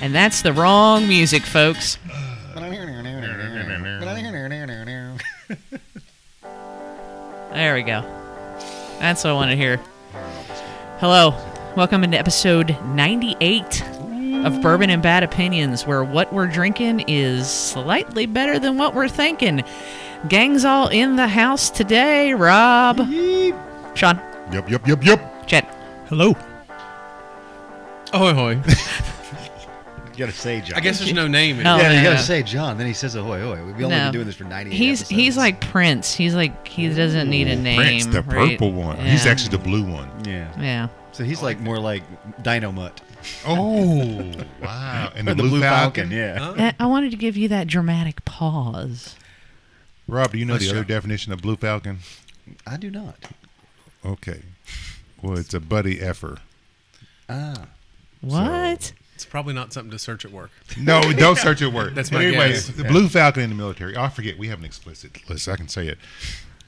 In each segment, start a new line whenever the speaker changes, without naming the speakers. And that's the wrong music, folks. There we go. That's what I wanted to hear. Hello. Welcome into episode 98 of Bourbon and Bad Opinions, where what we're drinking is slightly better than what we're thinking. Gang's all in the house today. Rob, Sean,
Yup, yup, yup, yup.
Chet.
Hello.
Ahoy, ahoy.
You gotta say John.
I guess there's no name in
Oh,
it.
Yeah,
no,
you gotta
no.
say John. Then he says ahoy, ahoy. We've only
No.
been doing this for 90
He's
episodes.
he's like Prince. He's like he doesn't need a name.
Prince, the
right?
purple one. He's
Yeah.
actually the blue one.
Yeah.
yeah.
So he's like more like Dino Mutt.
Oh, wow. And the,
Or
blue, Falcon.
yeah.
I- I wanted to give you that dramatic pause.
Rob, do you know
Nice
the other
job.
definition of blue falcon?
I do not.
Okay. Well, it's a buddy effer.
Ah.
What?
It's probably not something to search at work.
No, don't search your word.
That's my
anyway.
guess.
The blue falcon in the military. oh, I forget. We have an explicit list. I can say it.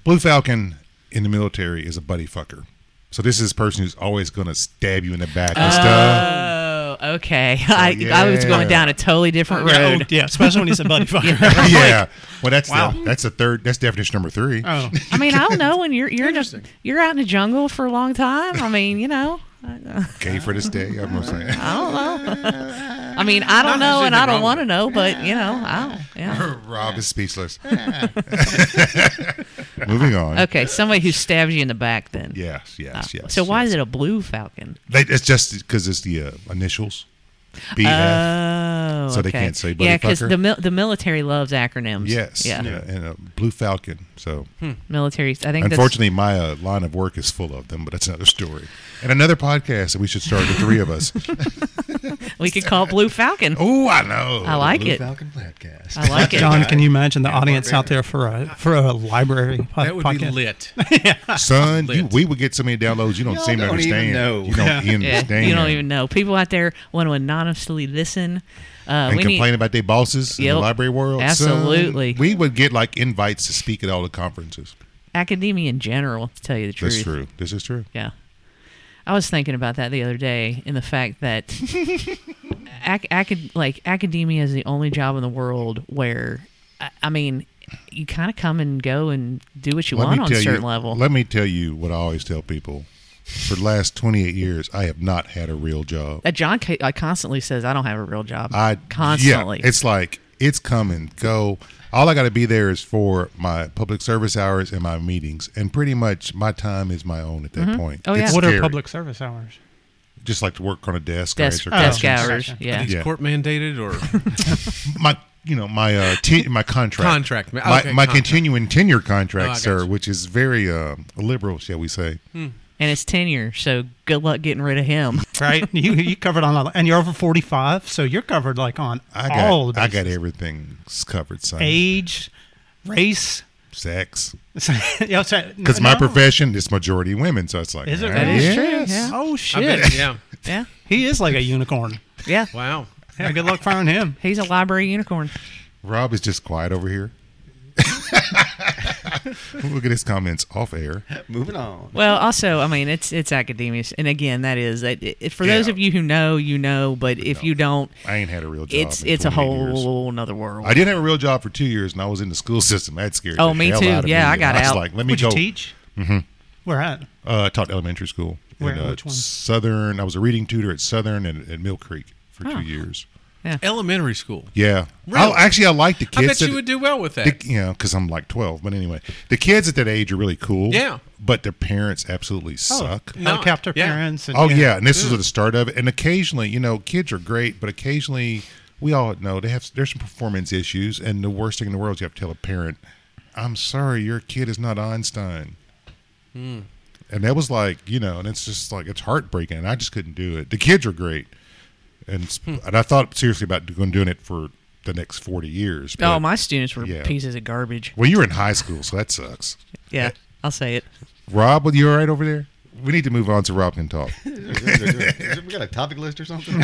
Blue falcon in the military is a buddy fucker. So this is this person who's always going to stab you in the back and stuff.
Oh, okay. I, I was
yeah.
going down a totally different
Yeah, oh,
road.
Yeah,
especially when he's a buddy fucker.
yeah. Well, that's
Wow.
the, that's the third. That's definition number three.
Oh,
I mean, I don't know when you're you're just you're out in the jungle for a long time. I mean, you know, I
Gay for this day. I'm gonna say.
I don't know. I mean, I don't
Not
know, and
necessarily
I don't
wrong.
want to know, but you know, I don't, yeah.
Rob is speechless. Moving on.
Okay, somebody who stabs you in the back, then.
Yes, yes, yes.
so why
yes.
is it a blue falcon?
They, it's just because it's the uh, initials. BF.
Oh,
So they
okay.
can't say buddy
yeah, because
fucker?
the mil- the military loves acronyms.
yes.
yeah, Hmm.
And, a, and a blue falcon. So
military. I think
unfortunately, my uh, line of work is full of them, but that's another story. And another podcast that we should start the three of us.
that's, we could call it blue falcon.
oh, I know.
I like
Blue
it.
Falcon podcast.
I like it.
John, can you imagine the audience out there for a for a library po-
That would be
podcast?
lit.
Son, you,
Lit.
we would get so many downloads. You don't
Y'all
seem to
don't even
understand.
know.
You don't understand.
Yeah, you don't even know. People out there want to anonymously listen. Uh,
and
we
complain
need,
about their bosses in
Yep.
the library world. Son,
Absolutely.
we would get like invites to speak at all the conferences.
academia in general, to tell you the truth.
That's true. This is true.
Yeah. I was thinking about that the other day, in the fact that ac- acad- like academia is the only job in the world where, I, I mean, you kind of come and go and do what you want on a certain
you,
level.
Let me tell you what I always tell people. For the last 28 years, I have not had a real job.
that Uh, John ca- I constantly says, I don't have a real job.
I
constantly.
Yeah, it's like it's come and go. All I got to be there is for my public service hours and my meetings, and pretty much my time is my own at that point.
Oh, yeah.
It's
What are
scary.
public service hours?
Just like to work on a desk, or
desk,
answer
desk
questions.
hours.
Oh, Gotcha.
Yeah.
It's
Yeah.
court mandated or
my you know my uh ten, my contract
Contract.
my,
Okay,
my
contract.
continuing tenure
Oh, I
contract
got
sir
you.
which is very uh liberal shall we say
And it's tenure, so good luck getting rid of him.
Right? you you covered on all, and you're over forty five, so you're covered like on
i
all
got
the
i
bases.
got everything covered son
age, race.
sex
Because
because my profession is majority women so it's like
Is it
ah,
really? That
is true,
yes.
yeah.
Oh
I
shit!
bet, yeah.
Yeah.
He is like a unicorn.
Yeah.
Wow.
Yeah, good luck finding him.
He's a library unicorn.
rob is just quiet over here look at his comments off air
Moving on.
Well, also, I mean, it's it's academia, and again, that is that it, for those
Yeah.
of you who know, you know, but if you don't,
i ain't had a real job
it's
in
it's a
28 years.
whole another world.
I did have a real job for two years, and I was in the school system. That scared
Oh,
the
me
hell
too.
out of
Yeah,
me.
I got
was
out.
Like, let me
Would you
go
teach? Mm-hmm. Where at?
Uh, I taught elementary school.
Where-
in, uh,
which one?
Southern. I was a reading tutor at Southern and at Mill Creek for
Oh.
two years.
Elementary school.
Yeah.
Really?
I, actually, I like the kids.
I bet
at-
you would do well with
the-
that.
you know, because I'm like 12. But anyway, the kids at that age are really cool.
Yeah.
But their parents
Oh,
absolutely suck.
No,
Helicopter
yeah.
parents. And,
Oh yeah, and this is the start of it. And occasionally, you know, kids are great, but occasionally, we all know they have there's some performance issues. And the worst thing in the world is you have to tell a parent, "I'm sorry, your kid is not Einstein." And that was like, you know, and it's just like it's heartbreaking. And I just couldn't do it. The kids are great, and it's- and I thought seriously about doing doing it for the next forty years.
oh,
but-
my students were
yeah.
pieces of garbage.
Well, you were in high school, so that sucks.
Yeah, I'll say it.
Rob, were you all right over there? we need to move on to Robkin talk.
we got a topic list or something?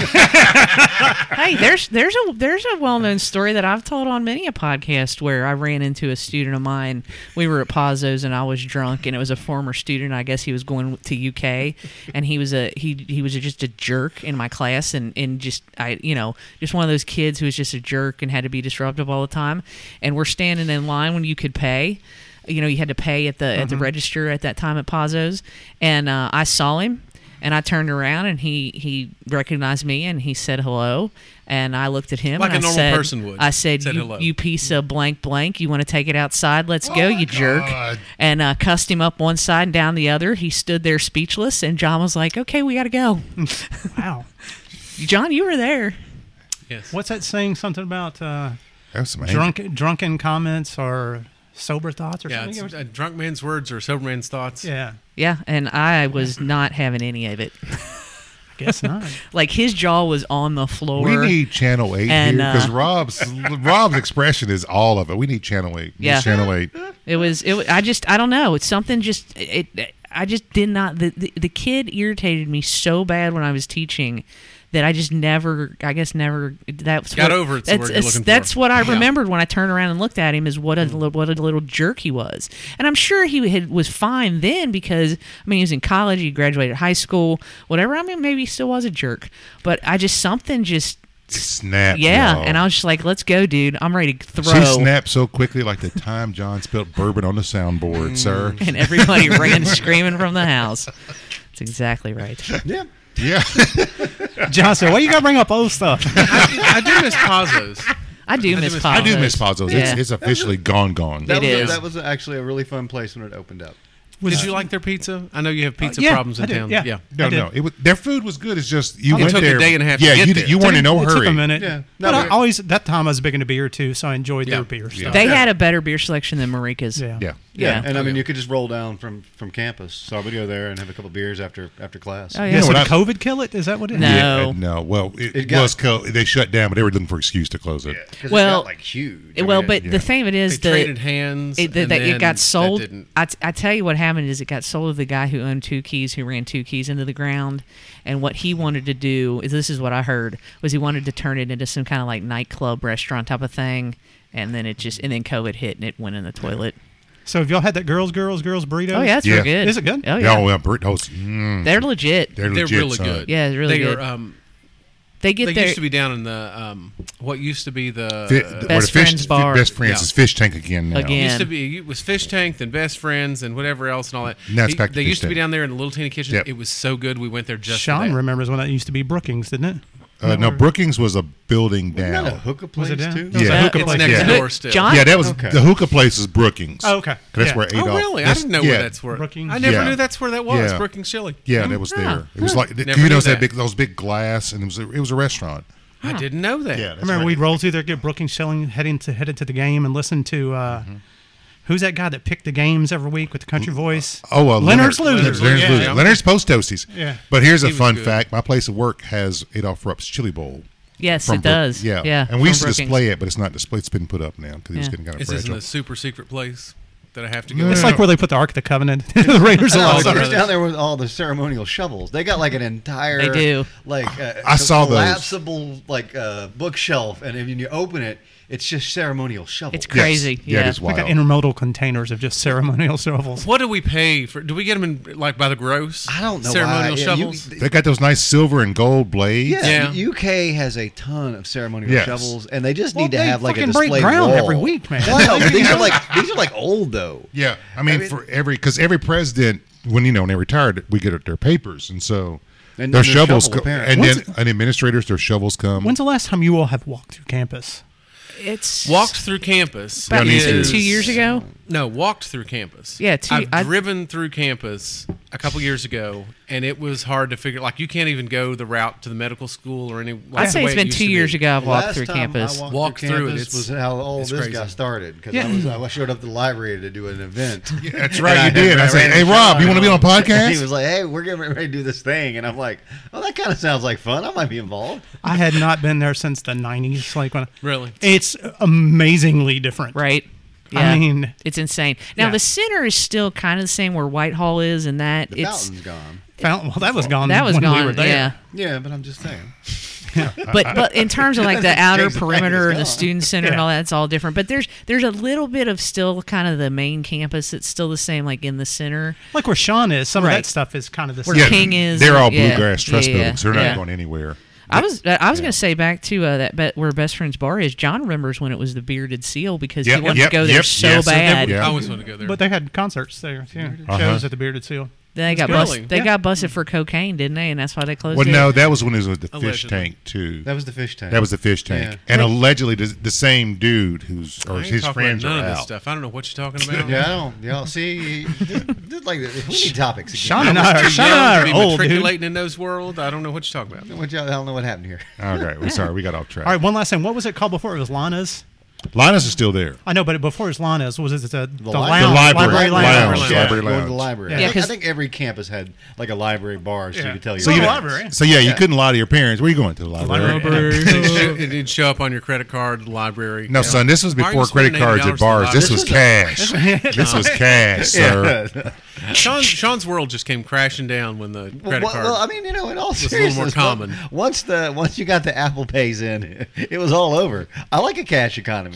hey, there's there's a there's a well known story that I've told on many a podcast where I ran into a student of mine. We were at Pazos and I was drunk, and it was a former student. I guess he was going to UK, and he was a he he was just a jerk in my class, and and just I you know just one of those kids who was just a jerk and had to be disruptive all the time. And we're standing in line when you could pay. You know, you had to pay at the at the register at that time at Pazos, and uh, I saw him and I turned around and he he recognized me and he said hello and I looked at him
Like
and
a
I
normal
said,
person would.
I said,
Said
you,
hello." Oh
you piece of blank blank you want to take it outside let's go you
God.
jerk and uh, cussed him up one side and down the other he stood there speechless and John was like okay we got to go
Wow.
John you were there
Yes.
What's that saying? Something about uh,
That was some anger.
drunk, drunken comments or sober thoughts or
Yeah,
something?
it's, a drunk man's words or sober man's thoughts.
yeah,
yeah and I was not having any of it
I guess not.
like his jaw was on the floor
We need Channel Eight here
And,
because
uh,
Rob's Rob's expression is all of it. We need Channel Eight. We need
Yeah.
Channel Eight.
It was. It. wa- I just. I don't know. It's something. Just. It. it- I just did not. The, the the kid irritated me so bad when I was teaching that I just never. I guess never. That's
Got
what-
over it's the
That's
word you're looking for.
that's what I
Yeah. Mm.
remembered when I turned around and looked at him is what a li- what a little jerk he was. And I'm sure he had, was fine then because I mean he was in college, he graduated high school, whatever. I mean maybe he still was a jerk, but I just something just.
Snap.
Yeah,
y'all.
and I was just like, "Let's go, dude! I'm ready to throw."
She snapped so quickly, like the time John spilled bourbon on the soundboard, sir.
and everybody ran screaming from the house. That's exactly right.
yeah.
Yeah,
John said, "Why you gotta bring up old stuff?"
I do miss Pazos.
I do miss Pazos.
I do miss Pazos.
Yeah.
It's, it's officially gone, gone.
That
It
was,
is.
that was actually a really fun place when it opened up.
Did you like their pizza? I know you have pizza
yeah,
problems in
I did,
town.
yeah.
no,
I did.
no, it was, their food was good. It's just you
It
went
took a
there
day and a half to
Yeah,
get
you,
there.
you weren't in no
It
hurry.
took a minute.
Yeah.
but
No,
I
but-
always at that time I was big into beer too, so I enjoyed
Yeah.
their beer
Yeah.
stuff.
They had a better beer selection than Marika's.
yeah.
Yeah,
Yeah.
And I mean,
Okay.
you could just roll down from from campus. So I would go there and have a couple beers after after class.
Oh, yeah.
Yeah,
know
so
what
did
I-
COVID kill it? Is that what it is?
No.
Yeah, uh, no. Well, it,
It got-
was co- they shut down, but they were looking for an excuse to close it.
'Cause
Well-
it got, like huge. I
It- well,
mean,
but
it-
the thing of it
They
is the
traded hands.
it, the,
and
that
then
it got sold.
That didn't.
I, t- I tell you what happened is it got sold to the guy who owned two keys, who ran two keys into the ground, and what he wanted to do is this is what I heard was he wanted to turn it into some kind of like nightclub restaurant type of thing, and then it just and then COVID hit and it went in the toilet.
So have y'all had that girls, girls, girls burrito?
Oh yeah, it's
Yeah.
real good.
Is it good?
Oh yeah,
yeah, well, burritos. Mm,
they're legit.
they're,
Mm-hmm. They're
legit,
really
son.
good.
Yeah, it's really
they
good.
Are, um,
They get
they
their
used to be down in the um, what used to be the
Fi-
uh,
where the
Best
fish-
Friends Bar.
Best friends
Yeah.
is fish tank again now.
Again.
used to be it was fish tank then best friends and whatever else and all that.
Now it's
He-
back to
they
Fish
used to be
Tank.
down there in the Little Tiny Kitchen.
Yep.
It was so good. We went there just. for
Sean
that.
remembers when that used to be Brookings, didn't it?
Uh, no, Brookings was a building
Isn't
down.
that a hookah
Was
place
it down?
too?
No, it was a
Yeah.
hookah
It's
place.
next
Yeah.
door still.
John,
Yeah, that was
Okay.
the hookah place is Brookings.
Oh, okay.
That's
Yeah.
where
Oh
Adolf.
really? I
that's-
didn't know
yeah.
where that's where.
Brookings.
I never
Yeah.
knew that's where that was.
Yeah.
Brookings Chili.
Yeah, that was
Yeah.
there. It was like
Never
you know
knew
it's that
that.
big those big glass, and it was a, it was a restaurant.
I didn't know that.
Yeah,
I remember we'd roll through there, get Brookings selling, heading to headed to the game, and listen to uh,
Mm-hmm.
who's that guy that picked the games every week with the country voice?
Oh, uh,
Leonard's
Leonard,
Losers.
Leonard's
Yeah.
Losers.
Yeah.
Leonard's Post Toasties.
Yeah.
But here's a
He was
fun
good.
fact: my place of work has Adolph Rupp's Chili Bowl.
Yes,
from
it
Brook-
does.
Yeah,
yeah.
And we used
from
to
Brookings.
display it, but it's not displayed. It's been put up now because it was
Yeah.
getting kind of
This isn't
fragile.
a super secret place that I have to go.
No.
It's like where they put the Ark of the Covenant. the Raiders
I
of
uh,
know,
Lost
but
Ark.
there's down there with all the ceremonial shovels. They got like an entire
They do.
like uh,
I saw those.
collapsible like uh, bookshelf, and when you open it, it's just ceremonial shovels.
It's
Yes.
crazy.
Yeah, it
yeah.
is
Like
wild.
intermodal containers of just ceremonial shovels.
What do we pay for? Do we get them in like by the gross?
I don't know
Ceremonial
why. Yeah, you-
shovels.
they got those nice silver and gold blades.
Yeah,
Yeah.
the UK has a ton of ceremonial
Yes.
shovels, and they just
Well,
need to
they
have like a
fucking break
display
ground
wall.
every week, man.
Well, I know, but these are like these are like old though.
Yeah, I mean,
mean-
for every because every president, when you know when they retired, we get their papers, and so
And
their
then their
shovels,
shovel,
co-
apparently.
and then
When's
and administrators, their shovels come.
When's the last time you all have walked through campus?
It's
Walked through campus.
about
Yeah, me
two,
too.
two years ago.
No, walked through campus.
Yeah, two-
I've
I-
driven through campus a couple years ago, and it was hard to figure. Like, you can't even go the route to the medical school or any.
I'd
Like,
say
the
it's
way
been
used
two
to
years
be.
ago. I've walked
Last
through
time
campus.
I walked
Walked
through
through it,
campus
it's-
was how all
it's
this
crazy.
got started because
Yeah.
I was I showed up to the library to do an event.
That's right,
And
you did. I
ran
said,
into
"Hey, Rob, you
Sean
want to be on a
and He
podcast?"
was like, "Hey, we're getting ready to do this thing," and I'm like, "Oh, that kind of sounds like fun. I might be involved."
I had not been there since the '90s. Like when
Really?
it's amazingly different.
Right.
I mean,
it's insane. Now
Yeah.
the center is still kind of the same where Whitehall is, and that
The
it's
fountain's gone.
fountain, well, that was gone.
that was
when
gone.
We were there.
Yeah,
Yeah, but I'm just saying.
but but in terms of like the outer
Change the fact
perimeter
it's
and the
gone.
student center and
Yeah.
all that, it's all different. But there's there's a little bit of still kind of the main campus. It's still the same, like in the center.
Like where Sean is, some of
Right.
that stuff is kind of the
Where
same.
King is-
They're all
yeah,
bluegrass
yeah,
trust
yeah,
buildings. They're not
yeah.
going anywhere.
I was I was gonna say back to uh, that bet where best friends bar is. John remembers when it was the bearded seal because
Yep,
he wanted
yep,
to go there
yep,
so
yes.
bad.
I
Yeah.
always want to go there.
But they had concerts there, yeah.
Uh-huh.
shows at the Bearded Seal.
They got
Really?
busted. They
Yeah.
got busted for cocaine, didn't they? And that's why they closed
Well,
it.
no, that was when it was with the fish
Allegedly.
tank too.
That was the fish tank.
That was the fish tank,
Yeah.
and allegedly the, the same dude who's
I
or
ain't
his
talking
friends
about none
are
of this
out.
stuff. I don't know what you're talking about.
Yeah, I don't. Y'all see, this, this, like we need topics. Again.
Sean
I
and
don't-
I are,
Too
Sean and
young
I
to
are
be
old, dude.
matriculating in those world. I don't know what you're talking about.
What y'all I don't know what happened here.
Okay, we're sorry, we got off track.
All right, one last thing. What was it called before? It was Lana's.
Linus is still there.
Oh,
I know, but before it was Lana's, was it the, the,
li-
lounge,
the library.
lounge?
Lounge,
Yeah.
library
Going to
lounge.
the library.
Yeah,
I, think, I
'cause-
think every campus had like a library bar, so
Yeah.
you could tell your
So you
friends.
library.
So yeah, you
Yeah.
couldn't lie to your parents. Where are you going to the library?
it, should, it did show up on your credit card, library.
No,
Yeah.
son, this was
Why are you
before credit
spending
cards
$80
at
at the
bars. This
library?
was cash. This was cash, sir.
Sean, Sean's world just came crashing down when the
Well,
credit
well,
card.
well, I mean, you know, in
a
all
little
seriousness,
more common.
on- once the once you got the Apple Pays in, it was all over. I like a cash economy.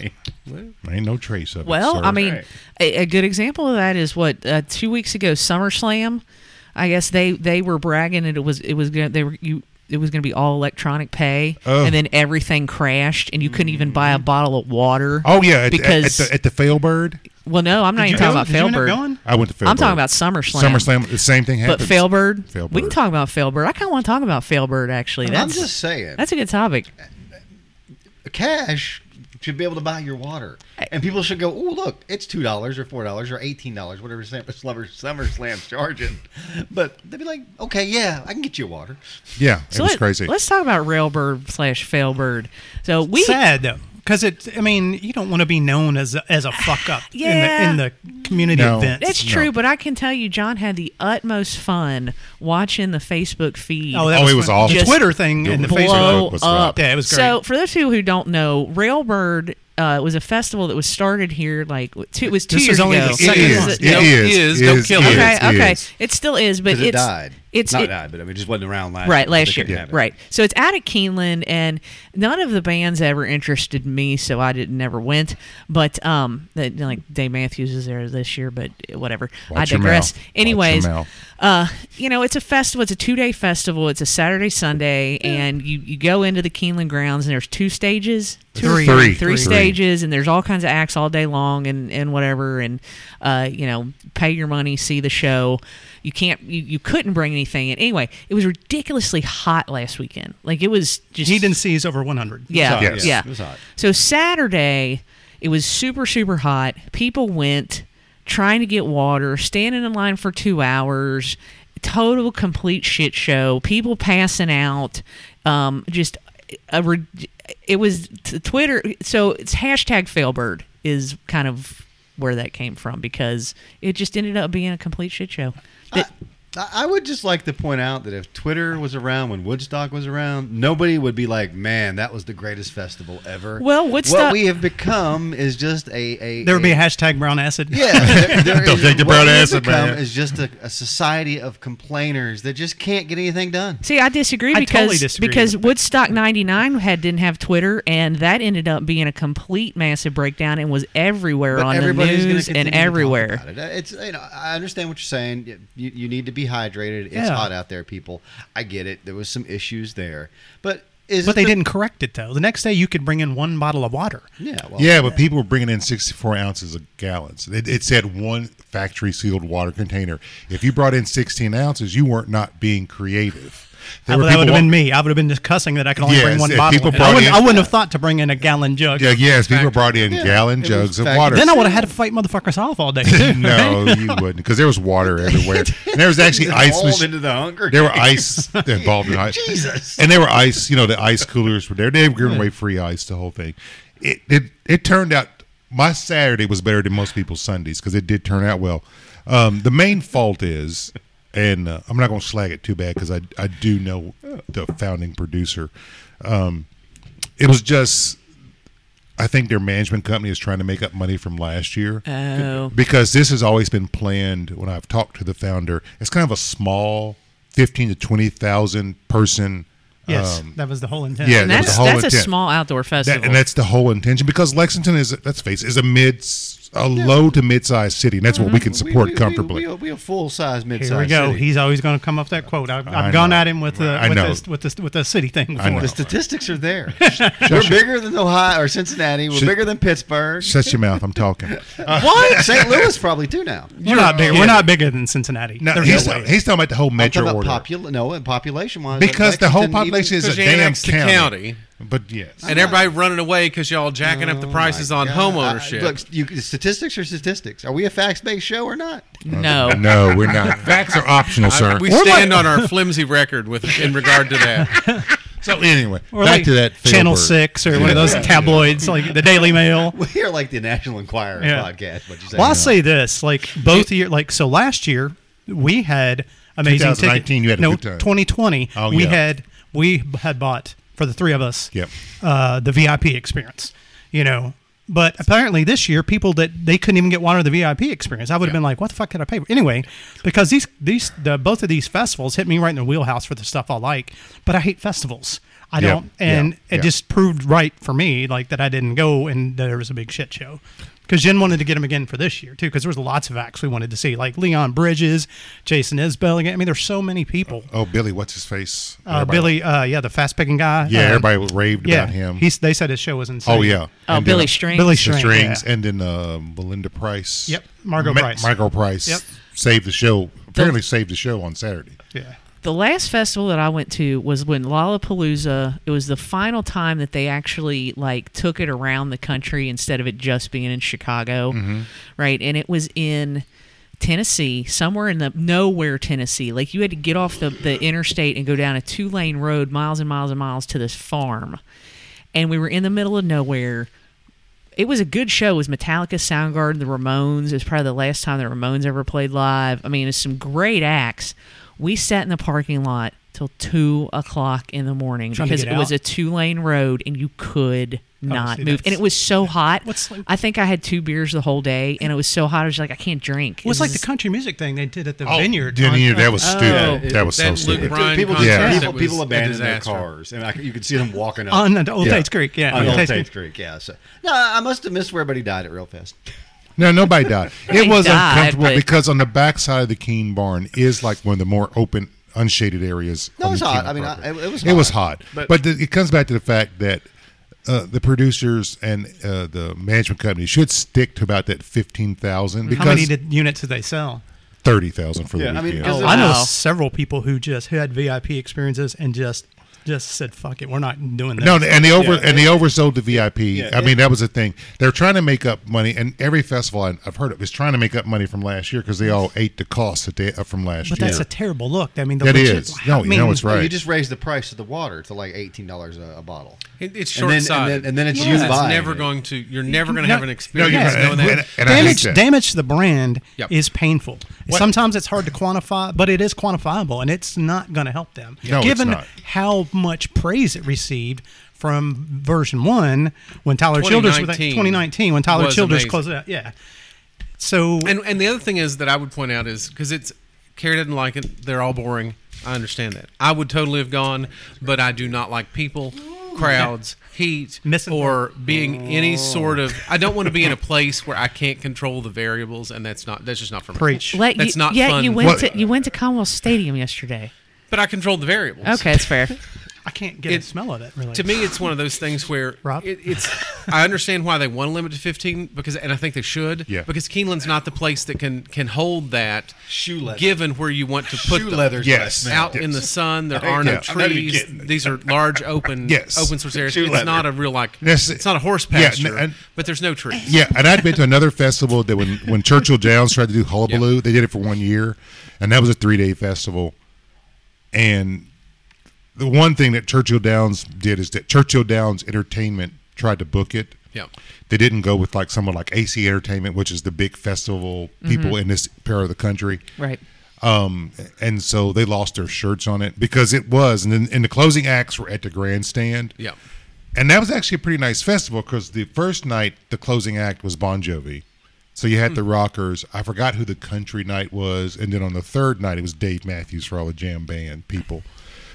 Ain't no trace of it.
Well,
sir.
I mean,
Right.
a, a good example of that is what uh, two weeks ago SummerSlam. I guess they they were bragging and it was it was gonna, they were you it was going to be all electronic pay
Oh.
and then everything crashed and you couldn't even buy a
Mm.
bottle of water.
oh yeah, at, at-
because
at, the, at the Failbird,
well, no, I'm not even
Did you
talking
go?
about
Did you end up
Failbird.
going?
I went to Failbird.
I'm talking about SummerSlam.
SummerSlam. The same thing
But
happened.
Failbird, we can
Failbird.
talk about Failbird. I kind of want to talk about Failbird actually. That's
I'm just saying,
that's a good topic.
cash should be able to buy your water, and people should go, "Oh, look, it's two dollars or four dollars or eighteen dollars, whatever Sam- Slumber Summer Slam's charging." But they'd be like, "Okay, yeah, I can get you water."
Yeah, it
So
was
let,
crazy.
us talk about Railbird slash Failbird. So we
Sad though, because it. I mean, you don't want to be known as a, as a fuck up
Yeah.
in the in the community
No.
events.
It's
No.
true, but I can tell you, John had the utmost fun watching the Facebook feed.
that
Oh, it was
fun.
awful.
The
Just
Twitter thing and the
blow
Facebook.
blow
was rough.
up.
Yeah, it was great.
So, for those of you who don't know, Railbird uh, was a festival that was started here like what, two, it was two
This is
years
only
ago.
the
it
second
is.
one.
It
No,
is.
is,
it
no
is,
killing.
it
okay,
is,
okay,
is.
it still is, but
'Cause
it's
it died.
It's
not
it-
died, but I mean, it just wasn't around last
Right,
year,
last
so they
year.
couldn't have it.
Right. So it's out at Keeneland, and none of the bands ever interested me, so I didn't never went. But um, that like Dave Matthews is there this year, but whatever.
Watch
I
your
digress.
mouth. Watch your
Anyways,
mouth.
uh, you know, it's a festival. It's a two day festival. It's a Saturday, Sunday, and you you go into the Keeneland grounds, and there's two stages, two or
Three. Three.
three,
Three.
three stages, and there's all kinds of acts all day long, and and whatever, and uh, you know, pay your money, see the show. You can't, you, you couldn't bring anything in. Anyway, it was ridiculously hot last weekend. Like it was just
He didn't see he's over 100.
yeah,
It was hot,
yeah.
It was hot.
So Saturday, it was super, super hot. People went trying to get water, standing in line for two hours. Total complete shit show. People passing out. Um, just a, re- it was t- Twitter. So it's hashtag failbird is kind of where that came from because it just ended up being a complete shit show. That-
I I would just like to point out that if Twitter was around when Woodstock was around, nobody would be like, "Man, that was the greatest festival ever."
Well, Woodstock-
What we have become is just a a
There would be
a-
a hashtag brown acid.
Yeah, there- there
Don't
is-
take the
what
brown
we've
acid,
become
man.
Is just a, a society of complainers that just can't get anything done.
See, I disagree
I
because
totally disagree
because
with
Woodstock '99 had didn't have Twitter, and that ended up being a complete massive breakdown and was everywhere
But
on the
everybody's gonna
news
continue
and
to talk
everywhere.
about it. It's you know I understand what you're saying. You, you need to be hydrated. It's
Yeah.
hot out there, people. I get it. There was some issues there, but is
But
it
they
the-
didn't correct it though. The next day you could bring in one bottle of water.
Yeah, well,
Yeah, but people were bringing in 64 ounces of gallons. It, it said one factory sealed water container. If you brought in 16 ounces, you weren't not being creative. There
I-
were
Ah, that would
people
have been
wa-
me. I would have been just cussing that I could only
Yes,
bring one
if
bottle.
people
And
brought
I, wouldn't,
in-
I wouldn't have thought to bring in a gallon jug.
Yeah, yes, people brought in gallon
it
jugs
was
of
fact-
water.
Then I would have had to fight motherfuckers off all day too.
no, you wouldn't, because there was water everywhere. And there was actually ice.
Dissolved
mach-
into the Hunger
There were ice involved in ice.
Jesus.
And there were ice. You know, the ice coolers were there. They were giving away free ice. The whole thing. It it it turned out my Saturday was better than most people's Sundays because it did turn out well. Um, the main fault is, and uh, I'm not going to slag it too bad because I I do know the founding producer. Um, it was just I think their management company is trying to make up money from last year.
Oh,
because this has always been planned when I've talked to the founder. It's kind of a small 15 to 20,000 person
Yes,
um,
that was the whole intent.
yeah,
and
that was
that's
the whole
that's a
intent.
small outdoor
that-
festival.
and that's the whole intention because Lexington is let's face it is a mid a low to mid-sized city and that's what we
Mm-hmm.
can support
we, we,
comfortably.
We, we, we a full size mid
Here we
size.
go. He's always going to come up with that quote. I've,
I
I've gone
know.
at him with the
I
with
know.
the, with the with the city thing
I know.
before.
the statistics are there. We're bigger than Ohio or Cincinnati. We're
Shit.
bigger than Pittsburgh.
Shut your mouth, I'm talking.
What? St. Louis probably too now.
We're not bigger. We're not bigger than Cincinnati.
No,
There's
he's,
no way.
he's talking about the whole
I'm
metro
talking about
order.
popula- no, and population wise.
because the whole population is a
Because you
damn
annexed the
county.
county.
But yes.
and everybody running away because y'all jacking up the
Oh
prices on home ownership.
Look, you, statistics are statistics. Are we a facts based show or not?
no. Oh,
No, we're not. Facts are optional, sir.
we
Or
Oh
like-
stand on our flimsy record with in regard to that.
So anyway,
Or
back
like
to that fatal
Channel
bird.
Six or one of those tabloids, like the Daily Mail.
We are like the National Enquirer
Yeah.
podcast. What you say?
Well, I'll say this: like both year, like so last year we had amazing.
2019,
ticket-
you had a
no
good time.
2020.
Oh,
we
yeah.
had we had bought for the three of us.
Yep.
Uh, the VIP experience, you know. But apparently this year, people that they couldn't even get one of the VIP experience. I would have been like, "What the fuck did I pay?" for? Anyway, because these these the, both of these festivals hit me right in the wheelhouse for the stuff I like. But I hate festivals. I
Yeah,
don't, and
yeah,
it
yeah.
just proved right for me, like that I didn't go and there was a big shit show. Because Jen wanted to get him again for this year too, because there was lots of acts we wanted to see, like Leon Bridges, Jason Isbell. Again, I mean, there's so many people.
Oh, Billy, what's his face?
Uh,
Everybody-
Billy, uh, yeah, the fast picking guy.
Yeah,
uh,
everybody raved
Yeah,
about him.
He's, they said his show was insane.
oh yeah.
Oh,
And
Billy
then,
String.
Billy
the
String.
strings,
yeah.
and then uh, Belinda Price.
Yep, Margot Price.
Margot Price.
Yep.
Saved the show. Apparently saved the show on Saturday.
yeah.
The last festival that I went to was when Lollapalooza. It was the final time that they actually like took it around the country instead of it just being in Chicago, right? And it was in Tennessee, somewhere in the nowhere Tennessee. Like you had to get off the the interstate and go down a two lane road, miles and miles and miles to this farm, and we were in the middle of nowhere it was a good show. It was Metallica, Soundgarden, the Ramones. It was probably the last time the Ramones ever played live. I mean, it's some great acts. We sat in the parking lot till two o'clock in the morning
Trying to
because
get
it was
out?
a two lane road and you could not
see,
move. And
that's-
it was so hot.
What's like-
I think I had two beers the whole day and it was so hot. I was like, I can't drink.
It was
This
like the
is-
country music thing they did at the vineyard.
Didn't
on- uh,
either. Oh, That was stupid.
Oh.
that was so
that Luke
stupid.
Bryan
people,
concert
Yeah.
people,
that
people
was a
abandoned their
disaster.
cars, and I, c- you could see them walking up
on the Old
Yeah.
Tate's Creek. Yeah,
on
Old
Old
Tate's
Tate's Creek. Yeah. So no, I must have missed where everybody died at Real Fest.
No, nobody died. It
Nobody
was
died,
uncomfortable
but-
because on the backside of the Keen Barn is like one of the more open, unshaded areas.
No,
on
it was
the
hot.
Keene
I mean,
property.
I- it- it was
It was
hot.
hot. But,
But-
the, it comes back to the fact that uh, the producers and uh, the management company should stick to about that fifteen thousand
How many
because
did, units did they sell?
thirty thousand for the
Yeah, I
weekend.
mean, 'cause
Oh, I know
Wow.
several people who just who had VIP experiences and just just said, "Fuck it, we're not doing that."
No, and they over and they oversold the VIP. I mean,
it-
that was the thing. They're trying to make up money, and every festival I- I've heard of is trying to make up money from last year because they all ate the cost that they uh, from last
but
year.
that's a terrible look. I mean, the
That
legit-
is. No,
I
you
mean,
know it's right.
You just raised the price of the water to like eighteen dollars a a bottle.
It- it's
And
short
then- and
sighted,
then- and then it's
you
That's
buying
never
it.
going to. You're never going to
No,
have an
No,
no,
experience.
you're
Yes,
right.
knowing that.
And, and I hate
damage
that.
damage to the brand
Yep.
is painful.
What-
Sometimes it's hard to quantify, but it is quantifiable, and it's not going to help them.
No, it's
Given
not.
how much praise it received from version one when Tyler Childers
2019
2019 when Tyler
was
Childers
amazing.
closed it out. Yeah. So
And and the other thing is that I would point out is because it's Carrie doesn't like it. They're all boring. I understand that. I would totally have gone, but I do not like people, crowds, heat,
Missing-
or being
Oh.
any sort of. I don't want to be in a place where I can't control the variables, and that's not. That's just not for me.
Preach.
Let
That's
you,
not
yeah,
fun.
you went
What-
to you went to Commonwealth Stadium yesterday.
But I controlled the variables.
Okay, that's fair.
I can't get a
It-
smell of it really.
to me it's one of those things where
Rob?
It, it's i understand why they want to limit to 15 because and i think they should
Yeah.
because keeneland's not the place that can can hold that
Shoe leather.
given where you want to put
Shoe
them.
leathers.
Yes.
what I smell.
out in the sun there are no
yeah. I'm not even
trees
kidding.
these are large open
Yes.
open source areas
Shoe
it's
leather.
not a real like
That's-
it's not a horse
Yeah,
pasture
n- and-
but there's no trees
Yeah, and I'd been to another festival that when, when Churchill Downs tried to do Hullabaloo, they did it for one year, and that was a three day festival. And the one thing that Churchill Downs did is that Churchill Downs Entertainment tried to book it.
Yeah.
They didn't go with like someone like AC Entertainment, which is the big festival people in this part of the country.
Right.
Um, and so they lost their shirts on it because it was, and then and the closing acts were at the grandstand.
yeah
And that was actually a pretty nice festival because the first night, the closing act was Bon Jovi. So you
Hmm.
had the Rockers. I forgot who the country night was. And then on the third night, it was Dave Matthews for all the jam band people.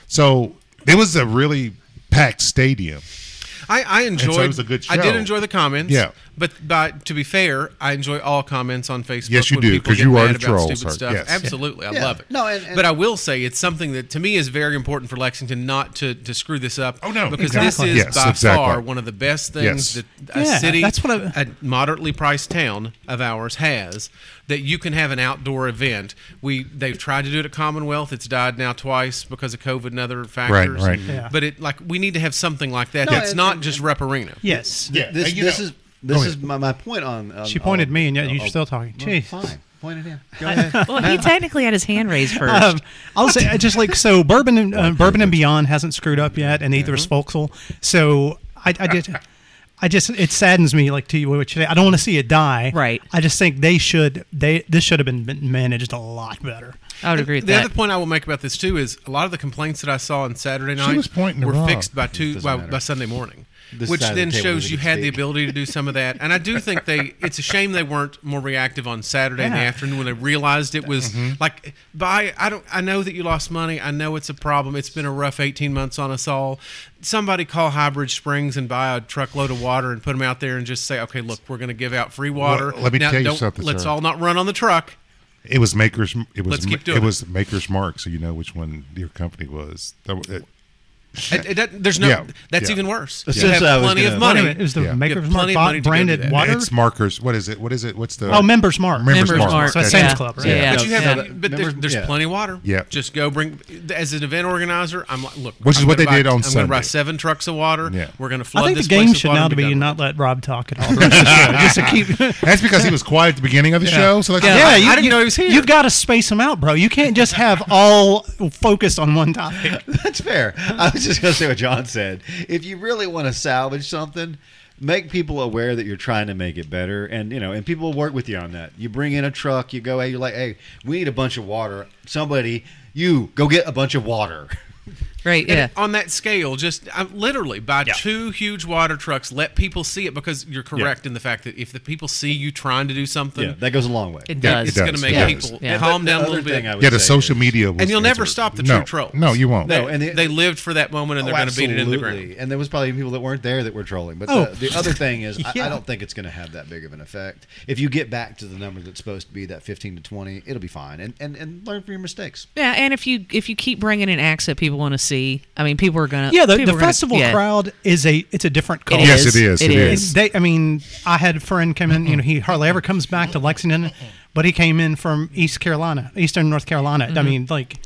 So it was a really packed stadium.
I, I enjoyed.
it was a good
I did
show.
enjoy the comments.
Yeah.
but but to be fair, I enjoy all comments on Facebook.
Yes, you
when
do,
people
'cause
get
you are the
mad about
troll,
stupid
sir.
Stuff.
Yes.
Absolutely, I
Yeah.
love it.
No, and- and-
but I will say it's something that to me is very important for Lexington not to to screw this up.
Oh, no.
because
Exactly.
this is
Yes,
by
exactly.
far one of the best
Yes.
things that a
Yeah,
city,
that's what I-
a moderately priced town of ours has. That you can have an outdoor event. We they've tried to do it at Commonwealth. It's died now twice because of COVID and other factors.
right.
Yeah.
But it like we need to have something like that.
No,
that's
and-
not
and-
just Rep Arena.
Yes.
Yeah,
This,
and you
this
know-
is this is
ahead.
my, my point on, on-
She pointed
on-
me, and yet
oh,
you're
oh,
still talking.
well,
Jeez.
Fine, point it in. Go ahead.
Well, he technically had his hand raised first.
uh, Um, I'll say I just like so bourbon and uh, bourbon and beyond hasn't screwed up yet, and neither is Folksel. So I, I did. I just it saddens me like to you what you say. I don't want to see it die.
Right.
I just think they should they this should have been been managed a lot better.
I would agree with
The
that.
other point I will make about this too is a lot of the complaints that I saw on Saturday night
was pointing to
were
Rob.
fixed by two
Doesn't
by,
matter.
by Sunday morning,
This
which
side of the
then
table
shows
doesn't
you
get
had the
steak.
ability to do some of that. And I do think they it's a shame they weren't more reactive on Saturday in the
Yeah.
afternoon when they realized it was
Mm-hmm.
like by I don't I know that you lost money. I know it's a problem. It's been a rough 18 months on us all. Somebody call Highbridge Springs and buy a truckload of water and put them out there and just say, okay, look, we're going to give out free water.
let me
Now,
tell you
don't-
something,
Let's
sir.
all not run on the truck.
It was Maker's. It was
Let's keep doing
it
it.
was Maker's Mark, so you know which one your company was. That, wa- it,
It, it, doesn't there's no.
Yeah,
That's
yeah.
even worse.
That's
You have
just what I was
plenty
gonna-
of
Wait a
money.
minute, it was the
Yeah.
makers
You have
mark
plenty of
bought
money to go do
branded
that.
water.
It's Markers. What is it? What is it? What's the
oh, members mark.
Members
Members
Mark.
Mark.
So it's
yeah.
Sam's Club, right?
Yeah. yeah.
But you have,
Yeah.
but there's,
Remember-
there's
yeah.
plenty of water.
Yeah.
Just go bring. As an event organizer, I'm like, look,
Which is
I'm
what
gonna
they
buy-
did on
I'm gonna buy
Sunday.
seven trucks of water.
Yeah.
We're gonna flood
I think the
this
game
place with
should
water
now
and be
be
done with
not let Rob talk at all. the rest of the show, just to keep.
That's because he was quiet at the beginning of the show. So that's
Yeah.
Yeah,
I-
you,
I didn't
you-
know he was here.
You've got to space them out, bro. You can't just have all focused on one topic.
That's fair. I was just going to say what John said. If you really want to salvage something, make people aware that you're trying to make it better, and you know, and people will work with you on that. You bring in a truck, you go, hey, you're like, hey, we need a bunch of water. Somebody, you go get a bunch of water.
right,
And
yeah.
On that scale, just um, literally buy two huge water trucks. Let people see it because you're correct in the fact that if the people see you trying to do something,
that goes a long way.
It
Yeah,
does.
it
it's going to
does,
make
it does.
people
Yeah.
calm
The
down a
other
little bit.
thing I would
yeah. The
say
social
is-
media, was
And you'll never
answered.
stop the
no,
true trolls.
No, you won't.
No, and the-
they lived for that moment, and they're
Oh,
going to beat it into the ground.
absolutely. And there was probably people that weren't there that were trolling. But
Oh.
the, the other thing is, I,
Yeah.
I don't think it's going to have that big of an effect. If you get back to the number that's supposed to be, that 15 to 20, it'll be fine. And and, and learn from your mistakes.
Yeah, and if you if you keep bringing in acts that people want to see, I mean, people are gonna
Yeah, the,
people
the
are gonna-
festival
yeah.
crowd is a it's a different
It
culture.
Yes, it is, it
And
is.
They, I mean, I had a friend come in. You know, he hardly ever comes back to Lexington, but he came in from East Carolina, Eastern North Carolina.
Mm-hmm.
I mean, like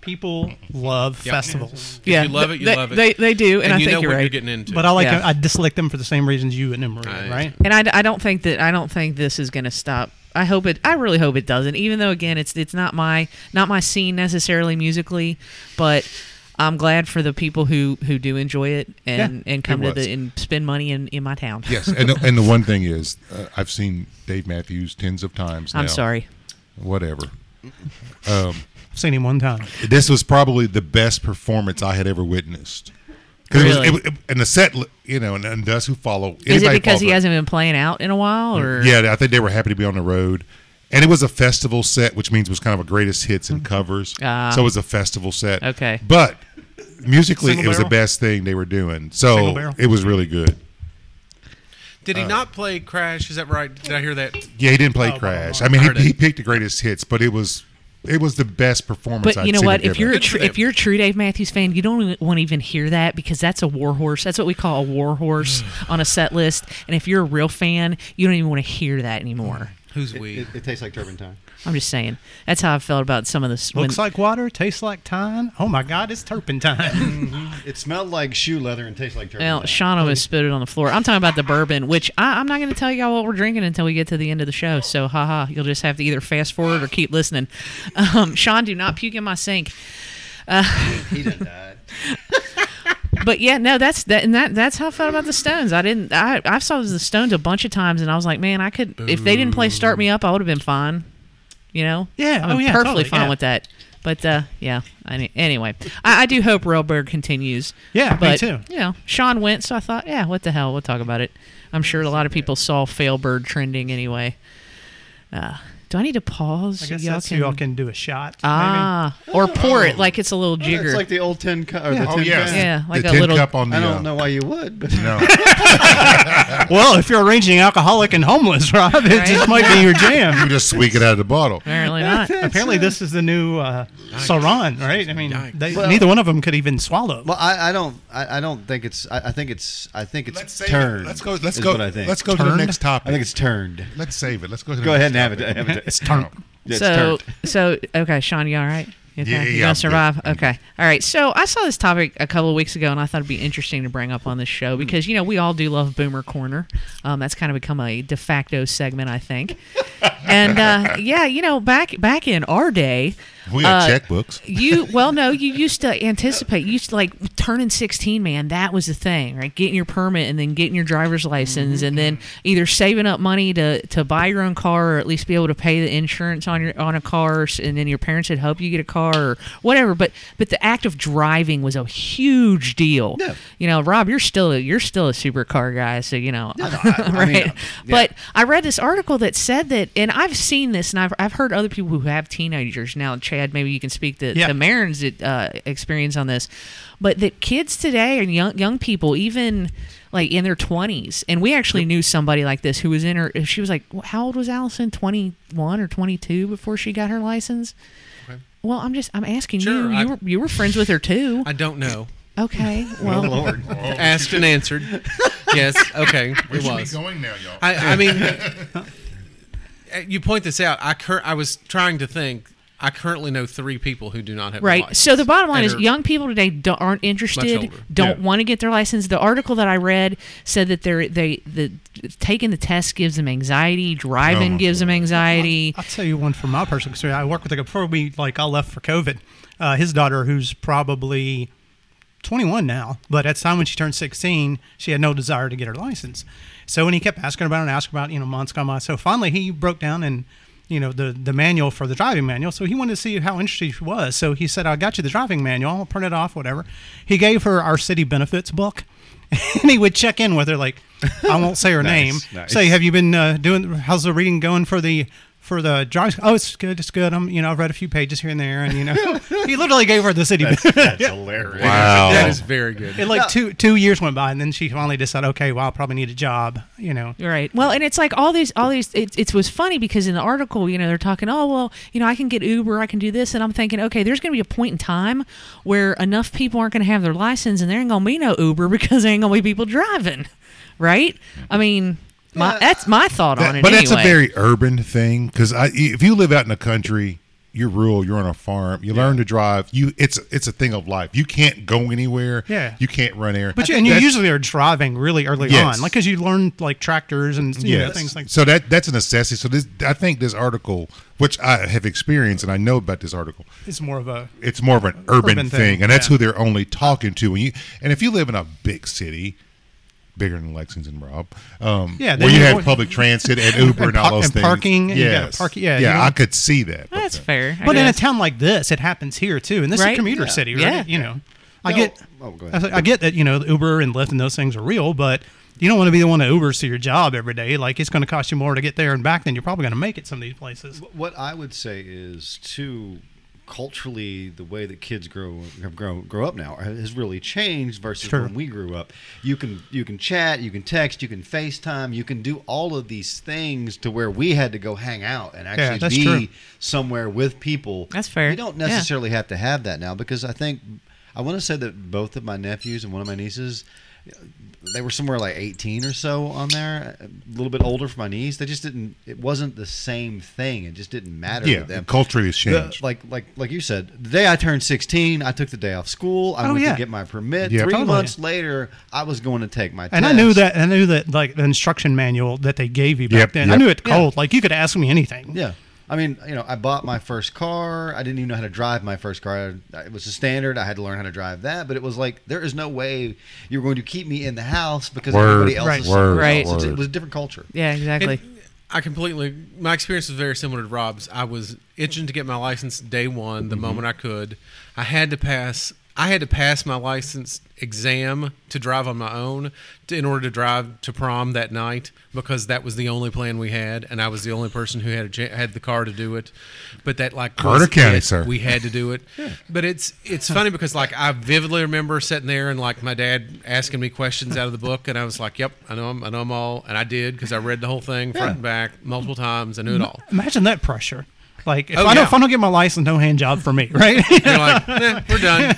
people love festivals,
If you love it, you
they,
love it.
They, they do, and, I
you
think
know
you're
what
right.
you're getting into.
but I like
Yeah.
I dislike them for the same reasons you and them were,
Right.
right?
and I, I don't think that I don't think this is going to stop. I hope it. I really hope it doesn't. Even though again, it's it's not my not my scene necessarily musically, but I'm glad for the people who who do enjoy it and and come to
was.
the and spend money in in my town.
Yes, and the, and the one thing is, uh, I've seen Dave Matthews tens of times. Now.
I'm sorry.
Whatever. Um,
I've seen him one time.
This was probably the best performance I had ever witnessed. 'Cause It
Really?
was, it, and the set, li- you know, and, and us who follow.
Is it
anybody
because he
follow-
hasn't been playing out in a while, or
Yeah, I think they were happy to be on the road. And it was a festival set, which means it was kind of a greatest hits and covers.
Ah.
so it was a festival set.
Okay.
But musically,
Single
it was the
barrel?
best thing they were doing.
Single
So
barrel?
it was really good.
Did
Uh.
he not play Crash? Is that right? Did I hear that?
Yeah, he didn't play
Oh,
Crash.
wow.
I mean,
Heard
he, he
it.
picked the greatest hits, but it was it was the best performance.
But
I'd
you know
seen
what?
him
If
give
you're a
it.
Good for
tr-
them.
if you're a true Dave Matthews fan, you don't even want to even hear that because that's a war horse. That's what we call a war horse on a set list. And if you're a real fan, you don't even want to hear that anymore.
Mm.
Who's
It,
we?
it, it tastes like turpentine.
I'm just saying. That's how I felt about some of this.
Looks like water, tastes like thyme. Oh my God, it's turpentine.
It smelled like shoe leather and tastes like turpentine.
Well, Sean almost spit it on the floor. I'm talking about the bourbon, which I, I'm not going to tell y'all what we're drinking until we get to the end of the show. So, haha, you'll just have to either fast forward or keep listening. Um, Sean, do not puke in my sink.
he done died.
But yeah, no, that's that, and that that's how I felt about the Stones. I didn't, I, I saw the Stones a bunch of times, and I was like, man, I could. If they didn't play "Start Me Up," I would have been fine. You know?
Yeah,
I'm
oh yeah,
perfectly
totally,
fine
yeah.
with that. But uh, yeah, I mean, anyway, I, I do hope Railbird continues.
Yeah, me
but,
too.
You know, Sean went, so I thought, yeah, what the hell? We'll talk about it. I'm sure a lot of people saw Failbird trending anyway. Uh, do I need to pause?
I guess
Y'all
that's
can-
who y'all can Oh. do a shot.
Ah, or pour it like it's a little jigger.
It's like the old tin cup. Or the
Oh
tin
yes.
can.
Yeah, like
the
a
tin
little-
cup on the.
I don't
uh,
know why you would, but
No.
maybe. Well, if you're arranging alcoholic and homeless, Rob, it
Right.
just might be your jam.
you just squeak it out of the bottle.
Apparently not.
Apparently, this is the new uh, Sauron, right? I mean,
Yikes.
they,
Well-
neither one of them could even swallow.
well, I, I don't. I, I don't think it's. I, I think it's. I think it's
Let's save
turned.
it. Let's go. Let's
is
go.
What I think.
Let's go to the
Turned?
next topic.
I think it's turned.
Let's save it. Let's go. To the
Go
next
ahead and have it.
topic.
Have it. It's
turned.
Yeah, it's
so
turned.
so okay, Sean, you all right? You
Yeah,
okay? you
yeah,
gonna
I'm good.
survive?
I'm
Okay, all right. So I saw this topic a couple of weeks ago, and I thought it'd be interesting to bring up on this
Mm.
show because you know we all do love Boomer Corner. Um, that's kind of become a de facto segment, I think. and uh, yeah, you know, back back in our day,
We got
uh,
checkbooks.
you well no you used to anticipate you used to like turning 16 man that was the thing right getting your permit and then getting your driver's license
Mm-hmm.
and then either saving up money to to buy your own car or at least be able to pay the insurance on your on a car s- and then your parents would help you get a car or whatever but but the act of driving was a huge deal
Yeah.
you know rob you're still a, you're still a supercar guy so you know
I
right
mean, yeah.
but I read this article that said that, and I've seen this, and I've, I've heard other people who have teenagers now. Chad, maybe you can speak to,
Yeah.
to Marin's uh, experience on this, but that kids today and young young people, even like in their twenties, and we actually knew somebody like this who was in her. She was like, how old was Allison? Twenty one or twenty two before she got her license. Well, I'm just I'm asking
Sure,
you.
I-
you were you were friends with her too.
I don't know.
okay.
Oh
Well,
Lord.
Asked and answered. yes. Okay. It was.
going now, y'all?
I, I mean, uh, you point this out. I cur- I was trying to think. I currently know three people who do not have a
Right.
license
So the bottom line
and
is,
are-
young people today don't, aren't interested,
older.
don't
Yeah.
want to get their license. The article that I read said that they're they the taking the test gives them anxiety, driving
Oh,
my
gives them anxiety.
I'll tell you one from my personal experience. I work with a guy before we like I left for COVID. Uh, his daughter, who's probably 21 now, but at the time when she turned 16, she had no desire to get her license. So when he kept asking about it and asking about, you know, months gone by, so finally he broke down and, you know, the the manual for the driving manual. So he wanted to see how interested she was. So he said, "I got you the driving manual. I'll print it off, whatever." He gave her our city benefits book. And he would check in with her, like I won't say her name.
Nice, nice.
Say, have you been uh, doing? How's the reading going for the for the drive? Oh, it's good. It's good. I'm, you know, I've read a few pages here and there, and you know, he literally gave her the city. benefits.
That's hilarious.
wow.
that is very good.
It like two two years went by, and then she finally decided, okay, well, I probably need a job. You know,
Right. Well, and it's like all these, all these. It, it was funny because in the article, you know, they're talking, oh well, you know, I can get Uber, I can do this, and I'm thinking, okay, there's going to be a point in time where enough people aren't going to have their license, and there ain't going to be no Uber because there ain't going to be people driving, right? I mean, my, that's my thought on it.
but that's a
anyway.
very urban thing because if you live out in the country, you're rural, you're on a farm, you learn to drive. You it's it's a thing of life. You can't go anywhere.
Yeah.
you can't run air.
but you, and you usually are driving really early
Yes.
on, like because you learn like tractors and you know,
yeah
things like.
so that that's a necessity. So this I think this article, which I have experienced and I know about this article,
It's more of a
it's more of an urban,
Urban
thing,
thing,
and that's
yeah.
who they're only talking to. And you and if you live in a big city, bigger than Lexington, Rob, um,
Yeah,
where
then
you
you
have
want-
public transit and Uber and, all
par-
those
and
things,
parking, and you gotta
Yes.
park- yeah, you
yeah,
don't-
I could see that.
That's
Okay.
fair. I
But in a
guess.
town like this, it happens here too, and this is
Right?
a commuter
Yeah.
city, right?
Yeah.
You know, I
No.
get,
Oh, go
I,
ahead.
I get that you know Uber and Lyft and those things are real, but you don't want to be the one that Ubers to your job every day. Like it's going to cost you more to get there and back than you're probably going to make it some of these places.
What I would say is to culturally the way that kids grow have grown grow up now has really changed versus
Sure.
when we grew up. You can you can chat, you can text, you can FaceTime, you can do all of these things to where we had to go hang out and actually
that's
be
true.
somewhere with people.
That's fair.
You don't
Yeah.
necessarily have to have that now because I think I want to say that both of my nephews and one of my nieces they were somewhere like 18 or so on there, a little bit older for my niece. They just didn't. It wasn't the same thing. It just didn't matter
Yeah,
to them.
culture has
The-
changed.
like like like you said, the day I turned 16, I took the day off school. I
Oh,
went
yeah.
to get my permit.
Yeah,
Three
totally.
months later, I was going to take my
And I knew that I knew that like the instruction manual that they gave you back
Yep,
then.
yep.
I knew it
Yeah.
cold. Like you could ask me anything.
Yeah. I mean, you know, I bought my first car. I didn't even know how to drive my first car. I- It was a standard. I had to learn how to drive that. But it was like there is no way you're going to keep me in the house because
Word,
everybody else
Right.
is
word,
Right.
It was a
word.
different culture.
yeah, exactly.
It- I completely. My experience was very similar to Rob's. I was itching to get my license day one, the moment I could. I had to pass. I had to pass my license exam to drive on my own to, in order to drive to prom that night because that was the only plan we had, and I was the only person who had a, cha- had the car to do it. But that like
Carter
wasn't
County,
it.
sir.
We we had to do it. But it's it's funny because like I vividly remember sitting there and like my dad asking me questions out of the book, and I was like, "Yep, I know, 'em, I know 'em all," and I did because I read the whole thing front and back multiple times. I knew it
Mm-hmm.
all.
Imagine that pressure. Like if
Oh,
I
yeah.
don't if I don't get my license, no hand job for me, right?
And you're like, nah, "We're done."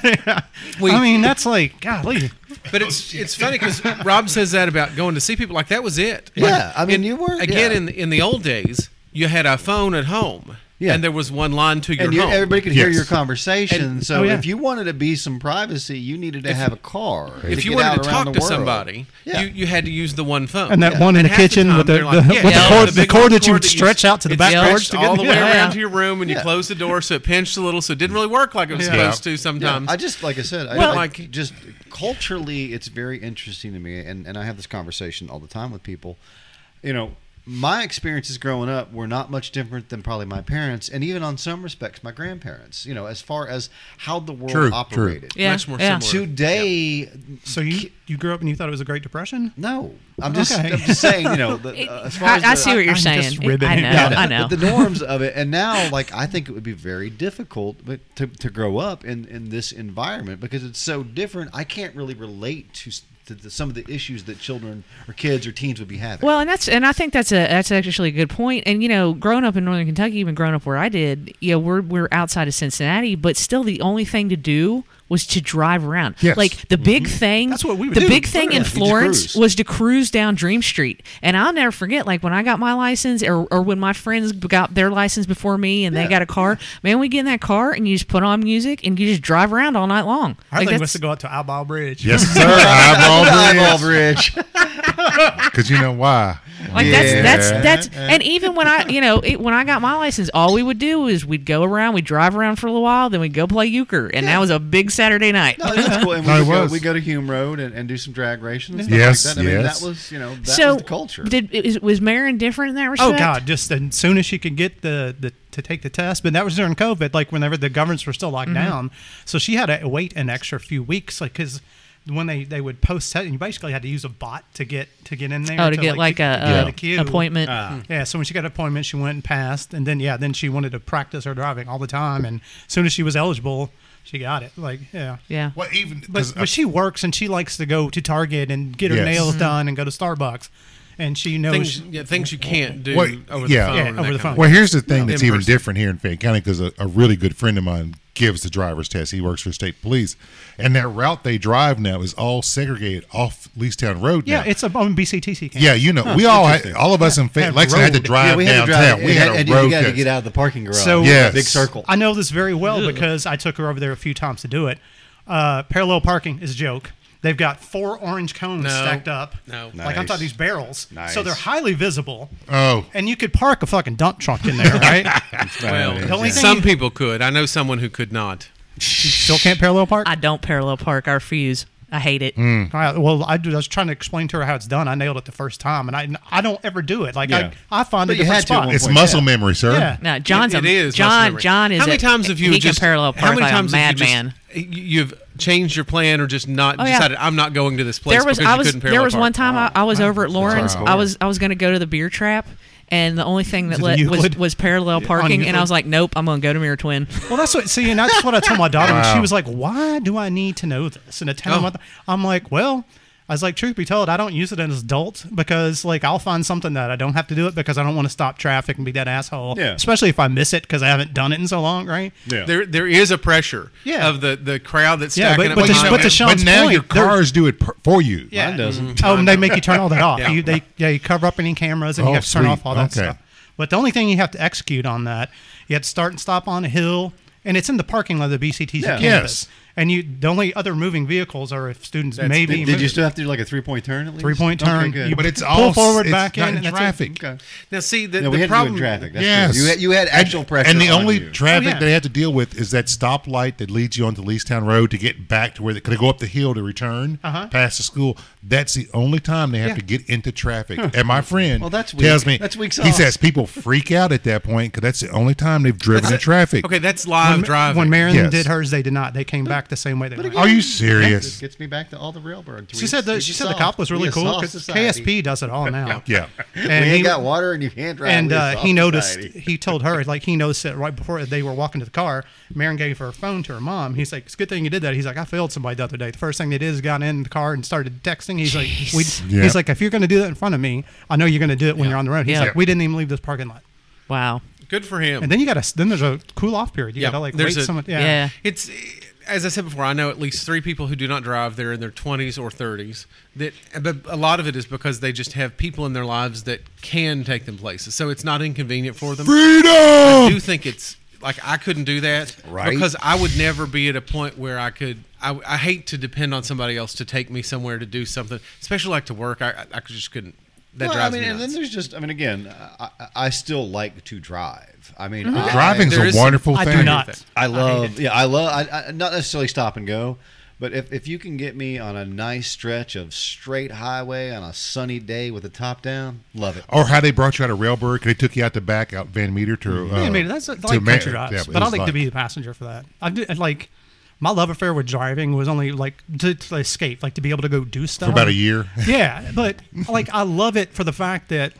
We-
I mean, that's like golly.
But it's it's funny because Rob says that about going to see people. Like that was it. Like,
Yeah, I mean,
in-
you were-
again
yeah.
in in the old days. You had a phone at home,
Yeah.
and there was one line to your
and you,
home.
everybody could hear
Yes.
your conversation. so
oh, yeah.
if you wanted to be some privacy, you needed to have a car.
if you
get
wanted
out
to
around
talk to
the world.
somebody,
Yeah.
you, you had to use the one phone.
And that one in the
half
kitchen with the-
they're
the- with
the
yeah,
cord-
the
big
cord
long
that you stretch
you-
out to the
it
back porch
stretched
to get
all
in
the way
there.
Yeah.
around to your room, and you
Yeah.
closed the door, so it pinched a little, so it didn't really work like it was
Yeah.
supposed to
Yeah,
sometimes.
I just like I said, I,
um, Well-
I
Like-
just culturally, it's very interesting to me, and and I have this conversation all the time with people. You know, my experiences growing up were not much different than probably my parents, and even on some respects, my grandparents. You know, as far as how the world
True, true.
operated.
Yeah,
Much more
yeah.
similar.
Today,
So you you grew up and you thought it was a Great Depression?
no. I'm just,
Okay.
I'm just saying, you know, the,
It-
uh, as far
I,
as
I
the-
see what you're
I'm
saying.
just ribbing
I
you.
know.
Yeah,
I
but
know.
the norms of it, and now, like, I think it would be very difficult, but to, to grow up in, in this environment because it's so different. I can't really relate to, s- to the, some of the issues that children or kids or teens would be having.
Well, and that's and I think that's a that's actually a good point. And you know, growing up in Northern Kentucky, even growing up where I did, you know, we're we're outside of Cincinnati, but still the only thing to do was to drive around.
Yes.
Like the big thing
That's what we would
the
do,
big thing in
literally. You
Florence
cruise.
was to cruise down Dream Street. And I'll never forget like when I got my license or, or when my friends got their license before me and they
Yeah.
got a car, man, we get in that car and you just put on music and you just drive around all night long.
I
Like,
think we
that's-
should go out to Eyeball Bridge.
Yes, sir. Eyeball bridge.
Bridge.
Because you know why.
Like
Yeah.
that's that's that's and even when I you know it, when I got my license, all we would do is we'd go around, we'd drive around for a little while, then we'd go play euchre, and that was a big Saturday night.
No, that's cool. And we,
No, it
would go,
was.
we go to Hume Road and, and do some drag racing. And stuff
Yes,
like that. I mean,
yes.
that was you know that
so
was the culture.
did is, was Marin different in that
Oh
respect?
God! Just as soon as she could get the, the to take the test, but that was during COVID, like whenever the governments were still locked
Mm-hmm.
down. So she had to wait an extra few weeks, like because when they they would post test, you basically had to use a bot to get to get in there.
Oh, to get like
get
a,
the
a
queue. Mm-hmm.
appointment.
Ah.
Yeah, so when she got an appointment, she went and passed, and then yeah, then she wanted to practice her driving all the time, and as soon as she was eligible, she got it. Like yeah,
yeah.
Well, even
But,
'cause I-
but she works and she likes to go to Target and get her
Yes.
Mm-hmm.
nails done and go to Starbucks, and she knows
things, yeah, things you can't do
What-
over the
yeah.
phone.
Yeah,
and
over
that
the
kind
phone.
of
Well, here's the thing
Yeah.
that's
In
even
person.
different here in Fayette County because a, a really good friend of mine gives the driver's test. He works for state police, and that route they drive now is all segregated off Leestown Road.
Yeah,
now.
it's a on BCTC campus.
yeah, you know, we all had, all of us in Fayette,
Had
Lexington had to
road.
drive downtown. we
and-
had
and
a road
you had to
test.
get out of the parking garage.
So-
with that
Yes.
big circle.
I know this very well because I took her over there a few times to do it. Uh, parallel parking is a joke. They've got four orange cones
No.
stacked up.
No.
Like I'm
Nice.
talking these barrels. So
Nice.
they're highly visible.
Oh,
And you could park a fucking dump truck in there, right?
Well,
The only thing
some
you-
people could. I know someone who could not.
Still can't parallel park?
I don't parallel park. I refuse. I hate it.
Mm.
All right, well, I, do- I was trying to explain to her how it's done. I nailed it the first time, and I, I don't ever do it. Like
Yeah.
I, I find
But
a
you had
different
to at
spot.
one
it's
point,
muscle
yeah.
memory, sir.
yeah.
No, John's
It-
a
it is muscle
John.
memory.
John is.
How many
a-
times have you
he
just
can parallel park
How many
like
times
a
have you just-
madman?
You've changed your plan or just not
Oh, yeah.
decided. I'm not going to this place.
there was
because
I
you
was
couldn't parallel
there was
park."
one time I, I was over at Lauren's.
horrible.
I was I was going to go to the beer trap, and the only thing that
it
let
in
was,
Euclid?
was parallel parking, and I
Euclid?
was like, nope, I'm going to go to Mirror Twin.
Well, that's what. See, and that's what I told my daughter, and she
Wow.
was like, "Why do I need to know this?" And a town,
Oh.
what the- I'm like, "Well." I was like, truth be told, I don't use it as an adult because, like, I'll find something that I don't have to do it because I don't want to stop traffic and be that asshole.
Yeah.
Especially if I miss it because I haven't done it in so long, right?
Yeah.
There, there is a pressure
Yeah.
of the, the crowd that's
Yeah,
stacking
but-
up
but the-
behind
but the
you.
sh- Sean's
but now
point,
your
they're-
cars do it per, for you.
Yeah.
Mine doesn't.
Oh, and they make you turn all that off.
Yeah.
You, they they cover up any cameras and
Oh,
you have to turn
sweet.
off all that
Okay.
stuff. But the only thing you have to execute on that, you have to start and stop on a hill, and it's in the parking lot of the BCTC
Yeah.
campus.
Yes.
and you the only other moving vehicles are if students
That's-
maybe
Did, did you
move.
still have to do like a three point turn at least?
three point
Okay,
turn.
good.
you
But it's
pull
all s-
forward
it's
back
not
in,
in
and that's it.
traffic.
Okay.
Now, see, the,
No, we
the
had
problem.
to do it in traffic. That's
Yes.
true. You had, you had actual pressure.
And the
on
only
you.
traffic
Oh, yeah.
they had to deal with is that stoplight that leads you onto Leestown Road to get back to where they could go up the hill to return
Uh-huh.
past the school. That's the only time they have
Yeah.
to get into traffic. And my friend
Well, that's
tells me
weak. That's weak
He
sauce.
says people freak out at that point because that's the only time they've driven in traffic.
Okay, that's live
When,
driving.
when Marin
Yes.
did hers, they did not. They came back the same way they went.
Are you
This
serious?
gets me back to all the railroad. tweets.
She said
We
the, she said the
solved-
cop was
we
really
a
cool
solved
because
society.
KSP does it all now.
Yeah.
And
we ain't
he-
got water and you can't drive.
and
We a
uh,
soft
he noticed
society.
he told her like he noticed that right before they were walking to the car Marin gave her phone to her mom he's like it's a good thing you did that he's like I failed somebody the other day the first thing they did is got in the car and started texting he's like we,
Yeah.
he's like if you're going to do that in front of me I know you're going to do it when you're on the road he's
Yeah.
like we didn't even leave this parking lot
Wow.
Good for him.
and then you got to then there's a cool off period you
Yeah,
got to like wait
there's a-
someone yeah,
Yeah.
It's as I said before. I know at least three people who do not drive. They're in their twenties or thirties. That, but a lot of it is because they just have people in their lives that can take them places. So it's not inconvenient for them. I do
Freedom.
think it's like I couldn't do that
Oh. Right.
because I would never be at a point where I could. I, I hate to depend on somebody else to take me somewhere to do something, especially like to work. I I- I just couldn't. That
well, I
drives
mean,
me
and
nuts.
then there's just. I mean, again, I, I- I still like to drive. I mean, I-
Driving's
There
a
is-
wonderful
Mm-hmm. I
thing.
do not
I love, yeah, I love, I, I, not necessarily stop and go, but if, if you can get me on a nice stretch of straight highway on a sunny day with the top down, love it.
Or how they brought you out of Railburg, they took you out the back out Van Meter to. Uh,
I mean, that's
to
like country
Ma-
drives,
yeah,
but I
it's
like, to be the passenger for that. I do, like my love affair with driving was only like to, to escape, like to be able to go do stuff
for about a year.
yeah, but like I love it for the fact that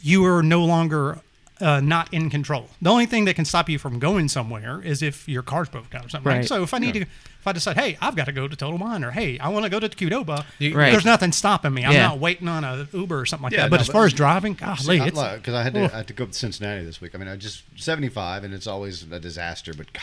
you are no longer uh, not in control. The only thing that can stop you from going somewhere is if your car's broke down or something. Right.
Right.
So if I need to, if I decide, hey, I've got to go to Total Wine or hey, I want to go to Qdoba,
Right.
there's nothing stopping me. I'm
Yeah.
not waiting on a Uber or something like
Yeah,
that. But
no,
as
but-
far as driving, golly, it's,
Because I had to,
oof.
I had to go up to Cincinnati this week. I mean, I just 75, and it's always a disaster. But God,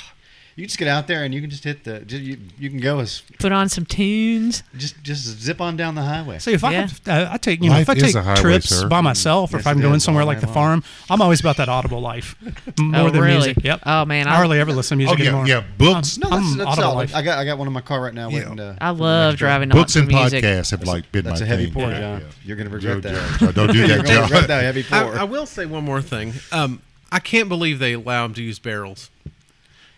you just get out there and you can just hit the, ju- you, you can go as
Put on some tunes.
just just zip on down the highway.
See if I
Yeah.
have, uh, I take you know if
Life is
I take
a highway,
trips
sir.
by myself or
Yes,
if I'm
it
going
is,
somewhere
all
like
day
the
long.
farm, I'm always about that audible life more
Oh,
than
really?
music. Yep.
Oh, man,
I
I'll-
hardly ever listen to
Oh yeah,
music anymore.
yeah. Books,
no,
I'm
that's, that's
audible
solid.
life.
I got I got one in my car right now.
Yeah.
Waiting to,
I love driving to
books, and
music.
podcasts have like been
That's
my
a heavy
thing.
pour,
Yeah,
John.
yeah.
You're gonna regret
Joe,
that.
Joe, don't do
You're
that,
gonna
John.
regret that heavy pour.
I, I will say one more thing. Um, I can't believe they allow them to use barrels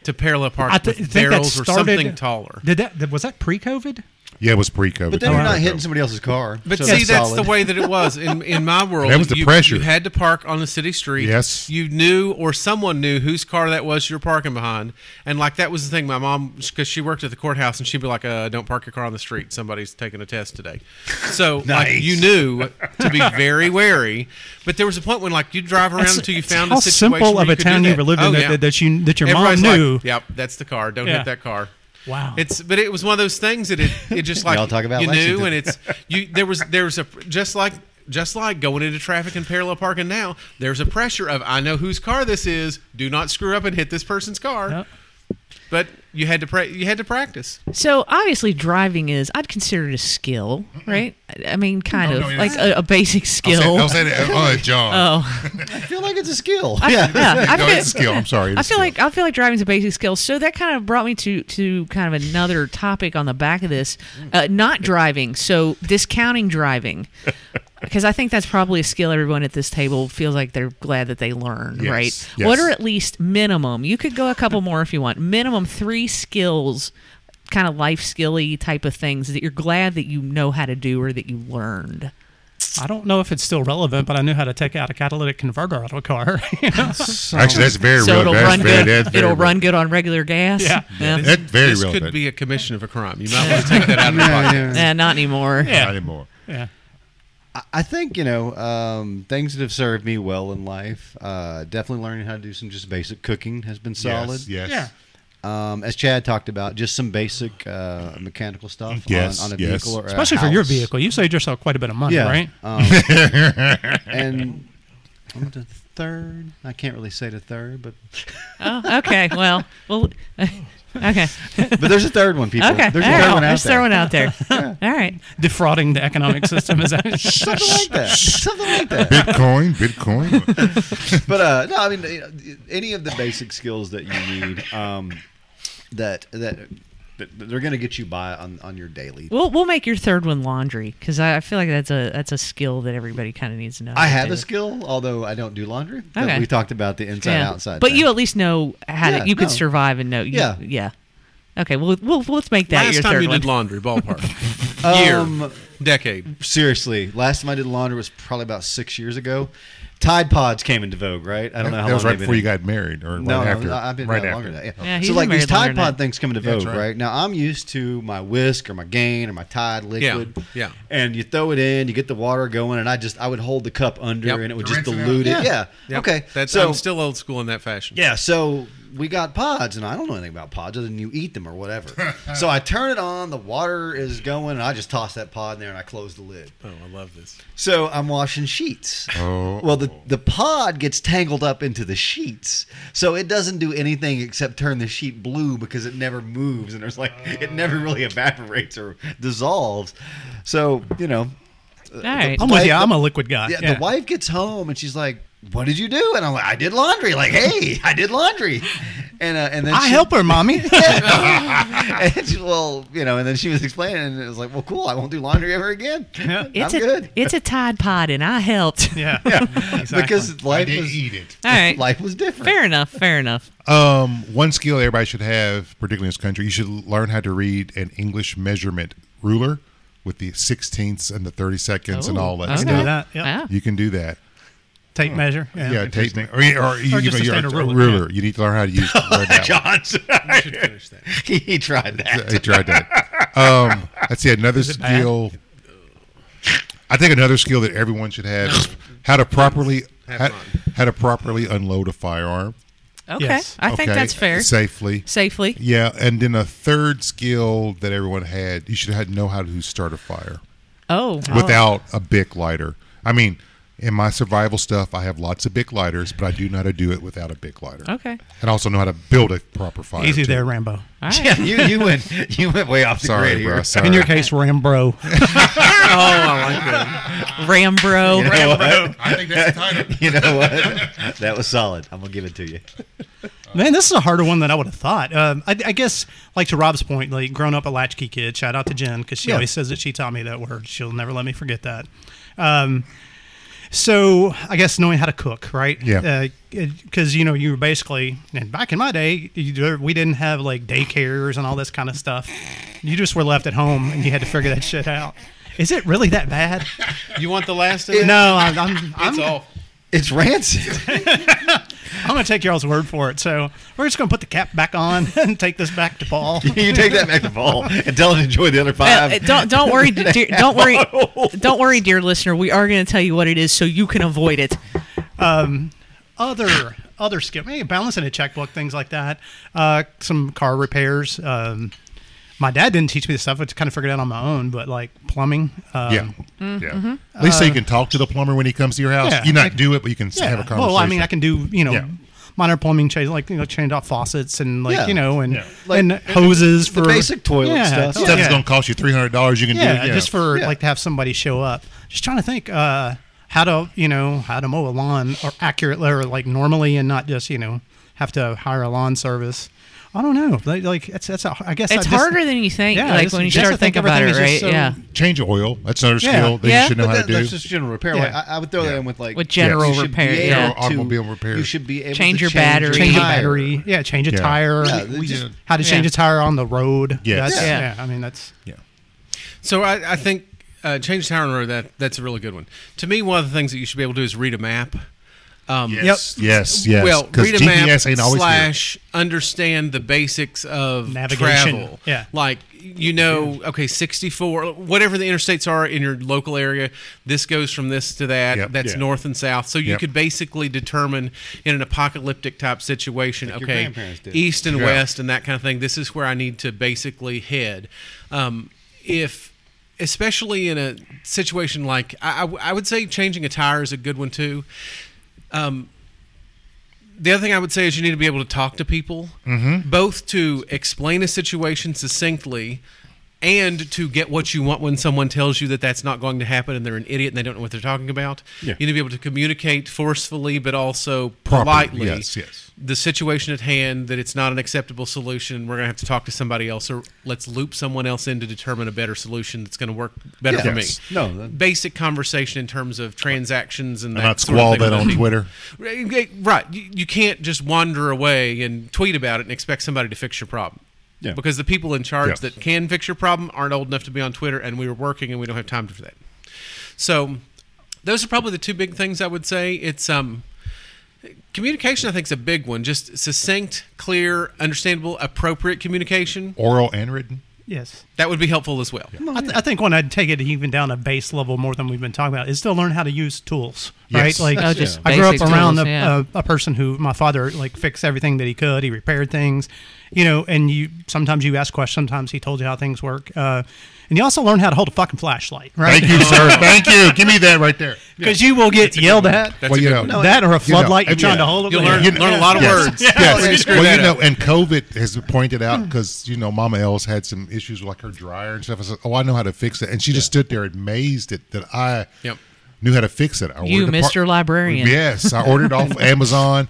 to parallel park
I th-
with
think that
barrels or
started,
something taller.
Did that that- was that pre-COVID?
Yeah, it was pre-COVID.
but then you're
Oh,
not
wow.
hitting somebody else's car.
But
so
see, that's
solid.
the way that it was in in my world.
That was the
you,
pressure.
You had to park on the city street.
Yes.
you knew or someone knew whose car that was you were parking behind, and like that was the thing. My mom, because she worked at the courthouse, and she'd be like, uh, "Don't park your car on the street. Somebody's taking a test today." So like
Nice.
you knew to be very wary. But there was a point when like you drive around until you found
how
a situation
simple
where
of
you
a
could do
town you
that.
were living
Oh,
in that-
yeah.
that, that you that your
Everybody's
mom
like,
knew.
yep, that's the car. Don't
Yeah.
hit that car.
Wow.
It's but it was one of those things that it, it just like
Y'all talk about
you knew
Lexington.
and it's you there was there was a just like just like going into traffic and parallel parking now there's a pressure of I know whose car this is do not screw up and hit this person's car
Yep.
but you had to pra- you had to practice
So obviously, driving is I'd consider it a skill, right? I- I mean, kind
No,
of
no, it
like
isn't.
a, a basic skill.
I'll say that. Oh, John.
oh,
I feel like it's a skill.
I, yeah. I
no,
feel-
it's a skill. I'm sorry.
I
it's a
feel
skill.
like I feel like driving's a basic skill. So that kind of brought me to to kind of another topic on the back of this, uh, not driving. So discounting driving, because I think that's probably a skill everyone at this table feels like they're glad that they learned,
Yes,
right?
yes.
What are at least minimum? You could go a couple more if you want. Minimum three skills, kind of life skilly type of things that you're glad that you know how to do or that you learned.
I don't know if it's still relevant, but I knew how to take out a catalytic converter out of a car. you know?
actually that's very
so
real.
it'll
that's
run
very,
good.
That's very
it'll
real.
run good on regular gas.
Yeah.
yeah.
That's very
this
real.
could be a commission of a crime you might want to take that out of your
Yeah,
pocket
yeah.
Yeah, not anymore.
Yeah.
not anymore.
yeah.
I think you know um, things that have served me well in life. Uh, definitely learning how to do some just basic cooking has been solid.
Yes. yes.
Yeah.
Um, as Chad talked about, just some basic uh, mechanical stuff
Yes,
on, on a
yes.
vehicle or a
Especially for your
house.
vehicle, you saved yourself quite a bit of money,
Yeah.
right?
Uh,
Um, and I'm the third. I can't really say the third, but
Oh, okay. Well, well, okay.
but there's a third one, people.
Okay.
There's
All
a
right.
third one out
There's
there.
throwing out there. All right.
Defrauding the economic system is that.
Something like that. Something like that.
Bitcoin. Bitcoin.
but uh, no, I mean, you know, any of the basic skills that you need um, that that th- they're going to get you by on, on your daily.
We'll we'll make your third one laundry because I, I feel like that's a that's a skill that everybody kind of needs to know.
I
how to
have
do.
a skill, although I don't do laundry.
Okay.
We talked about the inside
Yeah.
outside.
But
thing.
you at least know how
Yeah,
to, you could
no.
survive and know. You,
Yeah.
yeah. Okay, well, we'll let's make that
Last
your
time
third
you
one.
did laundry, ballpark. Year,
Um,
decade.
seriously, last time I did laundry was probably about six years ago. Tide pods came into vogue, right? I don't know how
that was
long
right
they've
before
been
you got married, or
No,
right
no,
after.
no, I've been
right
right
after.
longer than that. Yeah.
Yeah, he's
so
been
like
married
these
longer
Tide
than
Pod
that.
things come into
Yeah,
vogue,
that's
right.
right.
Now I'm used to my whisk or my gain or my Tide liquid.
yeah.
And you throw it in, you get the water going, and I just I would hold the cup under,
Yep.
and it would
To
just
rinse it out.
dilute it.
Yeah.
Yeah.
Yep.
Okay.
That's
so
I'm still old school in that fashion.
yeah. So we got pods, and I don't know anything about pods other than you eat them or whatever. so I turn it on, the water is going, and I just toss that pod in there, and I close the lid.
Oh, I love this.
So I'm washing sheets.
Oh.
Well, the, the pod gets tangled up into the sheets. So it doesn't do anything except turn the sheet blue because it never moves and there's like it never really evaporates or dissolves. So, you know,
All right.
I'm with you.
Like the-
I'm a liquid guy.
yeah,
Yeah.
the wife gets home and she's like, "What did you do?" And I'm like, "I did laundry." Like, "Hey, I did laundry." And uh, and then
I
she-
help her, mommy.
and she, well, you know, and then she was explaining and it was like, "Well, cool. I won't do laundry ever again."
Yeah.
It's
I'm
a
good.
it's a Tide Pod, and I helped.
yeah. Exactly.
Because
I
life
did
was
eat it.
All right.
life was different.
fair enough. Fair enough.
Um, one skill everybody should have, particularly in this country, you should learn how to read an English measurement ruler with the sixteenths and the thirty seconds and
Oh,
all that
okay.
Do
stuff.
that. Yep.
Wow.
You can do that.
Tape measure.
Yeah, tape me- or, or, you
Or just
even-
a
you're
standard ruler,
You need to learn how to use learn that. one.
I should finish that.
he tried that.
I tried that. Um, let's see another skill. I think another skill that everyone should have is how to properly
Have
how,
fun.
how to properly unload a firearm.
Okay.
Yes.
I think
okay,
that's fair.
Safely.
Safely.
Yeah, and then a third skill that everyone had, you should have know how to start a fire
Oh.
without a Bic lighter. I mean, in my survival stuff, I have lots of Bic lighters, but I do know how to do it without a Bic lighter.
Okay.
And also know how to build a proper fire.
Easy
too.
there, Rambo.
All right.
Yeah, you you went you went way off the grid
Sorry,
here.
bro. Sorry.
In your case, Rambo.
Oh, I like that.
Rambro.
You know what?
I think that's the title.
You know what? That was solid. I'm gonna give it to you.
Man, this is a harder one than I would have thought. Um, I, I guess, like to Rob's point, like growing up a latchkey kid. Shout out to Jen because she
Yeah.
always says that she taught me that word. She'll never let me forget that. Um, so I guess knowing how to cook, right?
Yeah.
Because you know you were basically, and back in my day, you, do- we didn't have like daycares and all this kind of stuff. You just were left at home and you had to figure that shit out. Is it really that bad?
You want the last? Of it?
No, I'm. I'm, I'm
it's all.
It's rancid.
I'm going to take y'all's word for it. So we're just going to put the cap back on and take this back to Paul.
you take that back to Paul and tell him to enjoy the other
Uh,
five.
Um,
don't don't worry, dear, don't worry, don't worry, dear listener. We are going to tell you what it is so you can avoid it.
other other skill, maybe balancing a checkbook, things like that. Uh, some car repairs. Um, my dad didn't teach me this stuff. I kind of figured it out on my own, but like plumbing. Um,
Yeah.
Mm-hmm.
yeah. At least so
Uh,
you can talk to the plumber when he comes to your house.
yeah,
you not
I-
do it, but you can s
yeah.
have a conversation.
Well, I mean, I can do you know
Yeah.
minor plumbing change, like you know, change off faucets and like
Yeah.
you know and
Yeah.
Like,
and hoses
the
for
basic toilet stuff.
Stuff that's going to cost you three hundred dollars. You can do
yeah,
it. Yeah.
just for
Yeah.
like to have somebody show up. Just trying to think uh, how to you know how to mow a lawn or accurately or like normally and not just you know have to hire a lawn service. I don't know. Like, like that's that's a, I guess I
It's
just-
harder than you think.
Yeah, I
like
just-
when you
just
start
to think
thinking about it,
everything
right?
is just so-
yeah,
change oil. That's another
Yeah.
skill that
Yeah.
you should know
But
how
that,
to do.
that's just general repair.
Yeah.
Like, I, I would throw that in with like
with general
you should
repair.
be
Yeah.
able to-
Automobile repair.
You should be able
Change
to
your battery.
change a
Tire.
battery. Yeah, change a
Yeah.
tire.
Yeah,
we
they
just,
just-
how to change
Yeah.
a tire on the road.
Yes.
That's,
Yeah.
yeah. I mean that's
yeah.
So I, I think uh, change the tower and road. That that's a really good one. To me, one of the things that you should be able to do is read a map. Um,
Yes. Yes. Yes.
Well,
'Cause
read a
GPS
map
ain't always here.
slash understand the basics of
Navigation.
travel.
Yeah.
like you know, okay, sixty four, whatever the interstates are in your local area. This goes from this to that.
Yep.
That's
Yeah.
north and south. So you
Yep.
could basically determine in an apocalyptic type situation.
your
okay,
grandparents did.
east and
Yeah.
west and that kind of thing. This is where I need to basically head. Um, if especially in a situation like I, I, I would say changing a tire is a good one too the other thing I would say is you need
Mm-hmm.
to be able to talk to people, both to explain a situation succinctly and to get what you want when someone tells you that that's not going to happen and they're an idiot and they don't know what they're talking about.
Yeah.
You need to be able to communicate forcefully, but also
Properly,
politely.
yes, yes.
The situation at hand that it's not an acceptable solution. We're going to have to talk to somebody else, or let's loop someone else in to determine a better solution that's going to work better
Yeah.
for me.
Yes. No, that-
basic conversation in terms of transactions and that
Not
sort of
squall
thing
that
with
on
other people.
Twitter.
Right, Right. You you can't just wander away and tweet about it and expect somebody to fix your problem.
Yeah.
Because the people in charge
Yes.
that can fix your problem aren't old enough to be on Twitter, and we were working and we don't have time for that. So, those are probably the two big things I would say. It's um, communication. I think is a big one. Just succinct, clear, understandable, appropriate communication
Oral and written.
Yes.
that would be helpful as well.
I, th- I think when I'd take it even down a base level more than we've been talking about is to learn how to use tools,
Yes.
right? Like
Oh, just
I grew up
basic
around
tools,
a,
yeah.
a, a person who my father like fixed everything that he could. He repaired things, you know. And you sometimes you ask questions. Sometimes he told you how things work. Uh, and you also learn how to hold a fucking flashlight, right?
Thank you, sir. Thank you. Give me that right there.
Because you will get yelled at.
That's
Well,
a
you
good
know,
one.
that or a
you know,
floodlight you're
yeah.
trying to hold up.
You'll
there.
learn, learn a lot of words.
Yes.
You screw
Well,
that
you
up.
know, and COVID has pointed out because you know Mama Els had some issues with like her dryer and stuff. I said, "Oh, I know how to fix it," and she just stood there amazed at that I
Yep.
knew how to fix it. I
You,
ordered a
Mr. Librarian.
Yes, I ordered off Amazon.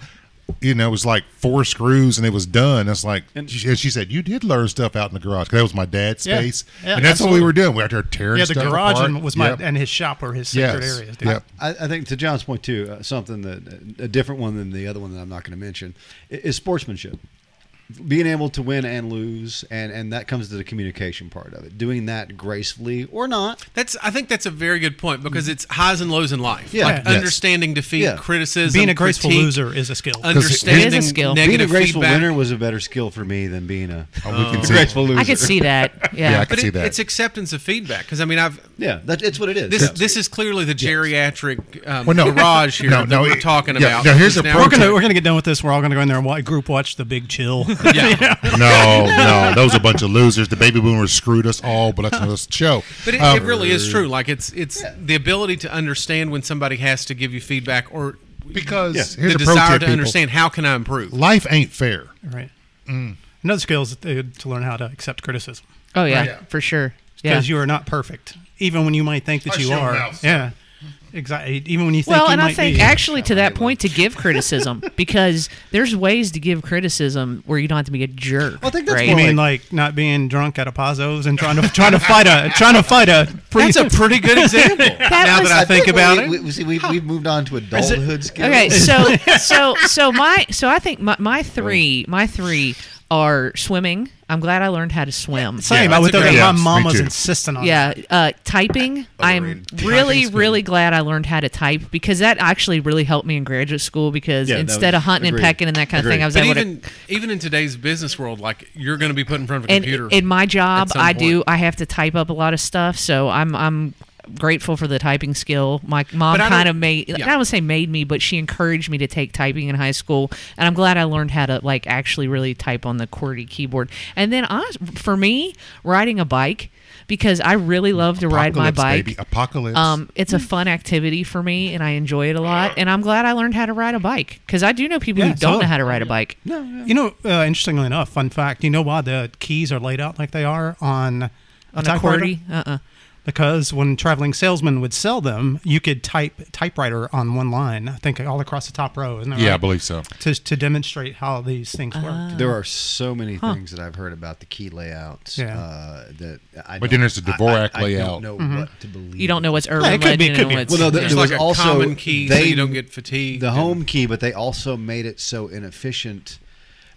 You know, it was like four screws and it was done. It's like, and she, and she said, "You did learn stuff out in the garage." 'Cause that was my dad's
Yeah.
space,
Yeah,
and that's what
absolutely.
we were doing. We were out there tearing
Yeah, the
stuff
garage
apart.
and was my
Yep.
and his shop were his sacred
yes.
areas. Dude.
Yep.
I, I think to John's point too, uh, something that a different one than the other one that I'm not going to mention i- is sportsmanship. Being able to win and lose, and and that comes to the communication part of it. Doing that gracefully or not.
That's. I think that's a very good point because it's highs and lows in life.
Mm-hmm. Yeah.
Like
Yes.
understanding defeat,
Yeah.
criticism,
Being a graceful
critique,
loser is a skill.
understanding
It is a skill. Being
Being a
negative
graceful
feedback.
winner was a better skill for me than being a,
Oh, we can
a
see.
graceful loser.
I could see that. Yeah.
Yeah, I could
but
see
it,
that.
it's acceptance of feedback because I mean I've
Yeah, that, it's what it is.
this
Yeah.
this is clearly the geriatric um,
Well, no.
garage here
No,
that
no,
we're
it-
talking
yeah,
about.
now here's
It's
a
now-
We're gonna we're gonna get done with this. We're all gonna go in there and wa- group watch the Big Chill.
yeah.
no, no, those are a bunch of losers. The baby boomers screwed us all, but that's another show.
But it,
Um,
it really is true. Like it's it's the ability to understand when somebody has to give you feedback or
because
Yeah.
here's
the
a pro
desire
tip,
to
people.
understand how can I improve.
Life ain't fair.
Right.
Mm.
Another skill is to, to learn how to accept criticism
Oh yeah,
Yeah.
for sure. Yeah.
because you are not perfect, even when you might think that
Hush
you
your
are.
mouth.
Yeah. Exactly. Even when you think
well,
you
and
might
I think
be.
actually to that point to give criticism because there's ways to give criticism where you don't have to be a jerk.
I think that's
right?
you
more
mean like not being drunk at a Pazos and trying to trying to fight a trying to fight a. Pre-
That's a pretty good example. now
was-
that I think about it.
we, We, see, we, we've moved on to adulthood skills.
Okay, so so so my so I think my, my three my three are swimming. I'm glad I learned how to swim.
same.
Yeah,
I
that's a
would think
good-
my
Yes, me
mom was
too.
insisting on.
Yeah, uh, typing. I'm
Overrated.
really,
Typing's good.
really glad I learned how to type because that actually really helped me in graduate school. Because
Yeah, that
instead
was-
of hunting
agreed.
and pecking and that kind of thing,
Agreed.
I was
But
able to
even even in today's business world, like you're going to be put in front of a
and
computer.
in my job
at some
i
point.
do i have to type up a lot of stuff so i'm i'm grateful for the typing skill my mom
But I
kind of
don't-
made
yeah.
i don't say made me but she encouraged me to take typing in high school and i'm glad i learned how to like actually really type on the qwerty keyboard and then I, for me riding a bike because i really love to ride my
Apocalypse,
bike
baby. Apocalypse.
um, it's a fun activity for me, and I enjoy it a lot. And I'm glad I learned how to ride a bike because I do know people who
Yeah,
don't
totally.
know how to ride a bike.
You know, uh, interestingly enough, fun fact. You know why the keys are laid out like they are on a
On a
typewriter?
qwerty, uh-uh.
because when traveling salesmen would sell them, you could type typewriter on one line. I think all across the top row, isn't that
yeah, I
right?
believe so.
to to demonstrate how these things work.
There are so many things that I've heard about the key layouts
Yeah.
uh, that
But
I. don't-
then there's the
I-
Dvorak
I, I,
layout.
don't know what to believe.
Mm-hmm. You don't know what's urban
Yeah, it could
legend
be- it could
and
be.
what's
Well, no, there,
There's
there
like
was
a
also
common key so
they,
you don't get fatigued
The
and-
home key, but they also made it so inefficient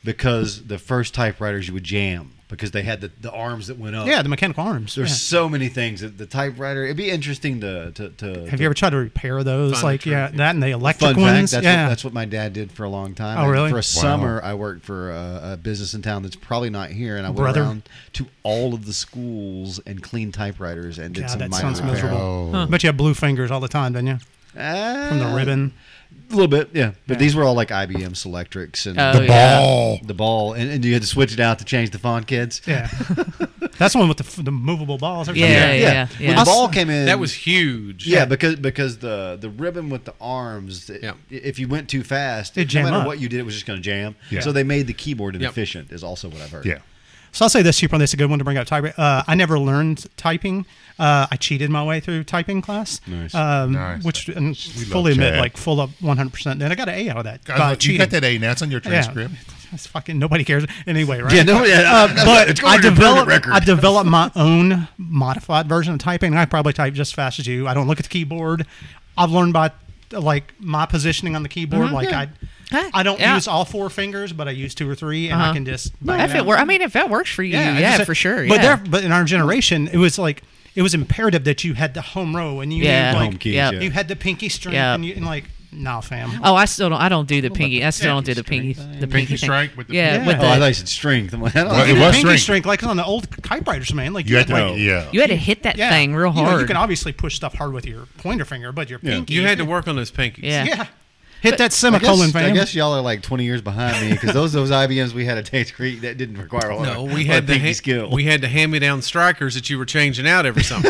because the first typewriters you would jam because they had the, the arms that went up.
Yeah, the mechanical arms.
There's
yeah.
so many things that the typewriter. It'd be interesting to to. to
Have you ever tried to repair those?
Fun
like
trick,
yeah,
yeah.
that and the
Fun
electric
fact,
ones.
that's,
yeah,
what, that's what my dad did for a long time.
Oh,
And
really?
For a summer, I worked for a, a business in town that's probably not here, and I went
Brother.
around to all of the schools and cleaned typewriters and did
God,
some
that
minor
sounds
repair.
miserable. But you have blue fingers all the time, don't you?
Ah,
From the ribbon.
A little bit, yeah. But these were all like IBM Selectrics and
Oh,
the
yeah.
ball.
the ball, and, and you had to switch it out to change the font, kids.
Yeah, that's the one with the, f- the movable balls.
Yeah, yeah, yeah. yeah.
When the ball came in,
that was huge.
yeah, because because the the ribbon with the arms, it-
Yeah.
if you went too fast,
It'd jam
no matter
up.
what you did, it was just going to jam.
Yeah.
So they made the keyboard
Yep.
inefficient. Is also what I've heard.
Yeah.
So I'll say this, Super, this is a good one to bring up. Type, uh, I never learned typing. Uh, I cheated my way through typing class,
Nice.
um,
Nice.
which and
We love
fully admit,
Chad.
like full up 100%. Then I got an A out of that.
God,
by
Uh, you got
cheating.
that A now. It's on your transcript.
Yeah. That's fucking nobody cares anyway, right?
Yeah, no, Oh, yeah,
Uh, but
it's going
I
on your permanent
developed
record.
I developed my own modified version of typing, and I probably type just as fast as you. I don't look at the keyboard. I've learned by like my positioning on the keyboard. Like
Huh?
I, I don't
Mm-hmm. Yeah.
use all four fingers, but I use two or three, and
Uh-huh.
I can just. bang
If
it
it
out.
were, I mean, if that works for you, yeah,
I just-
for sure.
But
yeah.
there, but in our generation, it was like it was imperative that you had the home row, and you
yeah,
knew, like
Home keys,
Yep.
yeah.
you had the pinky string,
Yeah.
and, you, and like, nah, fam.
Oh, I still don't. I don't do the pinky. I still
yeah,
don't do the pinky. The pinky, thing.
strike with the-
yeah,
Yeah.
With
Oh,
the,
I thought you said strength. I'm like, I don't
Well,
know.
it was
pinky
strength.
strength, like on the old typewriters, man. Like
You had to,
No.
like, yeah.
you had to hit that thing real
You,
hard.
know, you can obviously push stuff hard with your pointer finger, but your pinky.
You had to work on those pinkies.
yeah.
Yeah. Hit that
I
semicolon,
guess, I
fam.
guess y'all are like 20 years behind me because those those IBMs we had at Tate's Creek that didn't require a lot
No, we
of, a lot
had
of
the
pinky
ha-
skill.
we had the hand-me-down strikers that you were changing out every summer.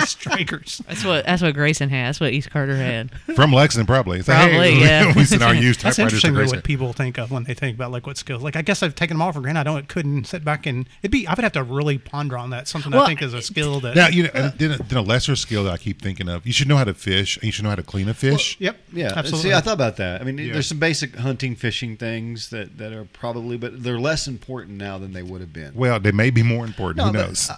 Strikers.
That's what that's what Grayson had. That's what East Carter had.
From Lexington, probably. It's like,
Probably,
hey,
yeah.
we sent our used typewriters
That's
to
interesting
Grayson.
what people think of when they think about like what skills. Like I guess I've taken them all for granted. I don't. couldn't sit back and it'd be. I would have to really ponder on that. Something
Well,
I think is a skill that.
Now, you know, and then, a, then a lesser skill that I keep thinking of. You should know how to fish. and You should know how to clean a fish.
Yep.
Yeah,
Absolutely.
See, I thought about that. I mean,
Yeah.
there's some basic hunting, fishing things that, that are probably, but they're less important now than they would have been.
Well, they may be more important. Who
No, but
knows?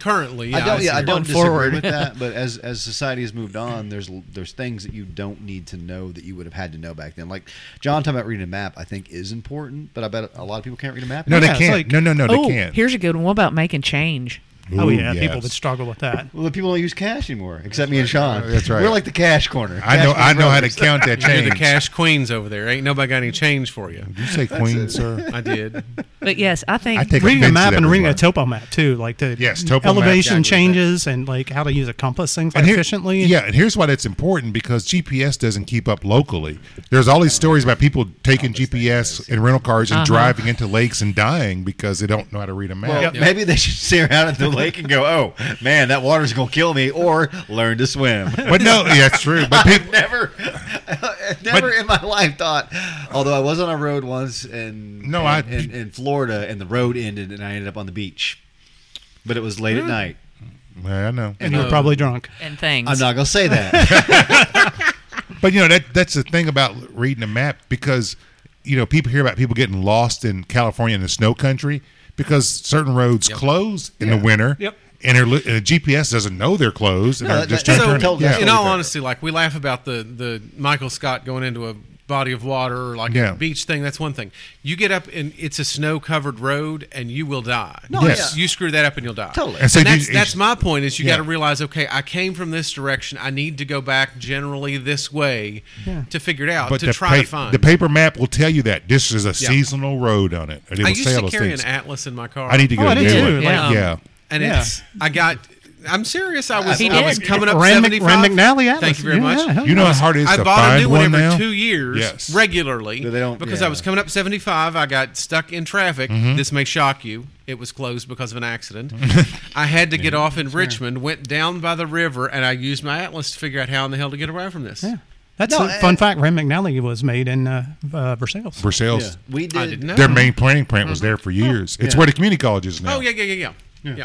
Currently, yeah,
I don't, yeah, I
see.
don't
Going
disagree
forward.
with that. But as as society has moved on, there's there's things that you don't need to know that you would have had to know back then. Like John talking about reading a map, I think is important, but I bet a lot of people can't read a map.
no,
yeah,
they
it's
can't.
like-
no, no, no,
oh,
they can't.
here's a good one. What about making change?
oh
Ooh,
yeah, people
yes.
would struggle with that.
Well, the people don't use cash anymore, except me and Sean.
That's right.
We're like the cash corner.
I
Cash
know.
corner
I know how to
brothers.
count that
You're
change.
the cash queens over there. Ain't nobody got any change for you.
Did you say queen, sir?
I did.
But yes, I think
I take
reading
offense
a
to
map
that
and reading a
remark.
topo map too, like the
Yes, topo map,
elevation
exactly.
changes and like how to use a compass things like
And here-
efficiently.
Yeah, and here's why that's important because GPS doesn't keep up locally. There's all these stories about people taking GPS in rental cars and
Uh-huh.
driving into lakes and dying because they don't know how to read a map.
Well, maybe they should stare out at the lake and go, "Oh man, that water's gonna kill me," or learn to swim.
But no, yeah, it's true. But people,
never, never in my life thought. Although I was on a road once in
No,
in,
I-
in, in Florida, and the road ended, and I ended up on the beach, but it was late at night.
Yeah, I know.
and you're probably drunk.
and things.
I'm not gonna say that.
But you know that that's the thing about reading a map because you know people hear about people getting lost in California in the snow country because certain roads close in the winter.
Yep.
And, they're, li- and the GPS doesn't know they're closed. And
No,
they're
that-
just
that-
trying
so-
to
tell-
turn, yeah.
in all honesty, like we laugh about the the Michael Scott going into a body of water or like
Yeah.
a beach thing. That's one thing. You get up and it's a snow covered road and you will die.
No,
Yes.
yeah.
You screw that up and you'll die.
Totally.
And so
And
you-
that's, that's my point is you
Yeah.
got to realize, okay, I came from this direction. I need to go back generally this way to figure it out,
but
to
the,
try to
pa-
find.
the paper map will tell you that this is a seasonal road on it. And it
I
will
used
say all
to
those
carry
things.
an atlas in my car.
I need to
Oh,
go
I
do
did
it.
too,
Like,
yeah.
yeah.
and
Yeah.
it's I got. I'm serious. I was
He
I was
did.
coming up
Rand, Mc-
75.
Rand McNally Atlas.
Thank you very
Yeah,
much.
hell
You know how hard it is
I
to
bought a
find
new
one
one every
now?
two years
Yes.
regularly
But they don't-
because
yeah.
I was coming up 75. I got stuck in traffic.
Mm-hmm.
This may shock you. It was closed because of an accident. I had to get off in Richmond, went down by the river, and I used my atlas to figure out how in the hell to get away from this.
Yeah. That's
No,
a fun
uh,
fact. Rand McNally was made in uh, uh, Versailles.
For sales.
Yeah. We did.
I didn't know.
Their main planning plant was there for years. It's
Yeah.
where the community college is now.
Mm-hmm. Oh yeah, yeah, yeah, yeah, yeah.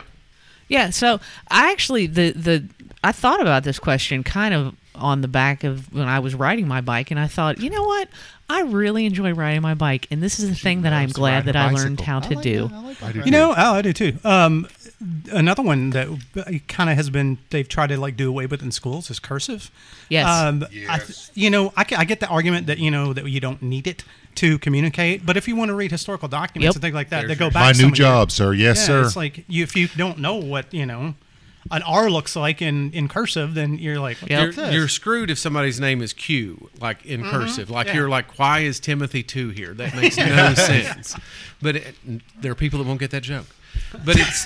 Yeah, so I actually the the I thought about this question kind of on the back of when I was riding my bike and I thought, you know what? I really enjoy riding my bike and this is the thing that I'm
to
glad
ride a
that I learned
bicycle.
how to do.
I
You know, oh, I do too. Um, another one that kind of has been they've tried to like do away with in schools is cursive.
Yes.
Um, I th- you know, I, ca- I get the argument that you know that you don't need it to communicate, but if you want to read historical documents
Yep.
and things like that,
There's
that go
your-
back.
My
some
new
years-
job, sir. Yes,
yeah,
sir.
It's like you, if you don't know what you know an R looks like in in cursive, then you're like, what the
Yep.
heck is
You're,
this?
you're screwed if somebody's name is Q, like
Mm-hmm.
in cursive. Like
yeah.
you're like, why is Timothy two here? That makes no sense. But it, there are people that won't get that joke. But it's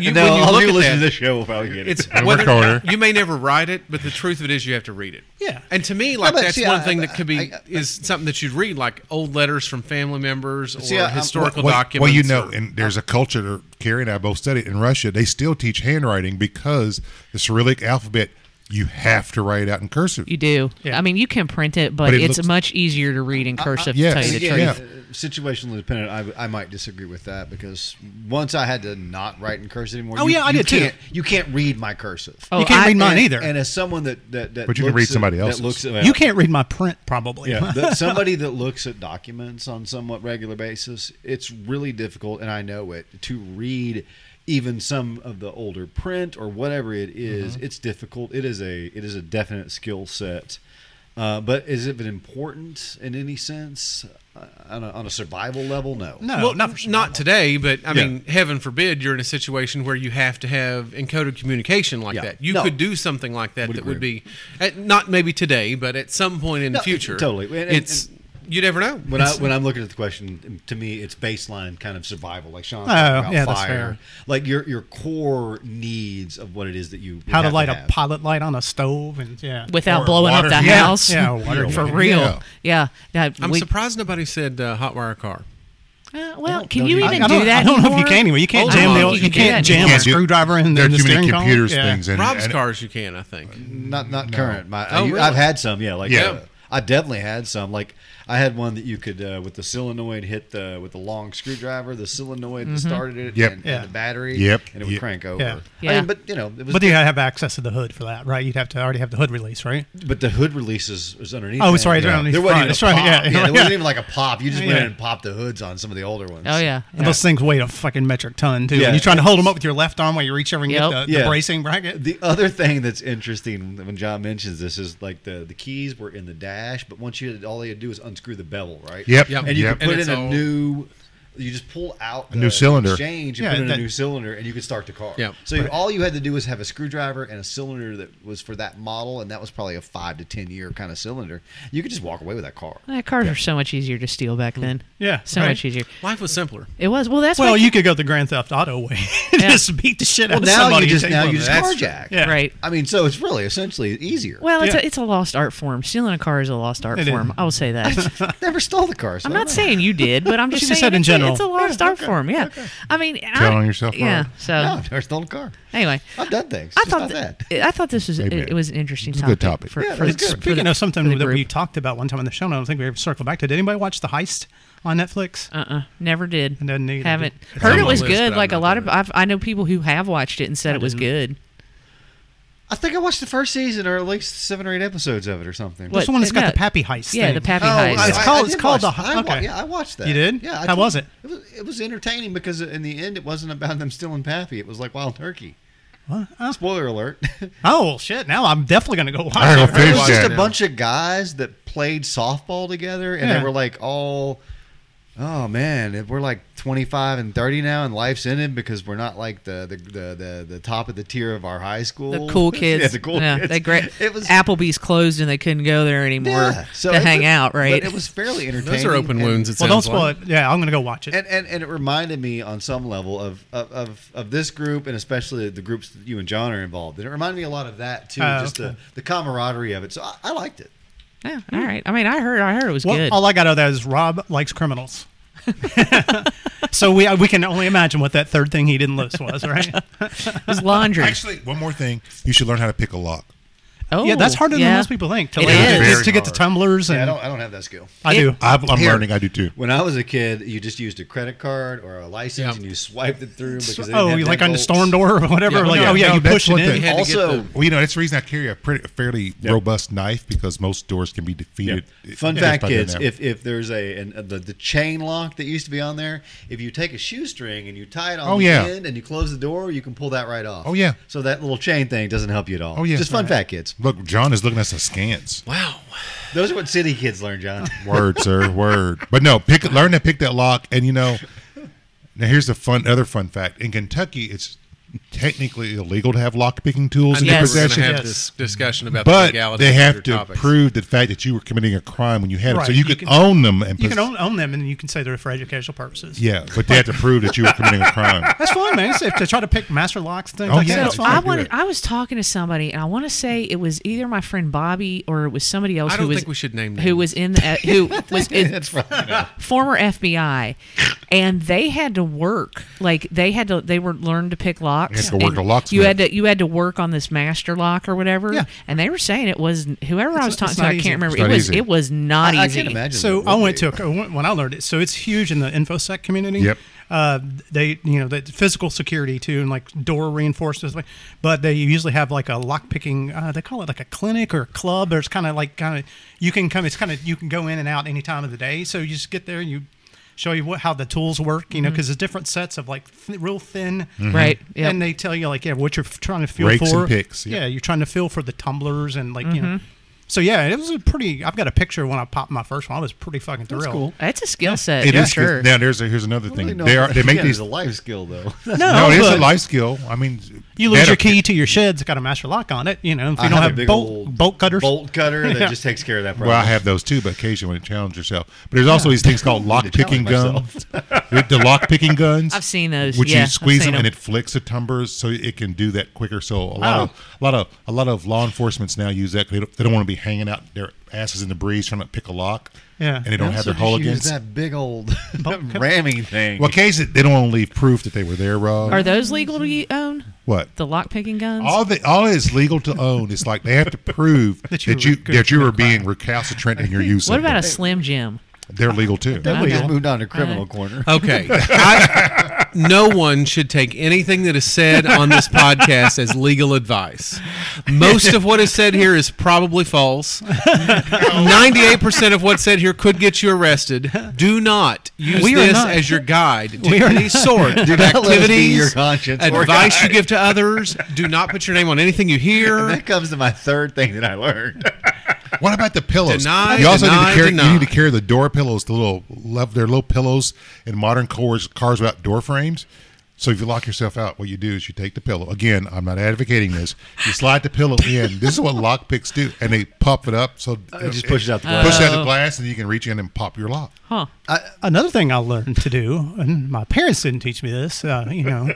you,
No,
when you
all
look
you
at
listen
that,
to this show will probably get it.
It's
Over
whether,
corner.
you may never write it, but the truth of it is you have to read it.
Yeah.
And to me, like
but
that's
see,
one
I-
thing that could be
I- I-
is something that you'd read, like old letters from family members or
See, I- I'm-
historical
well,
documents.
Well, you know,
or-
and there's a culture that Carrie and I both studied in Russia. They still teach handwriting because the Cyrillic alphabet you have to write it out in cursive.
You do.
Yeah. Uh,
I mean, you can print it, but,
But it
it's
looks-
much easier to read in cursive.
yes.
to tell you the
Yeah,
truth.
yeah.
uh, situationally dependent, I, I might disagree with that because once I had to not write in cursive anymore.
Oh,
you-
yeah, I
you
did too.
can't- You can't read my cursive.
Oh,
you can't
I-
read mine
and,
either.
And as someone that that, that
But you can
looks
read
at-
somebody else's.
That looks at,
you can't read my print probably.
Yeah, that somebody that looks at documents on somewhat regular basis, it's really difficult, and I know it to read even some of the older print or whatever it is,
Mm-hmm.
It's difficult. It is a it is a definite skill set. Uh, but is it important in any sense uh, on, a, on a survival level? No.
no,
well,
not
not,
for sure.
not today, but I
Yeah.
mean, heaven forbid you're in a situation where you have to have encoded communication like
Yeah.
that. You
No.
could do something like that
Would
that would
agree.
be at, not maybe today, but at some point in
No,
the future.
totally. And- and-
it's you never know.
When I when I'm looking at the question, to me, it's baseline kind of survival, like Sean talked
Oh,
about fire,
yeah, that's fair.
like your your core needs of what it is that you
how to
have
light a
have.
pilot light on a stove and yeah,
Without
Or
blowing up
water
the
heater.
house.
Yeah, water
For
heater.
real.
Yeah.
Yeah. That
I'm
we-
surprised nobody said uh, hot wire car.
Uh, well, can
don't
you
you-
I,
even
I don't,
do that?
I don't know if you
anymore? Oh,
can anyway. You can't
Old
jam the
model,
old,
you can
you
do
can't
that
jam a
anymore.
screwdriver in
there
the,
are too many
steering column.
computers
Yeah.
things in
Rob's
and-
cars, you can, I think.
Not not current. My
Oh,
I,
really?
have had some. Yeah, like
Yeah.
uh, I definitely had some. Like I had one that you could uh, with the solenoid hit the with the long screwdriver, the solenoid that started it,
Yep.
and,
Mm-hmm. Yeah.
and the battery.
Yep.
and it would
Yep.
crank over.
Yeah.
I
Yeah.
mean, but you know, it was.
But
But
you gotta have access to the hood for that, right? You'd have to already have the hood release, right?
the, hood release is, is underneath.
Oh,
that.
sorry, it's
Yeah.
underneath
There wasn't
front.
even a
That's right,
pop.
yeah,
Yeah, there
yeah.
wasn't even like a pop. You just went
Yeah.
in and popped the hoods on some of the older ones.
Oh, yeah.
And those things weigh a fucking metric ton too.
Yeah.
And you're trying to hold them up with your left arm while you reach over and
Yep.
get the,
Yeah.
the bracing bracket.
The other thing that's interesting when John mentions this is like the, the keys were in the dash, but once you all you had to do is unscrew the bevel, right?
Yep. Yep.
And you
Yep.
could put
And
in
it's
a
all-
new. You just pull out the
new cylinder.
exchange, and
Yeah,
put in
that-
a new cylinder, and you could start the car.
Yep.
So you- all you had to do was have a screwdriver and a cylinder that was for that model, and that was probably a five to ten year kind of cylinder. You could just walk away with that car.
Yeah, Eh, cars were so much easier to steal back then.
Hmm. Yeah,
so
right.
much easier.
Life was simpler.
It was well. That's
Well,
why
you could go the Grand Theft Auto way. just beat the shit
Well,
out of
now
somebody.
you
and
just
take
now
one.
you just
That's-
carjack.
Yeah.
right.
I mean, so it's really essentially easier.
Well, it's
Yeah.
a, it's a lost art form. Stealing a car is a lost art
It is.
form. I will say that.
Never stole the car. so
I'm
I don't
not
know.
saying you did, but I'm just
She
saying
just said in
it's,
general.
A, it's a lost art form. Yeah. I mean, and I-
Telling yourself
Yeah.
off.
So
No, I've never stolen a car.
anyway,
I've done things.
I
just
thought
not
th-
that.
I thought this was it,
Amen.
it was an interesting
It's a
topic.
good topic.
For,
Yeah,
for
that's
the-
good.
for
Speaking
the-
of something
for the
that we
group.
talked about one time on the show, and I don't think we ever circled back to. Did anybody watch The Heist on Netflix?
Uh-uh, never did.
And then neither
Haven't
did-
heard
It's
it
on my
was
list,
good.
but
Like a
I've
lot
not
of
done
I've, I know people who have watched it and said it was good.
I think I watched the first season or at least seven or eight episodes of it or something.
What? uh,
That's the one that's got
No.
the Pappy Heist.
Yeah,
thing.
the Pappy
Oh,
Heist.
I-
It's
I-
called-
I
it's
did
called
watch-
the-
I wa-
okay.
yeah, I watched that.
You did?
Yeah. I
How
told-
was it?
It was, it was entertaining because in the end it wasn't about them stealing Pappy. It was like Wild Turkey. Spoiler alert. it
Oh shit! Now I'm definitely gonna go watch.
I
it.
will finish
was
that.
just a bunch of guys that played softball together, and
Yeah.
they were like all. Oh man, if we're like twenty five and thirty now, and life's ended because we're not like the the, the, the, the top of the tier of our high school.
The cool kids.
yeah, the cool
yeah,
kids.
They great.
It was
Applebee's closed and they couldn't go there anymore
yeah, so
to
it
hang
was-
out. Right.
But it was fairly entertaining.
Those are open
and-
wounds. It
Well, don't
sounds
spoil
like.
it. Yeah, I'm gonna go watch it.
And, and and it reminded me on some level of of, of of this group and especially the groups that you and John are involved. in. it reminded me a lot of that too,
Oh,
just
okay.
the, the camaraderie of it. So I, I liked it.
yeah,
Hmm.
all right. I mean, I heard. I heard it was
Well,
good.
all I got out of that is Rob likes criminals. so we uh, we can only imagine what that third thing he didn't list was, right?
it was laundry.
Actually, one more thing. You should learn how to pick a lock.
oh,
yeah, that's harder
yeah.
than most people think. To,
It
learn
is.
to-
Very
to get the
hard.
tumblers
Yeah, I
and
don't I don't have that skill.
I do. Oh,
I've, I'm
Here.
learning. I do too.
When I was a kid, you just used a credit card or a license
Yeah.
and you swiped it through because they didn't
Oh,
have
you like on the
deadbolts.
storm door or whatever.
Yeah,
like,
no,
oh yeah,
no,
you
that's
push it
what
in.
they-
had to get
Also,
Well, you know, that's the reason I carry a pretty, a fairly robust knife because most doors can be defeated.
Fun
just
fact,
by doing
kids:
that.
if if there's a an, uh, the the chain lock that used to be on there, if you take a shoestring and you tie it on
Oh,
the
yeah.
end and you close the door, you can pull that right off.
Oh, yeah.
So that little chain thing doesn't help you at all.
Oh, yeah.
Just fun fact, kids.
look, John is looking at us askance.
Wow.
Those are what city kids learn, John.
Word, sir, word. But no, pick learn to pick that lock, and you know. Now here's the fun other fun fact. In Kentucky, it's technically illegal to have lock picking tools
I
in
knew we
your
were
Yes.
going
possession.
to have
Yes.
this discussion about the
But
legality
they
of
have
your
to
topics.
prove the fact that you were committing a crime when you had it.
Right,
So you,
you
could
can-
own them and
You
pos-
can own, own them, and you can say they're for educational purposes.
Yeah, but they have to prove that you were committing a crime.
That's fun, man. It's- to try to pick master locks things
Oh,
like
yeah.
that. That's
So
fun.
I
Can't do
wanted.
it.
I was talking to somebody, and I want to say it was either my friend Bobby or it was somebody else
I
who
don't
was
think we should name
who
names.
was in the who was in,
That's right.
former FBI, and they had to work like they had to they were learned to pick locks.
They had to work
and
a locksmith.
You had to you had to work on this master lock or whatever.
Yeah.
and they were saying it was whoever I was
It's- it's
talking to. I
not
can't
easy.
remember.
It's
It
not
was
easy.
it was not
I, I
easy.
can't imagine.
So
it
I
would
went
be.
to a, when I learned it. So it's huge in the infosec community.
Yep.
Uh, they you know the physical security too, and like door reinforcements. like- But they usually have like a lock picking. Uh, they call it like a clinic or a club. There's kind of like kind of you can come. It's kind of you can go in and out any time of the day. So you just get there and you show you what how the tools work. You know, because there's different sets of like th- real thin.
Mm-hmm.
Mm-hmm.
Right, yep.
And they tell you like yeah what you're f- trying to feel
Rakes
for.
and picks, yeah.
Yeah, you're trying to feel for the tumblers and like you
Mm-hmm.
know. So yeah, it was a pretty. I've got a picture of when I popped my first one. I was pretty fucking thrilled.
cool.
That's a skill set.
It
yeah,
is-
sure.
Now there's a, here's another
Really
thing.
not-
They are they make
again,
these.
it's a life skill though.
No,
No, it is a
but
life skill. I mean,
You lose
better-
your key to your shed's got a master lock on it. You know, if you
I
don't
a
have,
big
bolt
old
bolt cutters,
Bolt cutter that just takes care of that problem.
Well, I have those too, but occasionally when you challenge yourself. But there's also these things called lock picking guns. the the lock picking guns.
I've seen those,
Which
yeah,
you
I've
squeeze
seen
them, and
them.
it flicks the tumbers, so it can do that quicker. So a lot of a lot of a lot of law enforcement's now use that. 'cause They don't, they don't want to be hanging out their asses in the breeze trying to pick a lock.
Yeah.
and they don't have
Also
their
just
hooligans.
use that big old ramming thing.
Well, occasionally they don't want to leave proof that they were there, Rob.
Are those legal to y- own?
what?
The lock picking guns?
All the all is legal to own. It's like they have to prove that
you
you
were
that you,
good for
were being recalcitrant in your use.
what
of
about a
them.
Slim Jim?
They're legal too.
Then we
Okay.
just moved on to criminal corner.
Okay. I, no one should take anything that is said on this podcast as legal advice. Most of what is said here is probably false. 98% of what's said here could get you arrested. Do not use
We are
this
not-
as your guide to
We are
any
not-
sort
Do
of
not let us be
activities,
your conscience or
advice you give to others. Do not put your name on anything you
And
hear.
that comes to my third thing that I learned.
What about the pillows?
Deny,
you also need
deny,
to carry.
deny.
You need to carry the door pillows. The little love. They're little pillows in modern cars cars without door frames. So if you lock yourself out, what you do is you take the pillow. Again, I'm not advocating this. You slide the pillow in. This is what lockpicks do, and they puff it up so
Uh,
It just pushes out the
push
glass.
out the glass, and you can reach in and pop your lock.
Huh.
Another thing I learned to do, and my parents didn't teach me this. Uh, you know,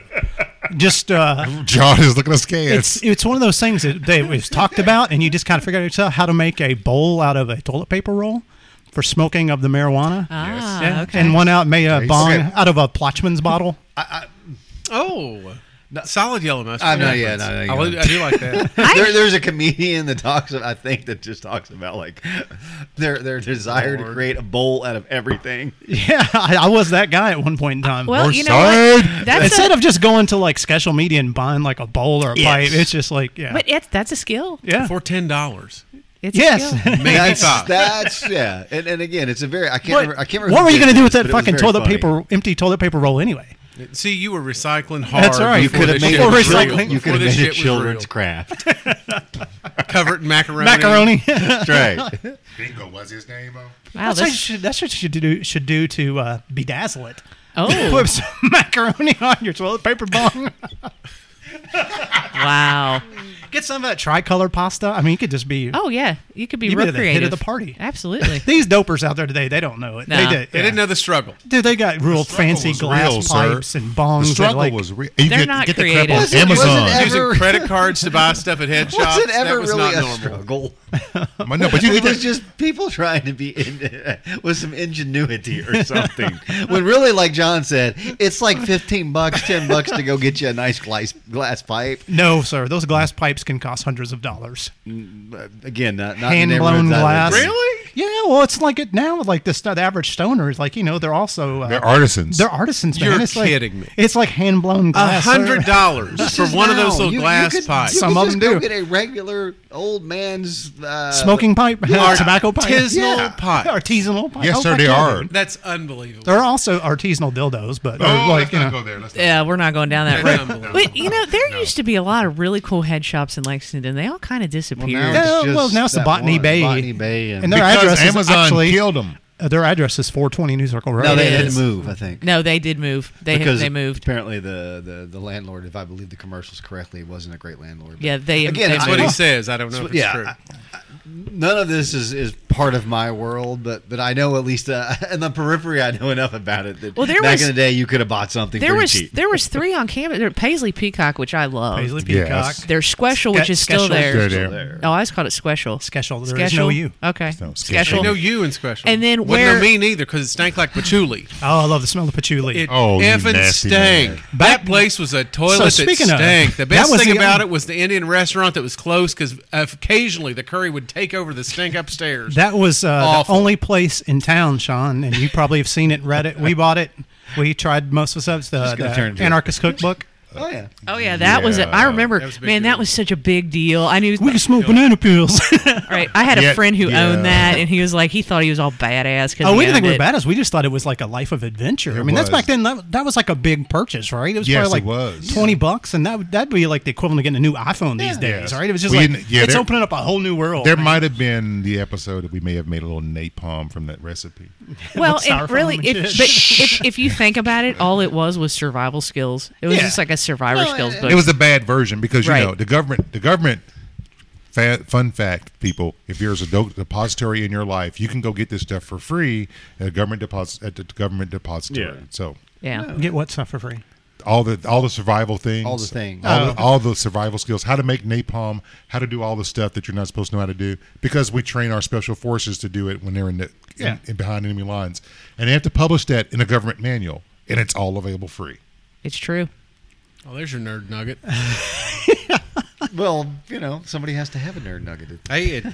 just uh,
John is looking scared.
it's it's one of those things that they was talked about, and you just kind of figure out yourself how to make a bowl out of a toilet paper roll for smoking of the marijuana.
Ah,
Yeah.
okay.
And one out made a
Okay.
bong
Okay.
out of a Plotchman's bottle.
Oh. Solid yellow mustard.
I'm not- yeah,
reference.
no, no, you
I, li-
don't.
I do like that.
There, there's a comedian that talks. About, I think that just talks about like their their desire to create a bowl out of everything.
Yeah, I, I was that guy at one point in time.
Well,
Or
you know what?
side.
That's
Instead
a,
of just going to like special media and buying like a bowl or a pipe, it's just like yeah,
but it's that's a skill.
yeah,
For $10.
It's
yes.
a skill.
Maybe
that's,
five.
that's yeah. And, and again, it's a very I can't
What-
remember, I can't remember.
what
who
were you
did
going to do with
this, but
that
it was
fucking
very
toilet
funny.
paper, empty toilet paper roll anyway?
See, you were recycling hard.
That's all right.
You
before
could have
this
made
shit was
it
a
real.
children,
real.
you
Before
could have
this
made
shit
a
was
children's
real.
craft.
covered macaroni.
Macaroni.
That's right.
Bingo was his name. Oh.
Wow,
that's, what you
that's,
should, that's what you should do, should do to uh, bedazzle it.
oh
Put some macaroni on your toilet paper bong.
wow.
Get some of that tricolor pasta. I mean, it could just be.
Oh yeah, you could be
You'd be
real
the hit of
creative.
the party.
Absolutely.
These dopers out there today, they don't know it.
Nah.
They, did,
They didn't know the struggle.
Dude, they got real fancy glass pipes and bongs.
The struggle
and like,
was real. You
They're
get,
not
get the crap
creative.
on
Was
it- was it
Amazon.
ever-
using credit cards to buy stuff at head shops.
Was it ever
that was
really
not
a
normal.
struggle?
But no, but you
It
get
was
that.
just people trying to be in, with some ingenuity or something. when really, like John said, it's like fifteen bucks, ten bucks to go get you a nice glass glass pipe.
no, sir. Those glass pipes can cost hundreds of dollars.
Again, not, not in
Hand blown
neighborhoods I
glass.
lived in.
Really?
Yeah, well, it's like it now. Like this, the average stoner is like, you know, they're also uh,
They're artisans.
They're artisans, man.
You're
it's like-
kidding me.
It's like hand blown
A
glass.
hundred dollars for
Just
one of
now,
those little
you- you
glass
could-
pies.
You
Some
could
of
just
them
go
do.
Get a regular old man's uh,
Smoking pipe,
Art-
tobacco pipe,
artisanal
Yeah.
pipe.
Artisanal pipe.
Yes,
Oh,
sir,
my
they
God.
are.
That's unbelievable.
There are also artisanal dildos, but they're like you know,
there. Oh, Let's not-
Yeah, we're not going down that
That's
road.
unbelievable.
But you know, there used to be a lot of really cool head shops in Lexington. They all kind of disappeared.
now
Yeah,
It's just
well, now it's the
that
Botany
one,
Bay.
Botany Bay and-
and their
Because
address
Amazon
is actually
killed 'em.
uh, their address is 420 New Circle Road.
no, they
It
had
is.
to move. I think
no, they did move. They
because
they moved.
Apparently, the, the the landlord, if I believe the commercials correctly, wasn't a great landlord. but-
Yeah, they
Again,
They
it's
That's
moved.
what
I-
he says. I don't know if it's
yeah,
true.
I- none of this is is part of my world, but but I know at least uh, in the periphery, I know enough about it that
Well, there
back
was-
in the day, you could have bought something
There
pretty
was
cheap.
there was three on campus. There- Paisley Peacock, which I love.
Paisley Peacock.
Yes.
There's Squeshel, which
Ske-
is still
Skeshel.
there.
Good
Still
there.
there.
Oh, I just called it Squeshel.
Skeshel. There is no
Skeshel?
you.
Okay.
no
Skeshel.
Skeshel.
No you in special.
And then
Well,
where-
no, me neither, because it stank like patchouli.
Oh, I love the smell of patchouli.
It
Oh, you
effing
nasty
stank.
man.
Back-
that place was a toilet
So
that
speaking of-
stank. the
that
best
was
thing
the-
about it was the Indian restaurant that was close because occasionally the curry would take over the stink upstairs.
that was uh, the
Awful.
only place in town, Sean, and you probably have seen it, read it. We bought it. We tried most of us. The,
Just gonna
the
turn it to-
Anarchist Cookbook.
Oh yeah,
Oh yeah, that was it. I
Yeah.
remember,
That was a big
man,
deal.
that was such a big deal. I knew.
We can smoke banana peels.
All right, I had a
Yeah,
friend who
yeah.
owned that, and he was like, he thought he was all badass because
oh, we didn't think
it.
we were badass. We just thought it was like a life of adventure. I mean, that's
was.
back then. That, that was like a big purchase, right? It was
Yes,
probably like
it was.
twenty bucks, and that would- that'd be like the equivalent of getting a new iPhone these days,
Yes.
right? It was just
We
like
didn't- yeah,
it's
there-
opening up a whole new world.
There
man.
might have been the episode that we may have made a little napalm from that recipe.
Well,
with
and
styrofoam
really,
and
if,
shit.
but if, if you think about it, all it was was survival skills. It was
Yeah.
just like a survivor skills book.
It was a bad version because you
Right.
know the government. The government. Fa- fun fact, people: If there's a do- depository in your life, you can go get this stuff for free at a government deposit at the government depository.
Yeah.
So
yeah.
get what stuff for free.
all the all the survival things,
All the things. Oh.
all, the, all the survival skills, how to make napalm, how to do all the stuff that you're not supposed to know how to do because we train our special forces to do it when they're in the in-
Yeah.
in behind enemy lines, and they have to publish that in a government manual, and it's all available free.
It's true.
Oh, there's your nerd nugget.
well, you know, somebody has to have a nerd nugget.
Hey, it,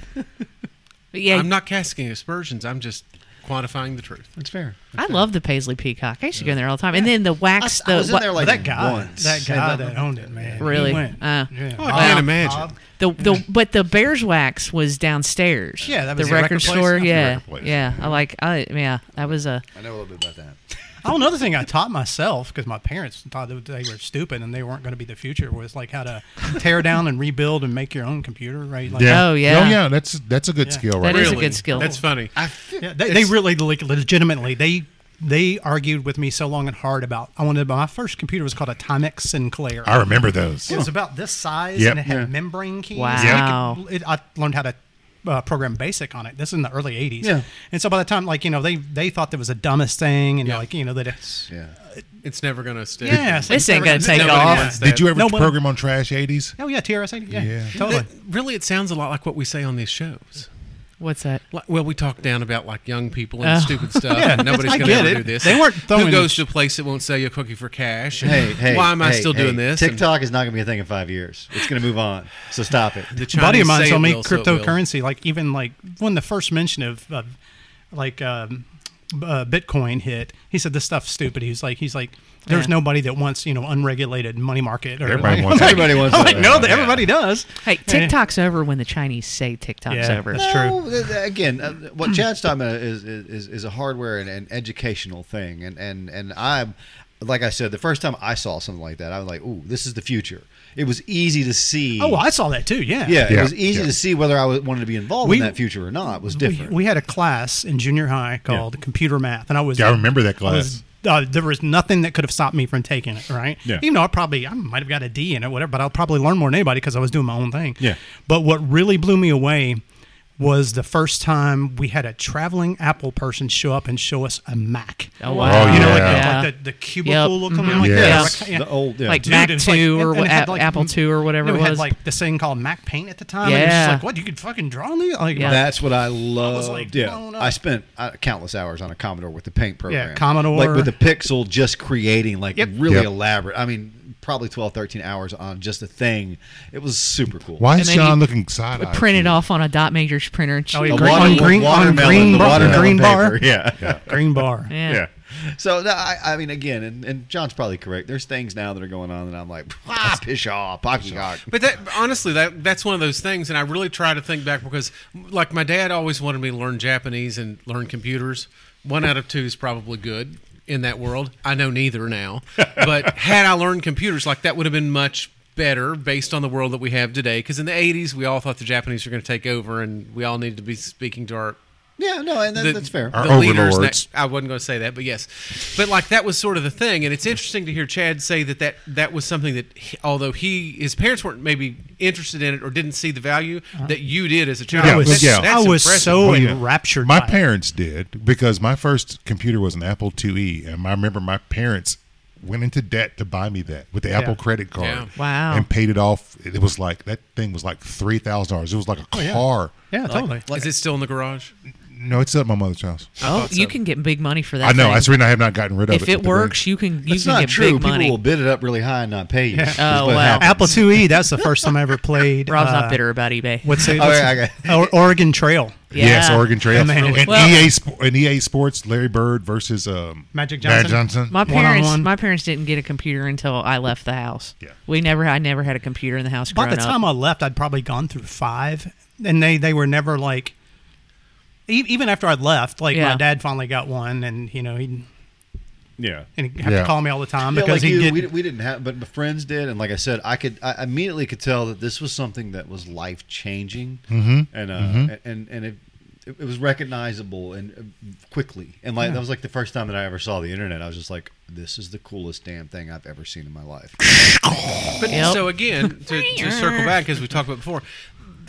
But yeah,
I'm not casting aspersions. I'm just quantifying the truth.
That's fair.
I love the Paisley Peacock. I used to go in there all the time. And then the wax,
I
the
was in
wa-
there like
that guy,
once.
that guy
And, uh,
that owned it, man,
Really?
He went.
Uh.
yeah.
I can't imagine.
the the but the Bears wax was downstairs.
Yeah, that was
the
the
record
record place.
store.
That's the
Yeah,
record place.
yeah. I like. I yeah. That was a.
I know a little bit about that.
Oh, another thing I taught myself because my parents thought that they were stupid and they weren't going to be the future was like how to tear down and rebuild and make your own computer, right? Like,
Yeah. Oh, yeah.
oh yeah, that's that's a good
Yeah.
skill, right?
That is a
Really.
good skill.
That's funny.
I feel,
Yeah, they, they really like legitimately they they argued with me so long and hard about I wanted my first computer was called a Timex Sinclair.
I remember those.
it was about this size
Yep.
and it had
Yeah.
membrane keys.
Wow.
And I, could- it, I learned how to uh, program BASIC on it. This is in the early '80s.
Yeah.
And so by the time like you know they they thought that was the dumbest thing and
Yeah.
like you know that it's
yeah.
It's never going to stick.
yeah it's like
This ain't
never-
gonna take
Nobody
off.
wants that.
Did you ever
No one-
program on Trash 80s?
Oh yeah, TRS.
Yeah.
Yeah, yeah. totally.
That- really, it sounds a lot like what we say on these shows.
What's that?
Like, well, we talk down about like young people and
Oh.
stupid stuff. and nobody's
Uh, I
going to
get
ever
it.
do this.
They weren't
Who
throwing-
goes to a place that won't sell you a cookie for cash? And
Hey, hey.
Why am I
hey,
still
hey,
doing this? And
TikTok is not going to be a thing in five years. It's going to move on. So stop it.
the
A
Chinese
buddy of mine
say
told
it
me
will, so it will.
cryptocurrency, like even like when the first mention of, of like um, b- uh, Bitcoin hit, he said this stuff's stupid. He's like, he's like, there's
Yeah.
nobody that wants you know unregulated money market. Or,
Everybody
like,
wants
I'm
everybody wants
I'm
that.
like, no, that
Yeah.
everybody does.
Hey,
Yeah.
TikTok's over when the Chinese say TikTok's
Yeah,
over.
that's true.
No, th- th- Again, uh, what Chad's talking about is is, is a hardware and an educational thing, and and and I'm. Like I said, the first time I saw something like that, I was like, "Ooh, this is the future." It was easy to see.
Oh, I saw that too. Yeah,
yeah,
Yeah,
it was easy
yeah.
to see whether I was- wanted to be involved in
We-
that future or not. Was
We,
different.
we had a class in junior high called computer math, and I was
Yeah, I remember that class.
was- uh, there was nothing that could have stopped me from taking it, right?
Yeah.
Even though I probably I might have got a D in it, whatever, but I'll probably learn more than anybody because I was doing my own thing.
Yeah.
But what really blew me away was the first time we had a traveling Apple person show up and show us a Mac.
Oh, wow.
Oh,
you know, like,
yeah. Mm-hmm.
the, like the, the cubicle looking one like
Yes.
that. Yeah.
the old, yeah.
Like
Dude,
Mac
it was
Two
and-
or
and it had,
Ap- Apple Two or whatever
you know,
it
had
was.
like this thing called Mac Paint at the time. And it was just
Yeah.
like, what you could fucking draw on these? Like,
That's what I loved.
like,
yeah,
blown up.
I spent uh, countless hours on a Commodore with the paint program.
Commodore.
like with the Pixel, just creating like
Yep.
really
Yep.
elaborate. I mean, probably 12, 13 hours on just a thing. It was super cool.
Why
And
is
then
John
you-
looking side eyed?
printed off on a dot majors printer.
Oh, yeah.
The
Green-
water-
on green- on
watermelon-
green
the
bar-
watermelon
green
paper.
bar.
Yeah.
green bar.
Yeah.
Yeah.
So no, I, I mean, again, and, and John's probably correct. There's things now that are going on that I'm like, ah, pish off, poppycock.
But that honestly, that that's one of those things, and I really try to think back because, like, my dad always wanted me to learn Japanese and learn computers. One out of two is probably good in that world. I know neither now, but had I learned computers, like that would have been much better based on the world that we have today. Because in the '80s, we all thought the Japanese were going to take over, and we all needed to be speaking to our
Yeah, no, and that,
the-
that's fair.
Our
the leaders.
overlords.
that- I wasn't going to say that, but yes, but like that was sort of the thing, and it's interesting to hear Chad say that that, that was something that he- although he his parents weren't maybe interested in it or didn't see the value
Uh-huh.
that you did as a child.
I was,
That's-
yeah.
that's
I was
impressive.
so
Oh, yeah.
enraptured.
My
by it.
parents did because my first computer was an Apple IIe, and I remember my parents went into debt to buy me that with the Apple credit card.
Yeah.
Wow.
And paid it off. It was like that thing was like three thousand dollars. It was like a
yeah.
car.
Yeah, totally.
Is it still in the garage?
No, it's at my mother's house.
Oh,
thought
you
so.
can get big money for that.
I know.
thing.
That's the reason I have not gotten rid of it.
If
but
it
the
works,
thing-
you can you
That's
can
not
get
true.
big
People
money.
will bid it up really high and not pay you. Is
Oh,
what
wow.
happens.
Apple IIe. That's the first time I ever played.
Rob's
uh,
not bitter about eBay.
What's it?
Oh,
what's
yeah,
it-
okay.
Or- Oregon Trail.
Yeah.
Yes, Oregon Trail.
Oh, man.
And
Well-
EA Sp- and EA Sports, Larry Bird versus um,
Magic
Magic
Johnson.
Johnson.
My
One-on-one.
parents, my parents didn't get a computer until I left the house.
Yeah.
we never, I never had a computer in the house.
By the
growing up.
time I left, I'd probably gone through five, and they they were never like. e- Even after I'd left, like
Yeah.
my dad finally got one, and you know he
Yeah.
and he'd have
Yeah.
to call me all the time
Yeah,
because
like
he
you,
did.
we, we didn't have, but my friends did, and like I said, I could, I immediately could tell that this was something that was life changing, and uh, and and it, it was recognizable and uh, quickly, and like that was like the first time that I ever saw the internet. I was just like, this is the coolest damn thing I've ever seen in my life.
But
Yep.
so again, to, to circle back as we talked about before,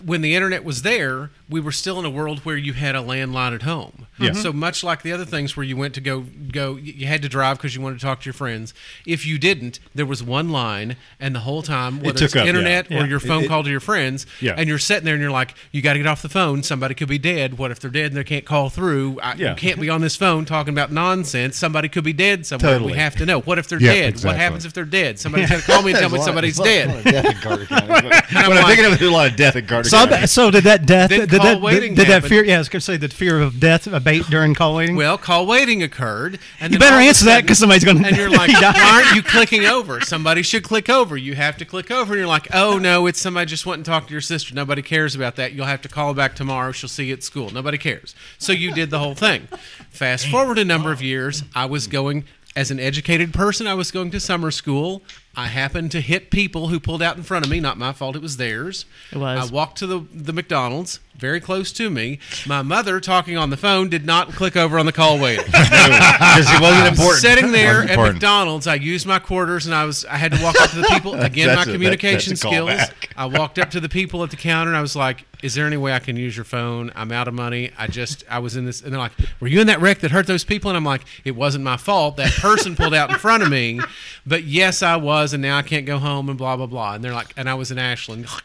when the internet was there, we were still in a world where you had a landline at home.
Yeah.
So much like the other things where you went to go go, you had to drive because you wanted to talk to your friends. If you didn't, there was one line, and the whole time, whether
took
it's
up, yeah.
internet or
Yeah.
your phone
it-
call to your friends,
Yeah.
and you're sitting there and you're like, you got to get off the phone. Somebody could be dead. What if they're dead and they can't call through? I,
Yeah.
You can't be on this phone talking about nonsense. Somebody could be dead somewhere.
Totally.
We have to know. What if they're
Yeah,
dead?
exactly.
What happens if they're dead? Somebody's got to call me and tell
There's a
me
lot-
somebody's
there's a lot
dead.
of death in Carter County. when I'm
like-
thinking of it, there's a lot of death in Carter
So, I
County.
bet- so did that death?
Did
Did,
call
that,
waiting
did, did that
happen?
fear? Yeah, I was going to say that fear of death abate during call waiting.
Well, call waiting occurred. And
You
then
better
all of a
answer that
sudden-
'cause somebody's gonna-
And you're like,
he died.
why aren't you clicking over? Somebody should click over. You have to click over. And you're like, oh no, it's somebody just went and talked to your sister. Nobody cares about that. You'll have to call back tomorrow. She'll see you at school. Nobody cares. So you did the whole thing. Fast forward a number of years, I was going. As an educated person, I was going to summer school. I happened to hit people who pulled out in front of me. Not my fault, it was theirs.
It was.
I walked to the, the McDonald's, very close to me. My mother, talking on the phone, did not click over on the call waiting.
because it wasn't important.
Sitting there
Wasn't
at
important.
McDonald's, I used my quarters and I was I had to walk up to the people again.
That's
my
a- that-
communication
that's a
skills.
callback.
I walked up to the people at the counter and I was like, "Is there any way I can use your phone? I'm out of money. I just I was in this." And they're like, "Were you in that wreck that hurt those people?" And I'm like, "It wasn't my fault. That person pulled out in front of me, but yes, I was, and now I can't go home and blah blah blah." And they're like, "And I was in Ashland."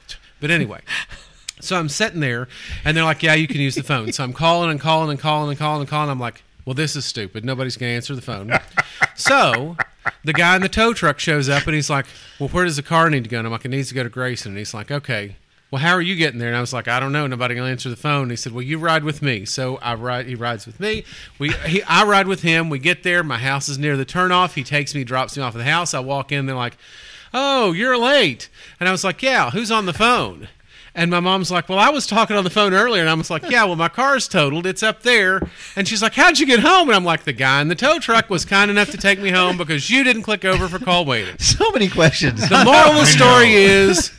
But anyway. So I'm sitting there, and they're like, "Yeah, you can use the phone." So I'm calling and calling and calling and calling and calling. I'm like, "Well, this is stupid. Nobody's gonna answer the phone." so the guy in the tow truck shows up, and he's like, "Well, where does the car need to go?" And I'm like, "It needs to go to Grayson." And he's like, "Okay." Well, how are you getting there? And I was like, I don't know. Nobody will answer the phone. And he said, Well, you ride with me. So I ride. He rides with me. We, he, I ride with him. We get there. My house is near the turnoff. He takes me, drops me off at the house. I walk in. They're like, Oh, you're late. And I was like, Yeah. Who's on the phone? And my mom's like, Well, I was talking on the phone earlier. And I was like, Yeah, well, my car's totaled. It's up there. And she's like, How'd you get home? And I'm like, The guy in the tow truck was kind enough to take me home because you didn't click over for call waiting.
so many questions.
The moral of the story is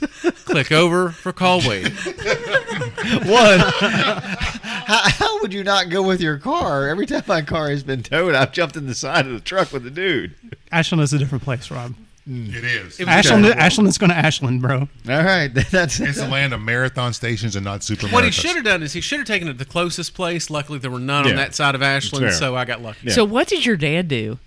click over for call waiting.
One, how, how would you not go with your car? Every time my car has been towed, I've jumped in the side of the truck with the dude.
Ashland is a different place, Rob.
It is.
Ashland, Ashland is going to Ashland, bro.
All right, that's
It's the land of marathon stations and not super.
What he
marathons.
should have done is he should have taken it to the closest place. Luckily, there were none
Yeah.
on that side of Ashland,
That's fair.
so I got lucky.
so what did your dad do?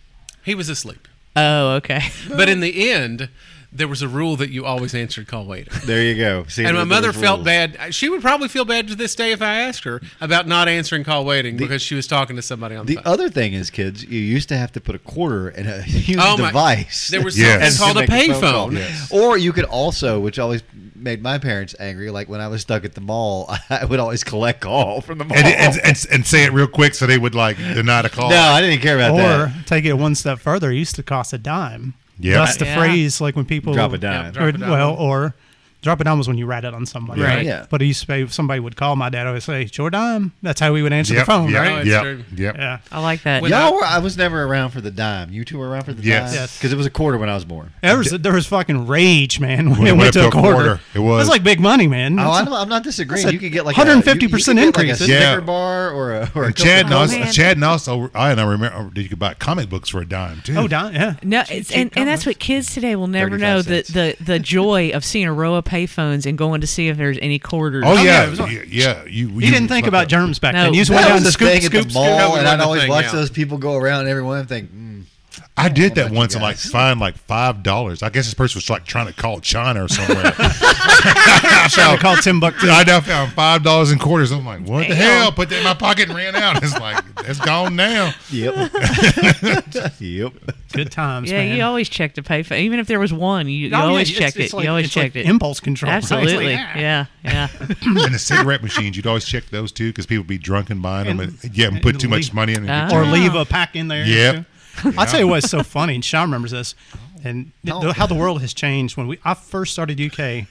He was asleep.
Oh, okay.
But in the end, there was a rule that you always answered call waiting.
There you go. See,
And my
there-
mother
there's
felt
rules.
bad. She would probably feel bad to this day if I asked her about not answering call waiting because she was talking to somebody on the,
The
phone.
other thing is, kids, you used to have to put a quarter in a huge
Oh, my-
device.
There was
Yes.
something
to
called a
make phone call.
payphone.
Or you could also, which always made my parents angry, like when I was stuck at the mall, I would always collect call from the mall.
And, and, and, and say it real quick so they would like deny the call.
no, I didn't care about
Or
that.
take it one step further, it used to cost a dime.
Yeah.
That's the
Yeah.
phrase, like when people
Drop a dime.
Yeah,
Or,
drop a dime.
well, or Drop a dime was when you rat it on somebody,
Right.
right?
Yeah.
But he used to say if somebody would call my dad, I would say, "It's your dime." That's how we would answer
Yep,
the phone,
yep,
right?
Oh, it's true.
Yep. Yep.
Yeah.
I like that.
When-
Y'all were, I was never around for the dime. You two were around for the
Yes.
dime?
Yes.
Because it was a quarter when I was born.
There was there was fucking rage, man. When it went to a quarter,
It was.
That's like big money, man.
Oh,
That's-
I'm not, I'm not disagreeing.
That's a
you could get like
150%
a, you- you could get
increase.
Like a
Yeah.
Snicker bar or a, or a
And Chad and
Coke-
us,
man.
Chad and also, I and I remember oh, you could buy comic books for a dime too.
oh, dime, yeah.
No, it's, and, and that's what kids today will never
35
know the,
cents.
the, the joy of seeing a row of payphones and going to see if there's any quarters.
Oh,
yeah,
yeah,
it was
yeah,
on-
yeah. You,
He
you-
didn't think about germs back
No.
then. You just
That
went
That
down
was
and
the
scoop,
thing at
scoop,
the
scoop.
mall,
scoop.
and I'd
Yeah.
always watch
Yeah.
those people go around, and everyone would think, mm,
I did that
about
once
you
and like
guys.
find like five dollars. I guess this person was like trying to call China or somewhere. I
I
found,
called Timbuktu.
I now found five dollars and quarters. I'm like, what the
Damn.
hell? Put that in my pocket and ran out. It's like it's gone now.
yep, yep.
Good times,
yeah,
man.
you always checked a payphone, even if there was one. You, you
Oh, yeah,
always
it's-
checked
it's
it.
like-
you always
it's like
checked it.
Impulse control. right? It's like,
Absolutely.
ah.
yeah, yeah.
and the cigarette machines, you'd always check those too because people be drunk and buying them.
And-
And, yeah, and put
and
too much
leave-
money in. And
Ah.
or leave a pack in there.
Yep.
too. I'll tell you what's so funny, and Sean remembers this, and th-
Oh.
how the world has changed. When we I first started UK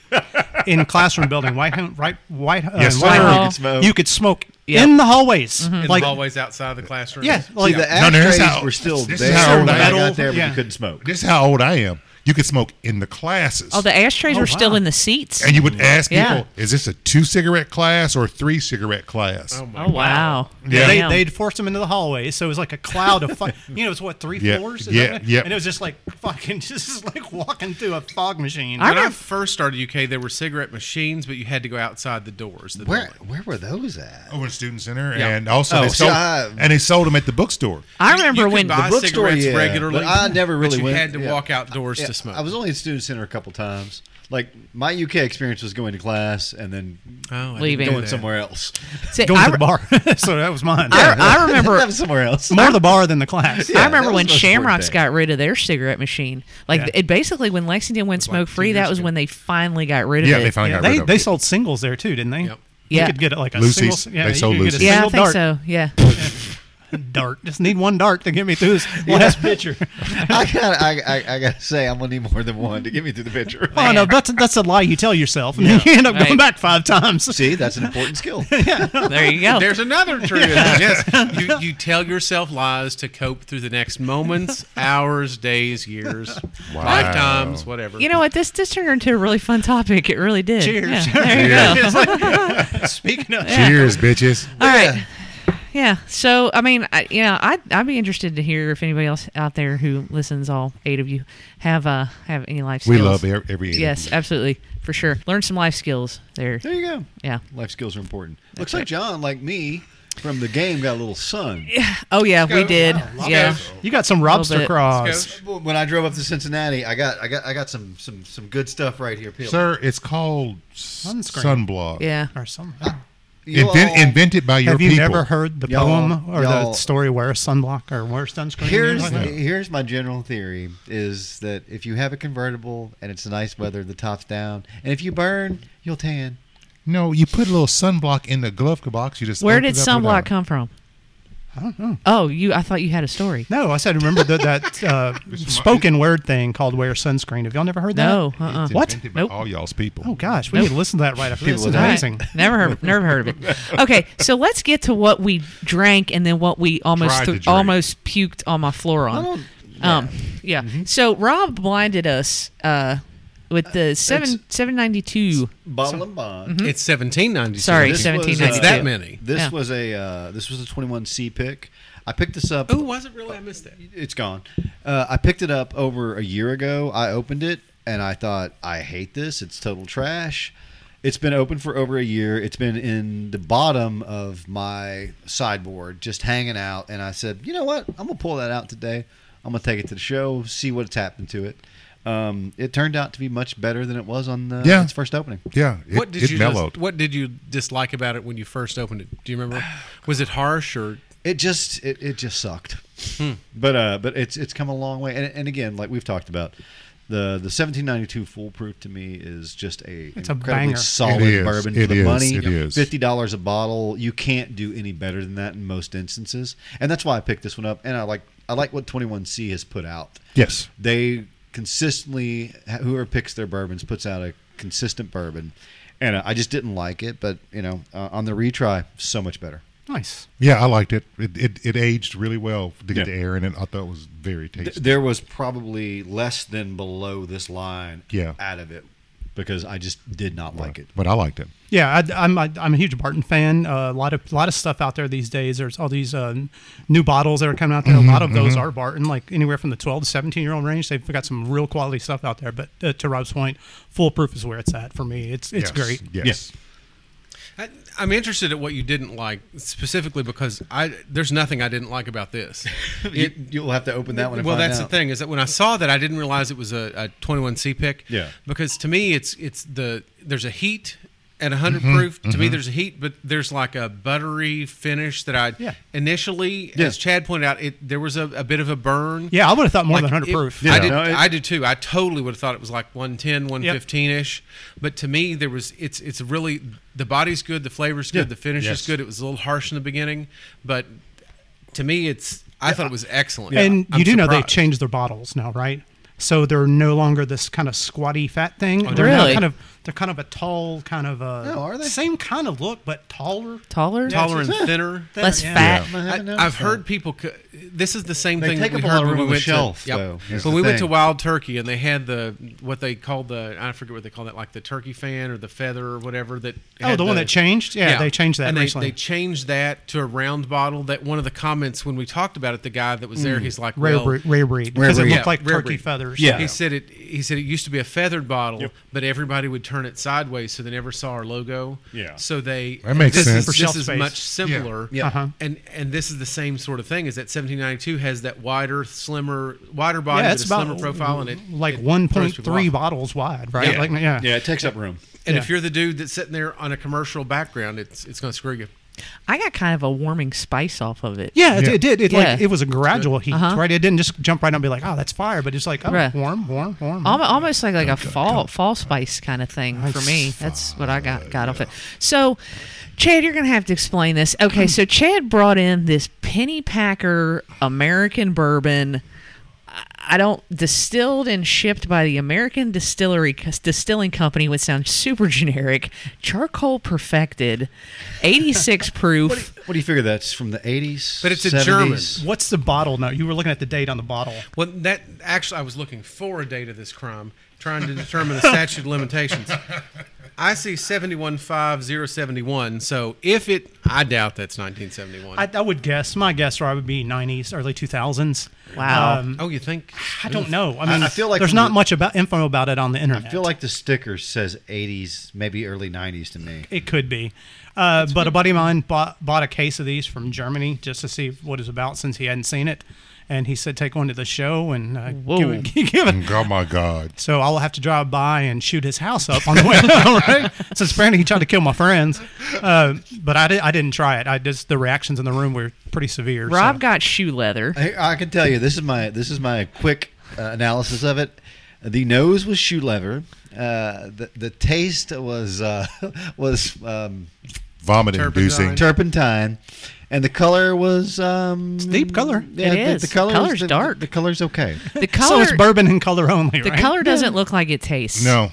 in classroom building, White Hound- right, White, uh,
Yes,
White
sir.
Hall,
You
could smoke.
you could smoke
Yep. Mm-hmm.
in the hallways,
in
like
the hallways outside the classroom.
yeah,
See,
like
the
No, no, here's
ashtrays
how-
were still
this is
there
how
when I
metal-
got there, but
yeah.
you couldn't smoke.
this is how old I am. You could smoke in the classes.
Oh, the ashtrays
Oh,
were still
wow.
in the seats.
and you would ask people,
Yeah.
"Is this a two cigarette class or a three cigarette class?"
Oh my
oh wow.
Yeah.
they,
Damn.
they'd force them into the hallways, so it was like a cloud of fu- you know, it's what three
Yeah,
floors,
yeah,
that-
yeah.
and it was just like fucking, just like walking through a fog machine.
I
When I
remember-
first started UK, there were cigarette machines, but you had to go outside the doors. The
Where
building.
where were those at?
Over in Student Center,
Yeah.
and also they
Oh,
sold,
yeah.
and they sold them at the bookstore.
I
You-
remember
you could
when
buy
bookstore,
cigarettes
yeah,
regularly.
but I never
but
really
you
went-
had to
yeah.
walk outdoors
Yeah,
to smoke.
I was only at Student Center a couple times. Like my UK experience was going to class and then
Oh, I didn't
Leaving.
do
going
that.
somewhere else.
See,
Going
I,
to the bar, so that was mine.
I, I remember
That was somewhere else.
More the bar than the class.
Yeah,
I
that
remember
was
when
the most important
Shamrocks
thing.
got rid of their cigarette machine. Like
Yeah.
it basically when Lexington went
like
smoke
two
free, that
years
was
ago.
when they finally got rid of
Yeah,
it.
they finally
Yeah,
got
they
rid of
they
it.
sold singles there too, didn't they?
Yep.
You
Yeah.
could get like a
Lucy's.
single.
They sold
you could get
Lucy's.
a
yeah, I
single
think
dart.
so. Yeah.
Dart. Just need one dart to get me through this last picture.
I got I, I, I gotta say I'm gonna need more than one to get me through the picture.
Oh no, that's that's a lie you tell yourself, and then you end up
Right.
going back five times.
See, that's an important skill.
There you go.
There's another truism. yes, you, you tell yourself lies to cope through the next moments, hours, days, years,
Wow.
lifetimes, whatever.
you know what? This this turned into a really fun topic. It really did.
Cheers.
Yeah, there you go.
Speaking of,
Cheers, bitches.
All right. Yeah. So, I mean, I, you know, I'd, I'd be interested to hear if anybody else out there who listens, all eight of you, have uh have any life
We
skills.
love every, every
Yes, absolutely, for sure. Learn some life skills there.
There you go.
Yeah.
Life skills are important. Looks like John, like me, from the game got a little sun.
Oh yeah, we
go.
did.
Wow,
yeah.
let's
you got some
Little
lobster
bit.
claws.
When I drove up to Cincinnati, I got I got I got some some some good stuff right here. Peel.
Sir, it's called Sunscreen. sunblock.
Yeah.
Or some. ah,
You
Invent-
all-
invented by your
Have you
people.
never heard the
Y'all-
poem or the
y'all-
story "Wear a Sunblock" or "Wear Sunscreen"?
Here's
Anything like that?
here's my general theory is that if you have a convertible and it's nice weather, the top's down, and if you burn, you'll tan.
No, you put a little sunblock in the glove box. You just
Where
open
did
it up
sunblock
without-
come from? I don't know. Oh, you. I thought you had a story.
No, I said remember that that uh, spoken word thing called "Wear Sunscreen." Have y'all never heard that?
No. Uh.
It's
uh
What?
invented by
Nope.
All y'all's people.
Oh gosh, we need to listen to that right after this. It's
would
amazing.
Never heard. Never heard of it. Okay, so let's get to what we drank and then what we almost
Tried to
threw-
drink.
almost puked on my floor on.
don't-
Um, yeah. So Rob blinded us uh, with the seven seven ninety two.
Bottle and bond.
It's 1792.
Sorry,
This was,
Mm-hmm.
uh,
seventeen
It's
ninety
that
two.
many.
This
Yeah.
was a uh, this was a 21C pick. I picked this up.
Oh, was it really? I missed that.
it's gone. Uh, I picked it up over a year ago. I opened it and I thought, I hate this. It's total trash. It's been open for over a year. It's been in the bottom of my sideboard, just hanging out. And I said, you know what? I'm gonna pull that out today. I'm gonna take it to the show, see what's happened to it. Um, it turned out to be much better than it was on the,
Yeah.
its first opening.
Yeah. It,
What did
it
you dis-
mellowed.
What did you dislike about it when you first opened it? Do you remember? Was it harsh or?
it just it, it just sucked but uh but it's it's come a long way and, and again like we've talked about the the 1792 foolproof to me is just a
It's a
incredibly
banger.
solid
It is.
bourbon
It
for the
is.
money
It is.
$50 a bottle you can't do any better than that in most instances and that's why i picked this one up and i like i like what 21c has put out
Yes.
they consistently whoever picks their bourbons puts out a consistent bourbon, and uh, I just didn't like it. But you know, uh, on the retry, so much better.
Nice.
Yeah, I liked it. It it, it aged really well to get
Yeah.
the air in it. I thought it was very
Th-
tasty.
there was probably less than below this line
Yeah.
out of it because I just did not like it.
but I liked it.
Yeah, I, am i I'm a huge Barton fan. Uh, a lot of lot of stuff out there these days. There's all these uh, new bottles that are coming out there. a lot of those are Barton, like anywhere from the 12 to 17 year old range. They've got some real quality stuff out there. But uh, to Rob's point, foolproof is where it's at for me. It's it's
Yes.
great.
Yes.
I, I'm interested at what you didn't like specifically because I there's nothing I didn't like about this. It-
you, will have to open that one. And
well,
find
that's
out.
the thing is that when I saw that, I didn't realize it was a, a 21C pick.
Yeah.
Because to me, it's it's the there's a heat at
Mm-hmm.
100 proof. To me, there's a heat, but there's like a buttery finish that I
Yeah.
initially,
Yeah.
as Chad pointed out, it there was a, a bit of a burn.
Yeah, I would have thought more
Like,
than 100
it-
proof.
Yeah.
I did.
No, it-
I did too. I totally would have thought it was like 110, 115 ish. But to me, there was it's it's really the body's good, the flavor's good, the finish
Yes.
is good. It was a little harsh in the beginning, but to me, it's I thought it was excellent.
And
I'm
you do know they've
surprised.
changed their bottles now, right? So they're no longer this kind of squatty fat thing. they're now
Really?
kind of they're kind of a tall kind of a
Oh, are they?
same kind of look but taller.
Taller?
taller and thinner.
Less
yeah.
fat.
I
I,
haven't noticed
I've
that.
heard people. c- This is the same
They
thing
take
that we
up a
heard
lot of
when
room
we
on the
went
shelf,
to. yep.
though, is
When
the
we went to
thing.
Wild Turkey and they had the what they called the I forget what they call that like the turkey fan or the feather or whatever that.
Oh,
had
the one that changed? Yeah, they changed that
and they,
recently.
They changed that to a round bottle. That one of the comments when we talked about it, the guy that was there, he's like
Mm. Rare
well,
breed, rare breed because it
breed.
looked
yeah,
like
rare
turkey
breed.
feathers.
Yeah.
He said it. He said it used to be a feathered bottle, but everybody would turn it sideways, so they never saw our logo.
Yeah.
So they.
That makes
this
sense.
Is,
For
this
shelf
is
space.
much simpler.
Yeah.
Uh-huh.
And and this is the same sort of thing. Is that 1792 has that wider, slimmer, wider body,
Yeah,
but
it's
a
about
slimmer profile, and it
like
it
one point
throws people
three
off.
bottles wide, right?
Yeah.
Like yeah.
Yeah, it takes up room.
And
yeah.
if you're the dude that's sitting there on a commercial background, it's it's going to screw you.
I got kind of a warming spice off of it.
Yeah, it,
Yeah.
it did. It
Yeah.
like it was a gradual heat,
Uh-huh.
right? It didn't just jump right out and be like, "Oh, that's fire," but it's like, "Oh,
Right.
warm, warm, warm."
Almo- Almost like like a fall fall spice kind of thing for me. That's what I got got off it. So, Chad, you're gonna have to explain this. Okay, so Chad brought in this Penny Packer American bourbon. I- I don't distilled and shipped by the American Distillery Distilling Company, which sounds super generic. Charcoal perfected, 86 proof.
What do you figure that's from the 80s?
But it's a
70s?
German.
What's the bottle? No, you were looking at the date on the bottle.
Well, that actually, I was looking for a date of this crime, trying to determine the statute of limitations. I see seventy-one five zero seventy-one. So if it, I doubt that's nineteen seventy-one.
I, I would guess. My guess, Rob, would be '90s, early 2000s.
Wow.
Um,
Oh, you think?
I don't know. I mean,
I feel like
there's
from
not
the-
much about info about it on the internet.
I feel like the sticker says 80s, maybe early 90s to me.
It could be. Uh, but a buddy of mine bought, bought a case of these from Germany just to see what it's about since he hadn't seen it. And he said, take one to the show and uh, give, it, give it.
Oh my God.
So I'll have to drive by and shoot his house up on the way home, right? Since apparently he tried to kill my friends. Uh, but I, did, I didn't try it. I just, the reactions in the room were pretty severe. so-
Rob got shoe leather.
Hey, I can tell you this is my this is my quick uh, analysis of it. The nose was shoe leather. Uh, the the taste was uh, was um,
Vomit inducing.
Turpentine.
turpentine, and the color was um,
deep color.
Yeah,
It
the,
is.
The color
Color's
the,
dark.
The, color's okay.
The
so
color,
it's bourbon in color only,
the
right?
color doesn't look like it tastes.
No.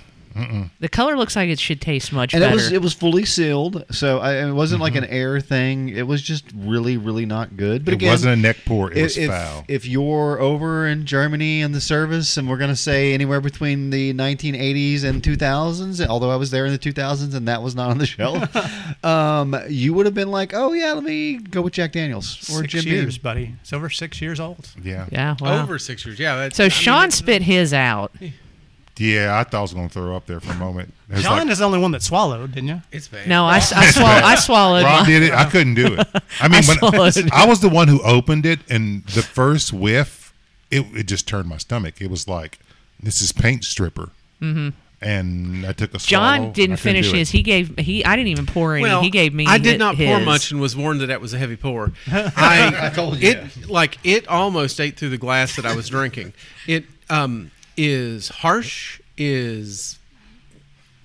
The color looks like it should taste much
And
better.
it was it was fully sealed, so I, it wasn't like an air thing. It was just really really not good.
It
But again,
wasn't a neck pour. It, was
if,
foul.
if you're over in Germany in the service, and we're going to say anywhere between the 1980s and 2000s, although I was there in the 2000s and that was not on the shelf, um, you would have been like, oh, yeah, let me go with Jack Daniels or
Six
Jim Beam.
years, buddy. It's over six years old.
yeah. yeah.
yeah, wow.
Over six years, yeah. That's,
So
I mean,
Sean spit his out.
I thought I was going to throw up there for a moment. It was
John
like-
is the only one that swallowed, didn't you?
it's bad.
No, I, s- I swall- I swallowed.
Rob
mine.
did it. I couldn't do it. I mean,
I swallowed it.
when, I was the one who opened it, and the first whiff, it, it just turned my stomach. It was like, this is paint stripper. Mm-hmm. And I took a swallow,
John
and
didn't
I couldn't
finish
do it.
his. He gave he. I didn't even pour any.
Well,
he gave me.
I did
hi-
not pour
his.
much and was warned that that was a heavy pour. I,
told you.
It like it almost ate through the glass that I was drinking. It um is harsh. Is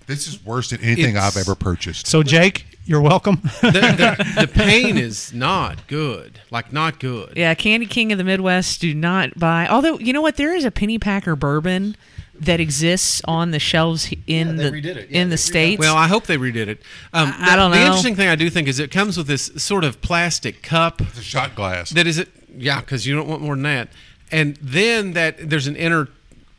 This is worse than anything
It's-
I've ever purchased.
So, Jake, you're welcome.
the, the, the pain is not good. Like not good.
Yeah, Candy King of the Midwest. Do not buy. Although you know what, there is a Penny Packer bourbon that exists on the shelves he- in the
they redid it. Yeah,
in
they
the
redone
states.
Well, I hope they redid it. Um,
I- I don't
the,
know.
The interesting thing I do think is it comes with this sort of plastic cup
It's a shot glass.
that is it. Yeah, because you don't want more than that. And then that there's an inner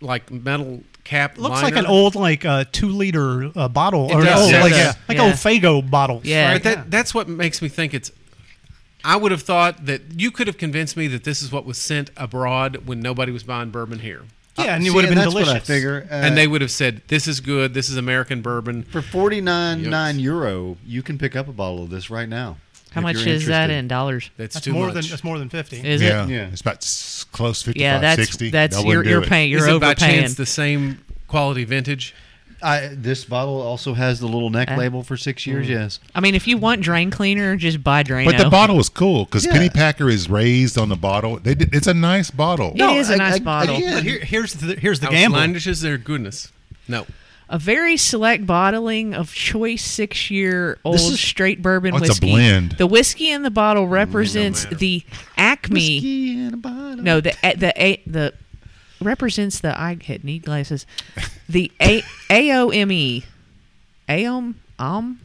like metal cap.
Looks
liner.
like an old like uh, two liter uh, bottle or
does,
old,
yeah, it
like
does.
a, like
Yeah.
old Fago bottle.
Yeah.
But that that's what makes me think it's. I would have thought that you could have convinced me that this is what was sent abroad when nobody was buying bourbon here,
yeah, and
See,
it would have been
that's
delicious.
What I figure, uh,
and they would have said, "This is good. This is American bourbon."
for forty nine nine euro, you can pick up a bottle of this right now.
How
if
much is
you're
that
interested.
in dollars?
That's,
that's
too
more
much.
than that's more than fifty.
Is
yeah.
it?
Yeah.
It's about s- close 55,
Yeah, that's
60. I
that's
wouldn't
you're
do
you're
it.
paying
is
you're
it by
overpaying.
chance the same quality vintage?
I, this bottle also has the little neck
Uh,
label for six years. Yes.
I mean, if you want drain cleaner, just buy Drano.
But the bottle is cool because
Yeah.
Penny Packer is raised on the bottle. They did, it's a nice bottle.
It is a
I-
nice
I-
bottle.
again,
But here, here's the here's the gamble.
Outlandish is their goodness. No,
a very select bottling of choice six year old
This is- Mm,
straight bourbon
Oh, it's a
whiskey.
blend.
The whiskey in the bottle represents the acme.
Whiskey in a bottle.
No, the a- the a, the represents the I had need glasses. The a a o m e, aom om.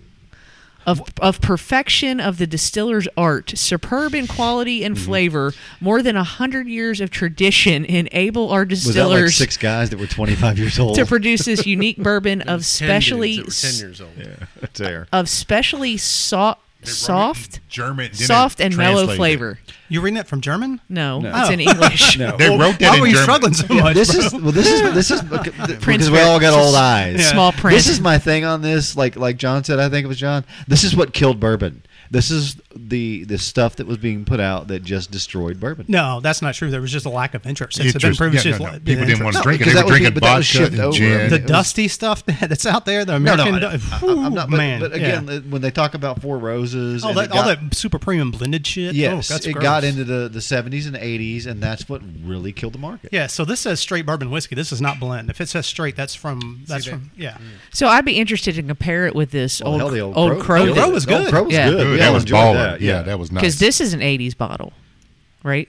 Of, of perfection of the distiller's art, superb in quality
Mm-hmm.
and flavor, more than a hundred years of tradition enable our
Was that like
distillers
six guys that were twenty five years old?
to produce this unique bourbon of specially
ten dudes that were ten years old.
there.
of specially so-
They wrote it in
soft,
German, then they
soft and mellow
translated it.
flavor.
You reading that from German?
No,
No.
it's in English.
No.
They wrote that
Why
in
were you
German.
struggling so much?
This
bro?
is well. This is this is because we
Print.
all got old eyes.
Yeah.
Small print.
This is my thing on this. Like like John said, I think it was John. This is what killed bourbon. This is the the stuff that was being put out that just destroyed bourbon.
no, that's not true. There was just a lack of interest. It's been
Interest.
proven
Yeah,
it's just
no, no.
la- the
People didn't want to
interest.
drink it.
because
They
that
were
was-
drinking
but that was
vodka
shipped
and
over.
gin.
The
It was-
dusty stuff that's out there, the
No, no,
American.
I,
du-
I- I'm not. But,
man,
but
yeah.
again, uh, when they talk about Four Roses,
all
and
that,
it got,
all that super premium blended shit.
yes,
oh, that's
it
gross.
got into the the 70s and 80s, and that's what really killed the market.
Yeah, so this says straight bourbon whiskey. This is not blend. If it says straight, that's from that's
that?
from yeah.
So I'd be interested to compare it with this
Well, hell,
old
the
old, old
Crow,
Crow
did
Crow
it.
was
The old
good.
Crow was
Yeah.
good.
Dude,
Yeah, I
that was
enjoyed
baller.
that.
Yeah, that was nice.
because this is an '80s bottle, right?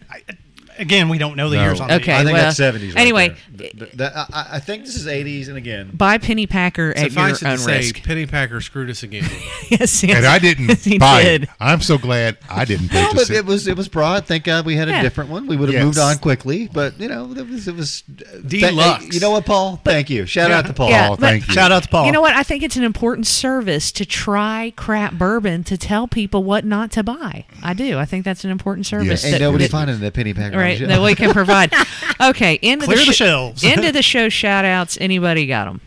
Again, we don't know the
No.
years on
Okay.
I think
well,
that's 70s. Right
anyway,
there. Th- th- that- I- I, I think this is 80s, and again,
Buy Penny Packer at your
Suffice it to
own
say,
risk.
Penny Packer screwed us again.
yes, yes.
And I
He
didn't buy
did.
it. I'm so glad I didn't
no,
purchase
but
it.
it was it was broad. Thank God we had a
Yeah.
different one. We would have
Yes.
moved on quickly, but you know, it was it was uh,
Deluxe.
You know what, Paul? Thank you. Shout out to Paul.
Yeah,
Oh,
but-
thank you.
Shout out to Paul.
You know what? I think it's an important service to try crap bourbon to tell people what not to buy. I do. I think that's an important service.
Yes.
Ain't
that-
nobody
that-
finding that penny pack. on
right
the
that we can provide. Okay, end of
Clear
the,
the
sh-
shelves.
end of the show shout outs. Anybody got them?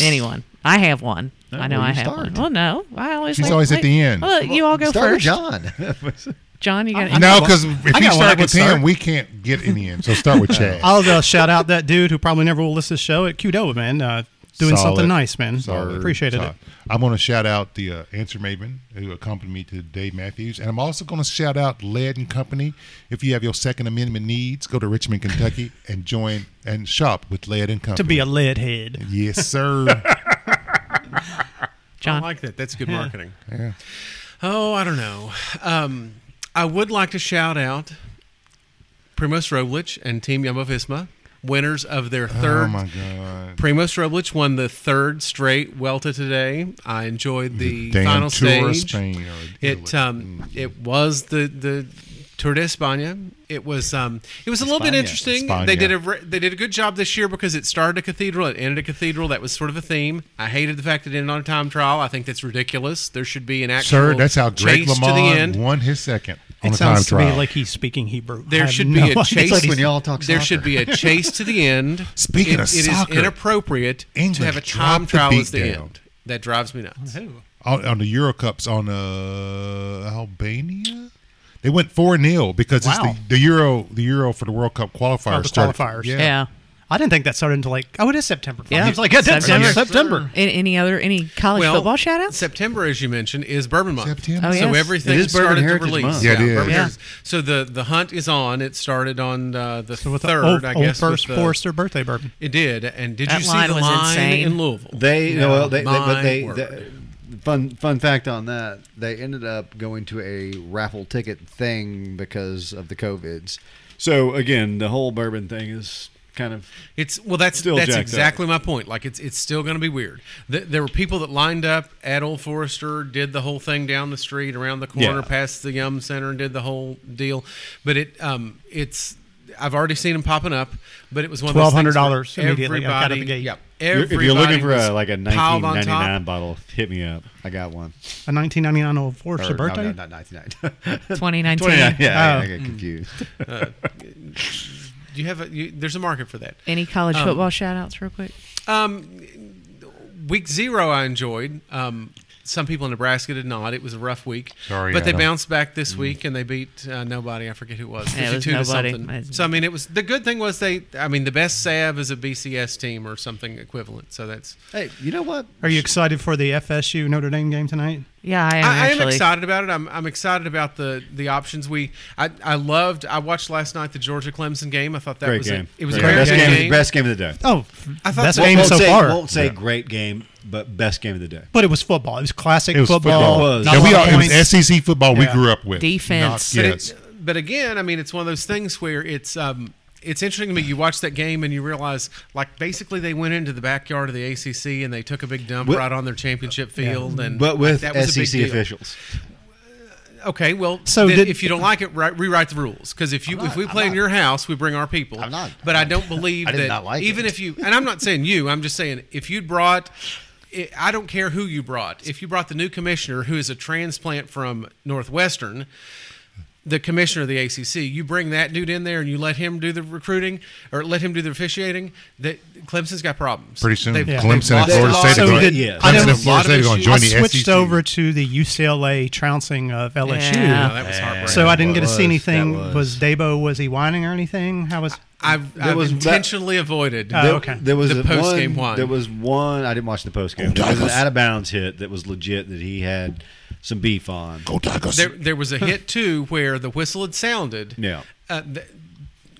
Anyone? I have one.
Oh,
I know
well, you
I have
start.
one. Well, no, I always.
She's
like-
always at
like-
the end.
Well, you all go
Start with
first. John.
John.
you got
I
no,
got one.
because
I
if you
got one, I
start
would
with him,
start.
we can't get any in. So start with Chad.
I'll uh, shout out that dude who probably never will listen to the show at Qdoba, man. Uh, doing
Solid.
something nice, man.
Solid.
Appreciated
Solid.
it.
I'm going to shout out the uh, Answer Maven who accompanied me to Dave Matthews, and I'm also going to shout out Lead and Company. If you have your Second Amendment needs, go to Richmond, Kentucky, and join and shop with Lead and Company.
To be a lead head.
yes, sir.
I
John.
like that. That's good marketing.
Yeah.
Oh, I don't know. Um, I would like to shout out Primoz Roglic and Team Jumbo Visma, winners of their
oh
third.
my God.
Primoz Roglic won the third straight Welta today. I enjoyed the,
Damn
final
Tour of
stage.
Spain or
It
Italy.
um,
Mm-hmm.
it was the the Tour de España. It was um, it was a little bit
España.
interesting.
España.
They did a re- they did a good job this year because it started a cathedral, it ended a cathedral. That was sort of a theme. I hated the fact it ended on a time trial. I think that's ridiculous. There should be an
uh,
actual
Sir, that's how Drake
chase to the
Lamont
end.
won his second on
It
a time
sounds to me
trial.
like he's speaking Hebrew. I
There
have
should
no
be a
idea.
chase.
like when y'all talk
There
soccer.
should be a chase to the end.
Speaking
It-
of
it is
soccer,
inappropriate to
England
have a
dropped
time
the
trial as the
beatdown.
end. That drives me nuts.
on, on the Euro Cups on uh, Albania. They went four 0 because
Wow.
it's the, the Euro the Euro for the World Cup qualifiers.
Oh, the
started-
qualifiers.
Yeah.
I didn't think that started until like oh it is September.
Yeah.
I was like, yeah, that's
September.
September. September.
Any, any other any college
Well,
football shout outs?
September, as you mentioned, is Bourbon Month.
September.
Oh, yeah.
So
Yes.
everything
It is Bourbon
started to
Heritage
release.
Month.
Yeah, it is.
Bourbon
Yeah.
Heritage. So the the hunt is on. It started on uh, the
With the
third,
old,
I
old
guess. with
first
the-
Forrester birthday bourbon.
It did. And did
That
you see
line
the
was
line
insane.
in Louisville?
They
No,
no, well, they, they, but
my
they,
word.
they- fun fun fact on that. They ended up going to a raffle ticket thing because of the covids. So again, the whole bourbon thing is kind of
It's well, that's
Still
that's
jacked up.
exactly my point. Like it's it's still going to be weird. Th- there were people that lined up at Old Forester, did the whole thing down the street, around the corner,
Yeah.
past the Yum Center, and did the whole deal. But it um it's I've already seen them popping up. But it was one of those things where
$1,200 immediately, like, out of the
everybody-
gate.
Yep.
You're- if you're
everybody
looking for
was
a, like a
piled on top.
1999 bottle, hit me up. I got one.
A 1999 old Forester
Or, no,
birthday.
No, not 1999.
2019.
29. Yeah,
Oh.
I get confused.
Do you have a, you, there's a market for that.
Any college
Um,
football shout outs, real quick?
week zero I enjoyed. Um, some people in Nebraska did not. It was a rough week.
Sorry,
but they
Adam.
bounced back this
Mm.
week and they beat uh, nobody. I forget who it was.
Yeah, it was
52 to
nobody.
something.
I-
So I mean, it was the good thing was they. I mean, the best Sav is a BCS team or something equivalent. So that's.
hey, you know what?
Are you excited for the FSU Notre Dame game tonight?
Yeah, I am.
I, I am
actually.
excited about it. I'm, I'm excited about the the options. We I, I loved. I watched last night the Georgia Clemson game. I thought that
Great
was
game.
A, it was
Great
a very
best
good
game.
game.
Best game of the day.
Oh,
I thought
best
so.
game
won't
so
say,
far.
Won't say great game, but best game of the day.
But it was football. It was classic
It was
football.
football.
It was.
Not
Yeah,
a
we
lot of
are, it
points.
was E SEC football we
Yeah.
grew up with.
Defense.
Not,
But,
yes.
it, but again, I mean, it's one of those things where it's um, it's interesting to me. You watch that game and you realize, like, basically they went into the backyard of the ACC and they took a big dump
With-
right on their championship field. And
But with
that was a big
SEC
deal.
officials.
okay, well,
So
so
did-
if you don't like it, write, rewrite the rules. Because if you if we play in your house, we bring our people.
I'm not-
But I don't believe
I did
that
not like
even
it.
if you and I'm not saying you, I'm just saying if you brought. I- I don't care who you brought. If you brought the new commissioner, who is a transplant from Northwestern, the commissioner of the ACC, you bring that dude in there and you let him do the recruiting or let him do the officiating, that Clemson's got problems.
Pretty soon,
They've-
Clemson
they've
and Florida State
lost a lot
are
of-
So
going
did-
Yeah.
I
Clemson
know-
and Florida State are going to
I
join the E SEC.
switched over to the UCLA trouncing of LSU.
Yeah.
No, that was heartbreaking.
So I
That
didn't get to
was-
see anything.
that was-
Was. Dabo was he whining or anything? How was?
I've, I've
was that- Oh,
intentionally avoided.
Uh, okay.
There was
The
a
post-game
one,
wine.
There was one. I didn't watch the post game. There was an out of bounds hit that was legit that he had some beef on.
Oh,
there, there was a hit too where the whistle had sounded.
Yeah.
Uh, the,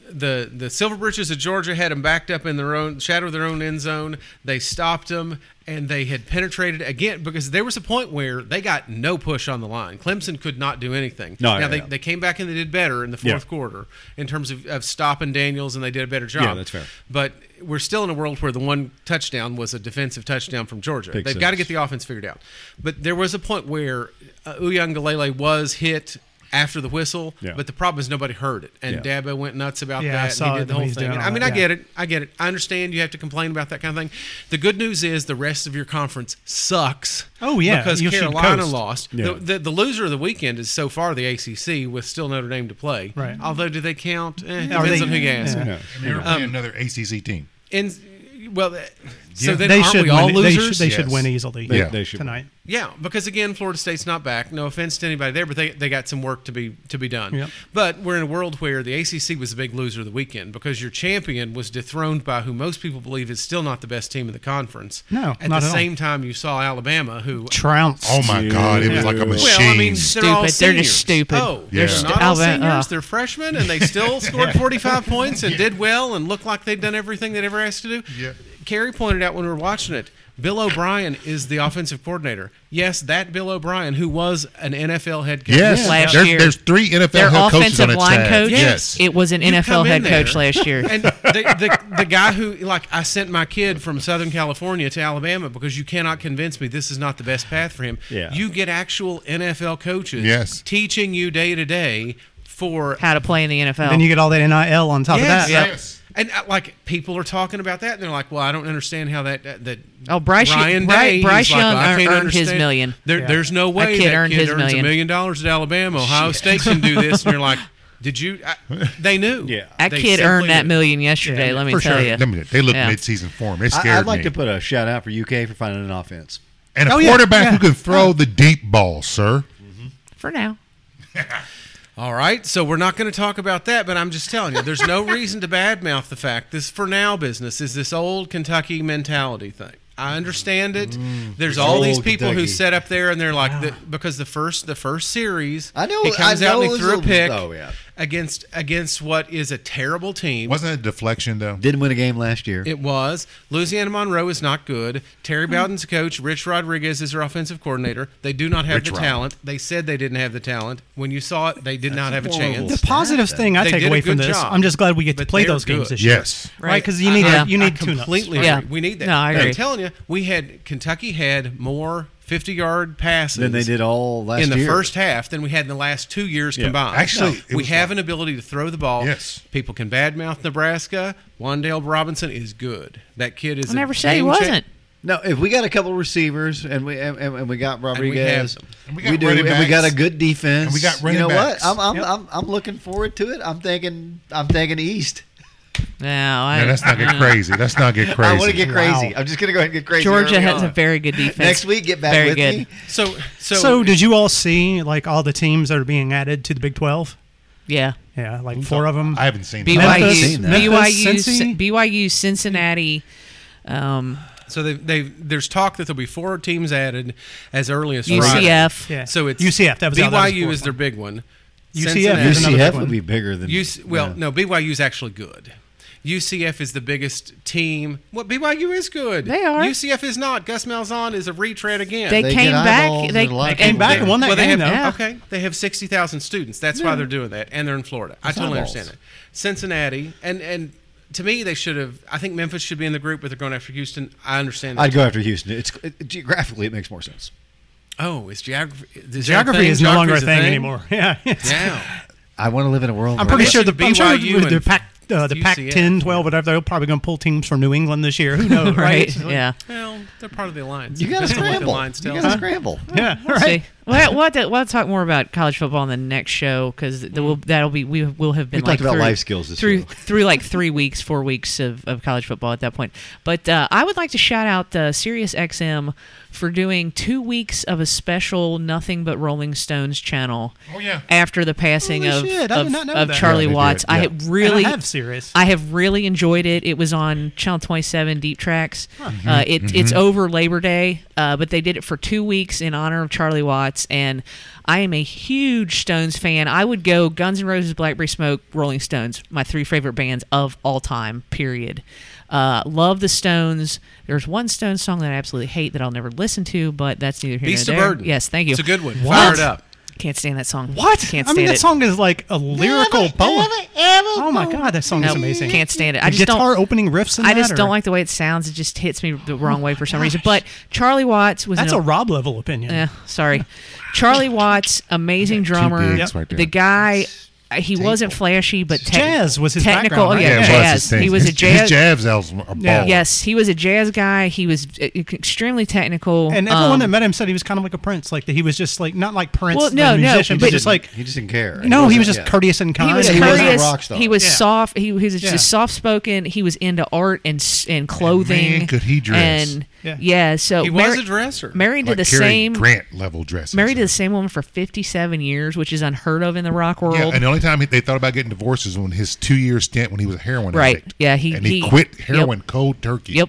the the Silver Britches of Georgia had them backed up in their own shadow of their own end zone. They stopped them and they had penetrated again because there was a point where they got no push on the line. Clemson could not do anything.
No,
now
yeah,
they,
yeah.
they came back and they did better in the fourth
Yeah.
quarter in terms of, of stopping Daniels and they did a better job.
Yeah, that's fair.
But we're still in a world where the one touchdown was a defensive touchdown from Georgia.
Pick
They've
six.
got to get the offense figured out. But there was a point where uh, Uyangalele was hit after the whistle,
Yeah.
but the problem is nobody heard it. And
Yeah.
Dabo went nuts about
Yeah, I
that.
saw
and he
it
did the
when
whole
he's
thing.
doing
And
all
I mean,
that,
I get it. I get it. I understand you have to complain about that kind of thing. The good news is the rest of your conference sucks.
Oh, yeah.
Because
You should
Carolina
coast.
lost.
Yeah.
The, the, the loser of the weekend is so far the ACC with still Notre Dame to play.
Right.
Although, do they count? Eh, it
Are
depends
they-
on who you ask.
yeah.
No.
um,
They're another ACC team.
And well, th- so then
they
aren't
should
we
win.
all
They
losers?
should, they should
Yes.
win easily.
They,
Yeah.
they should.
tonight.
Yeah, because again, Florida State's not back. No offense to anybody there, but they, they got some work to be to be done.
Yep.
But we're in a world where the ACC was a big loser of the weekend because your champion was dethroned by who most people believe is still not the best team in the conference.
No,
at
not
the
at all.
same time you saw Alabama, who
Trounced.
Oh my God! It was like a
Well, I
machine.
well, I mean, they're
Stupid. They're
all
just
seniors.
stupid.
Oh, they're
Yeah.
st- not all
Alabama-
seniors.
oh.
They're freshmen, and they still scored 45 points and did well and looked like they'd done everything they'd ever asked to do.
Yeah.
Carrie pointed out when we were watching it, Bill O'Brien is the offensive coordinator. Yes, that Bill O'Brien, who was an NFL head coach.
yes,
Last
there's,
year.
there's three NFL
Their
head coaches on
offensive
its
line
staff.
coach.
Yes,
It was an
You
NFL
come
head
in
coach
there,
last year.
And the, the, the guy who, like, I sent my kid from Southern California to Alabama because you cannot convince me this is not the best path for him.
Yeah.
You get actual NFL coaches
Yes.
teaching you day to day for
How to play in the NFL.
Then you get all that NIL on top
Yes.
of that.
Yep.
Yes.
And uh, like people are talking about that, and they're like, "Well, I don't understand how that that." that
Oh, Bryce-
Ryan
Bry-
Day,
Bryce
he's like,
Young
"Well, I
earned-
can't
earned his
understand.
million."
There,
Yeah.
There's no way
kid
that
earned
kid
his
earns a
million.
million dollars at Alabama. Ohio State can do this, and you're like, "Did you?" I, they knew.
Yeah.
that
They
kid
simply
earned that
knew.
million yesterday. let me
for
tell
sure.
you.
Let me- they look
Yeah.
mid-season form. It
I,
scared
I'd like
me.
to put a shout out for UK for finding an offense.
and a
Oh, yeah,
quarterback
yeah.
who can throw the deep ball, sir.
for now.
All right, so we're not going to talk about that, but I'm just telling you, there's no reason to badmouth the fact this for now business is this old Kentucky mentality thing. I understand it. There's all these
Mm, Old
people who
Kentucky.
set up there and they're like, the, because the first the first series,
I know-
he comes
I
out and
know
he threw a
it's a-
pick.
oh, yeah.
against against what is a terrible team.
Wasn't it a deflection though?
Didn't win a game last year.
It was. Louisiana Monroe is not good.
Hmm.
Terry Bowden's coach. Rich Rodriguez is their offensive coordinator. They do not have
Rich
the
Rod.
talent. They said they didn't have the talent. When you saw it, they did not have a
horrible
chance.
The positive thing I
They
take
did a
away from
good
this,
job,
I'm just glad we get to
but
play
they're
those games
good. Uh-huh.
this year.
Yes.
Right, because you
I-
need
I-
to, you need two
completely.
Yeah.
agree. We need that.
No, I agree.
am telling you, we had Kentucky had more 50 yard passes
Than they did all last
in the
year.
first half than we had in the last two years combined.
Actually, it
we
was
have
like-
an ability to throw the ball.
Yes.
people can badmouth Nebraska. Wandale Robinson is good. That kid is.
I
a
never said he
game
wasn't.
cha-
No, if we got a couple receivers and we and, and, and we got
have
Rodriguez,
them.
And we
we,
got
do,
running
and we got
backs.
a good defense.
And we got running
You know
backs.
what? I'm I'm, I'm I'm looking forward to it. I'm thinking I'm thinking East.
No, I,
No, that's not
Uh-huh.
get crazy. That's not get crazy.
I want to get
Wow.
crazy. I'm just gonna go ahead and get crazy.
Georgia
early
has
on.
a very good defense.
Next week, get back
very
with
good.
me.
So, so,
So, did you all see like all the teams that are being added to the Big 12?
Yeah.
Yeah, like four of them.
Um, I haven't seen that.
BYU,
Memphis, Memphis,
BYU,
Cincy.
BYU, Cincinnati. Um,
so they they there's talk that there'll be four teams added as early as Friday.
UCF.
yeah.
So it's
UCF. That was
BYU
out, that was the
is
fourth
their big one.
UCF
Cincinnati-
is There's another big
UCF
one.
would be bigger than
UC, well,
yeah.
no, BYU is actually good. UCF is the biggest team. What BYU is good.
They are.
UCF is not. Gus Malzahn is a retread again.
They,
They
came
get
back.
eyeballs
They,
and a lot of
and-
came back and won that
they
game
have,
though.
yeah.
Okay, they have sixty thousand students. That's why they're doing that, and they're in Florida. I totally
eyeballs.
understand it. Cincinnati and and to me they should have. I think Memphis should be in the group, but they're going after Houston. I understand. That.
I'd go after Houston. It's it, geographically it makes more sense.
oh, is geography? Is that a
Geography
thing?
is no longer a
Geography's
thing, anymore. Yeah, it's-
Yeah.
I want to live in a world.
I'm
where-
pretty sure the
Especially
I'm sure
BYU
with the
and
Pac uh, the Pac
UCF.
10, 12, whatever they're probably going to pull teams from New England this year. Who knows, right?
Right. Yeah.
well, they're part of the alliance.
you got to
That's what the
scramble.
alliance
You
tells
got to
us.
scramble.
Yeah,
See,
right.
we'll, we'll, have to- we'll talk more about college football in the next show because will that'll be we will have been
We talked
like
about
through,
life skills this
through
show.
through like three weeks, four weeks of, of college football at that point. But uh, I would like to shout out uh, SiriusXM for doing two weeks of a special nothing but Rolling Stones channel.
Oh, yeah.
After the passing
Holy
of
shit, I did
of,
not know
of
that.
Charlie
Yeah, they did,
Watts, I
yeah.
have really
And I have Sirius.
I have really enjoyed it. It was on Channel 27 Deep Tracks. Uh,
Mm-hmm.
it, It's over Labor Day, uh, but they did it for two weeks in honor of Charlie Watts. And I am a huge Stones fan. I would go Guns N' Roses, Blackberry Smoke, Rolling Stones, my three favorite bands of all time, period. Uh, love the Stones. There's one Stones song that I absolutely hate that I'll never listen to, but that's neither here
Beast
nor
of
there.
Burden.
Yes, thank you.
It's a good one.
What?
Fire it up.
Can't stand that song.
What?
Can't stand
I mean, that
it.
song is like a lyrical poem. oh my god, that song
Nope.
is amazing.
Can't stand it. I
The
just don't-
guitar opening riffs. In
I
that
just
are-
don't like the way it sounds. It just hits me the wrong way for some reason. But Charlie Watts was
That's
an,
a Rob level opinion.
Eh, sorry, Charlie Watts, amazing drummer.
bigs right there.
the guy, uh, he wasn't flashy, but tech-
Jazz was his
technical.
background,
oh,
right?
yeah,
Yeah, it was his
jazz.
thing.
he was a
His-
jazz.
His jazz album. a
Yeah.
ball.
Yes, he was a jazz guy. He was uh, extremely technical.
And everyone
um,
that met him said he was kind of like a prince, like that he was just like not like Prince,
Well,
the
no, no,
musician, but
but-
just like
he just didn't care.
no, he was just
wasn't- yeah.
courteous and kind.
He was
he
wasn't-
wasn't a
courteous.
rock star.
He was
Yeah.
soft. He was
Yeah.
just soft spoken. He was into art and s- and clothing.
man, could he dress.
And
Yeah.
yeah, so
He
mar-
was a dresser.
Married
Like
to the
Cary
same
Grant level dress.
married to the same woman for 57 years, which is unheard of in the rock world.
Yeah, and the only time he- they thought about getting divorced is when his two-year stint when he was a heroin
Right.
addict.
Yeah, he-
and he,
he-
quit
yep.
heroin cold turkey.
Yep.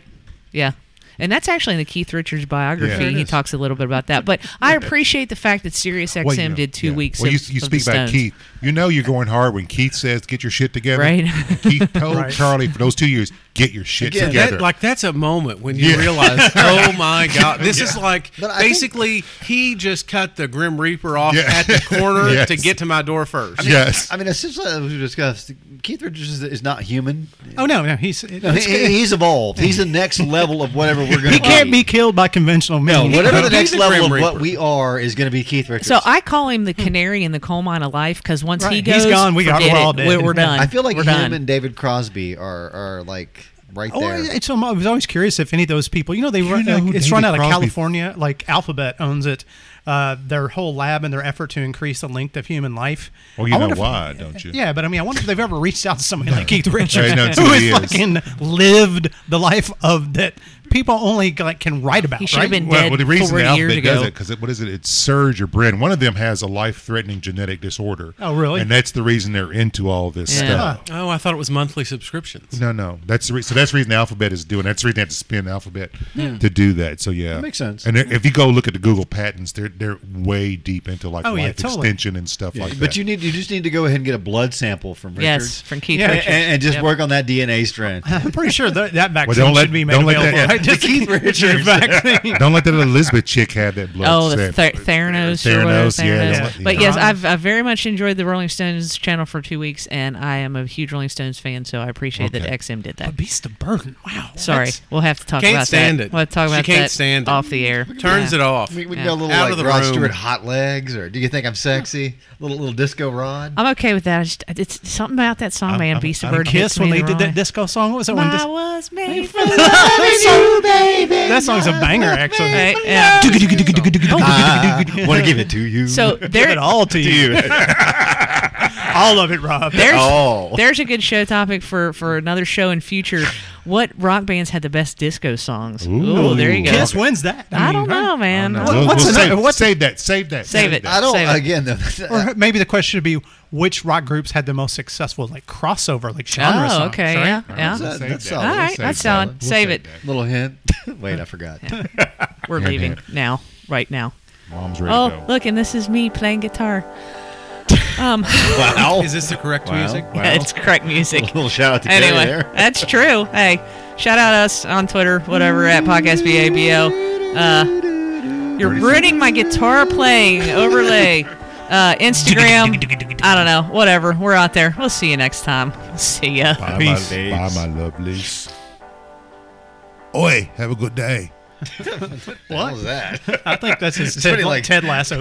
Yeah. And that's actually in the Keith Richards biography.
Yeah, it
he
is.
talks a little bit about that. But I appreciate the fact that SiriusXM
Well, you know,
did two
yeah.
weeks of
Well, you, you
of
speak
the
about
Stones.
Keith. You know you're going hard when Keith says, "Get your shit together."
Right.
And Keith told
Right.
Charlie for those two years, "Get your shit
Again,
together."
That, like that's a moment when you
Yeah.
realize, oh my god, this is like
But I think-
basically he just cut the Grim Reaper off
Yeah.
at the corner
Yes.
to get to my door first.
yes.
I mean, essentially, as we discussed, Keith Richards is, is not human.
oh no, no, he's
No,
it's-
he, he's evolved. He's the next level of whatever we're going to
he can't be killed by conventional
No,
means.
whatever the
He's
next
the
level of
Grim
what
Reaper.
we are is going to be Keith Richards.
So I call him the canary in the coal mine of life because once he
Right.
goes,
He's gone. We got-
forget
we're
it.
all dead.
We're, we're done.
I feel like
we're
him
done.
and David Crosby are are like right
Oh,
there.
it's, um, I was always curious if any of those people, you know, they run,
know who
like, it's
David
run out of
Crosby-
California. Like Alphabet owns it. Uh, their whole lab and their effort to increase the length of human life.
well, you
I
know
wonder if-
why, don't you?
Yeah, but I mean, I wonder if they've ever reached out to somebody like Keith Richards,
no,
who
somebody
has
is.
fucking lived the life of that people only like can write about.
He should
right?
have been
Well,
dead
well, the reason the
40 years
alphabet
ago.
does it because what is it? It's Serge or Brin. One of them has a life-threatening genetic disorder.
Oh, really?
And that's the reason they're into all this
Yeah.
stuff.
Oh, I thought it was monthly subscriptions.
No, no. That's the re- so that's the reason the alphabet is doing. That's the reason they have to spin alphabet to do that. So yeah,
That makes sense.
And if you go look at the Google patents, they're they're way deep into like
Oh,
life
yeah, totally.
extension and stuff like that.
but you need you just need to go ahead and get a blood sample from
Yes,
Richards.
from Keith
Yeah,
and,
Richards.
and just
Yep.
work on that DNA strand.
I'm pretty sure that, that vaccine
don't let-
should be made
don't let that-
available.
yeah,
right? Just Keith Richards vaccine.
don't let that Elizabeth chick have that blood.
Oh, the
sample.
Ther- Theranos, or whatever.
Theranos, yeah,
Theranos.
don't let-
But
yeah.
yes, I've, I've very much enjoyed the Rolling Stones channel for two weeks, and I am a huge Rolling Stones fan, so I appreciate
Okay.
that XM did that.
A beast of burden. Wow.
Sorry,
that's-
we'll have to talk
Can't
about
stand
that.
it.
We'll have to talk
She
about
can't
that
stand it.
off the air.
Turns
Yeah.
it off.
We, we
Yeah.
can go a little
Out
like
of the
Rod
room.
Stewart hot legs, or do you think I'm sexy? Little little disco Rod.
I'm okay with that. I just, it's something about that song,
I'm-
man.
I'm-
Beast of
I'm
Burden. hits
Kiss when
me
they
the
did
wrong-
that disco song. What was that one?
I
Dis-
was made for
that, song, that song's a banger, actually.
Right, yeah.
Want to give it to you?
So
Give
there,
it all to you. all of it, Rob.
there's
Oh.
there's a good show topic for for another show in future. What rock bands had the best disco songs? Ooh, there you go.
Kiss Oh, wins that.
I
mean,
don't know, man.
No,
I
we'll-
don't-
what's
we'll
another-
save,
what's-
save that. Save that.
Save it.
I don't
Save it.
again.
Or maybe the question should be which rock groups had the most successful like crossover like genre
Oh,
songs,
okay,
right?
yeah,
Is
yeah.
that-
Save
that's
that.
solid.
All right,
Save
that's
that.
solid.
We'll
Save it.
that.
little hint. Wait, I forgot.
We're leaving now, right now.
Mom's ready to
Oh,
go.
look, and this is me playing guitar. Um,
Wow.
Is this the correct
Wow.
music?
Wow.
It's correct music.
little shout out to Gary
anyway,
there.
that's true. Hey, shout out us on Twitter, whatever at podcast babo. Uh, you're ruining my guitar playing overlay. Uh, Instagram. I don't know. Whatever. We're out there. We'll see you next time. See ya.
Bye,
Peace.
My, bye, my lovelies. Oi, have a good day.
What was that?
I think that's his
It's
Ted,
pretty, like-
Ted Lasso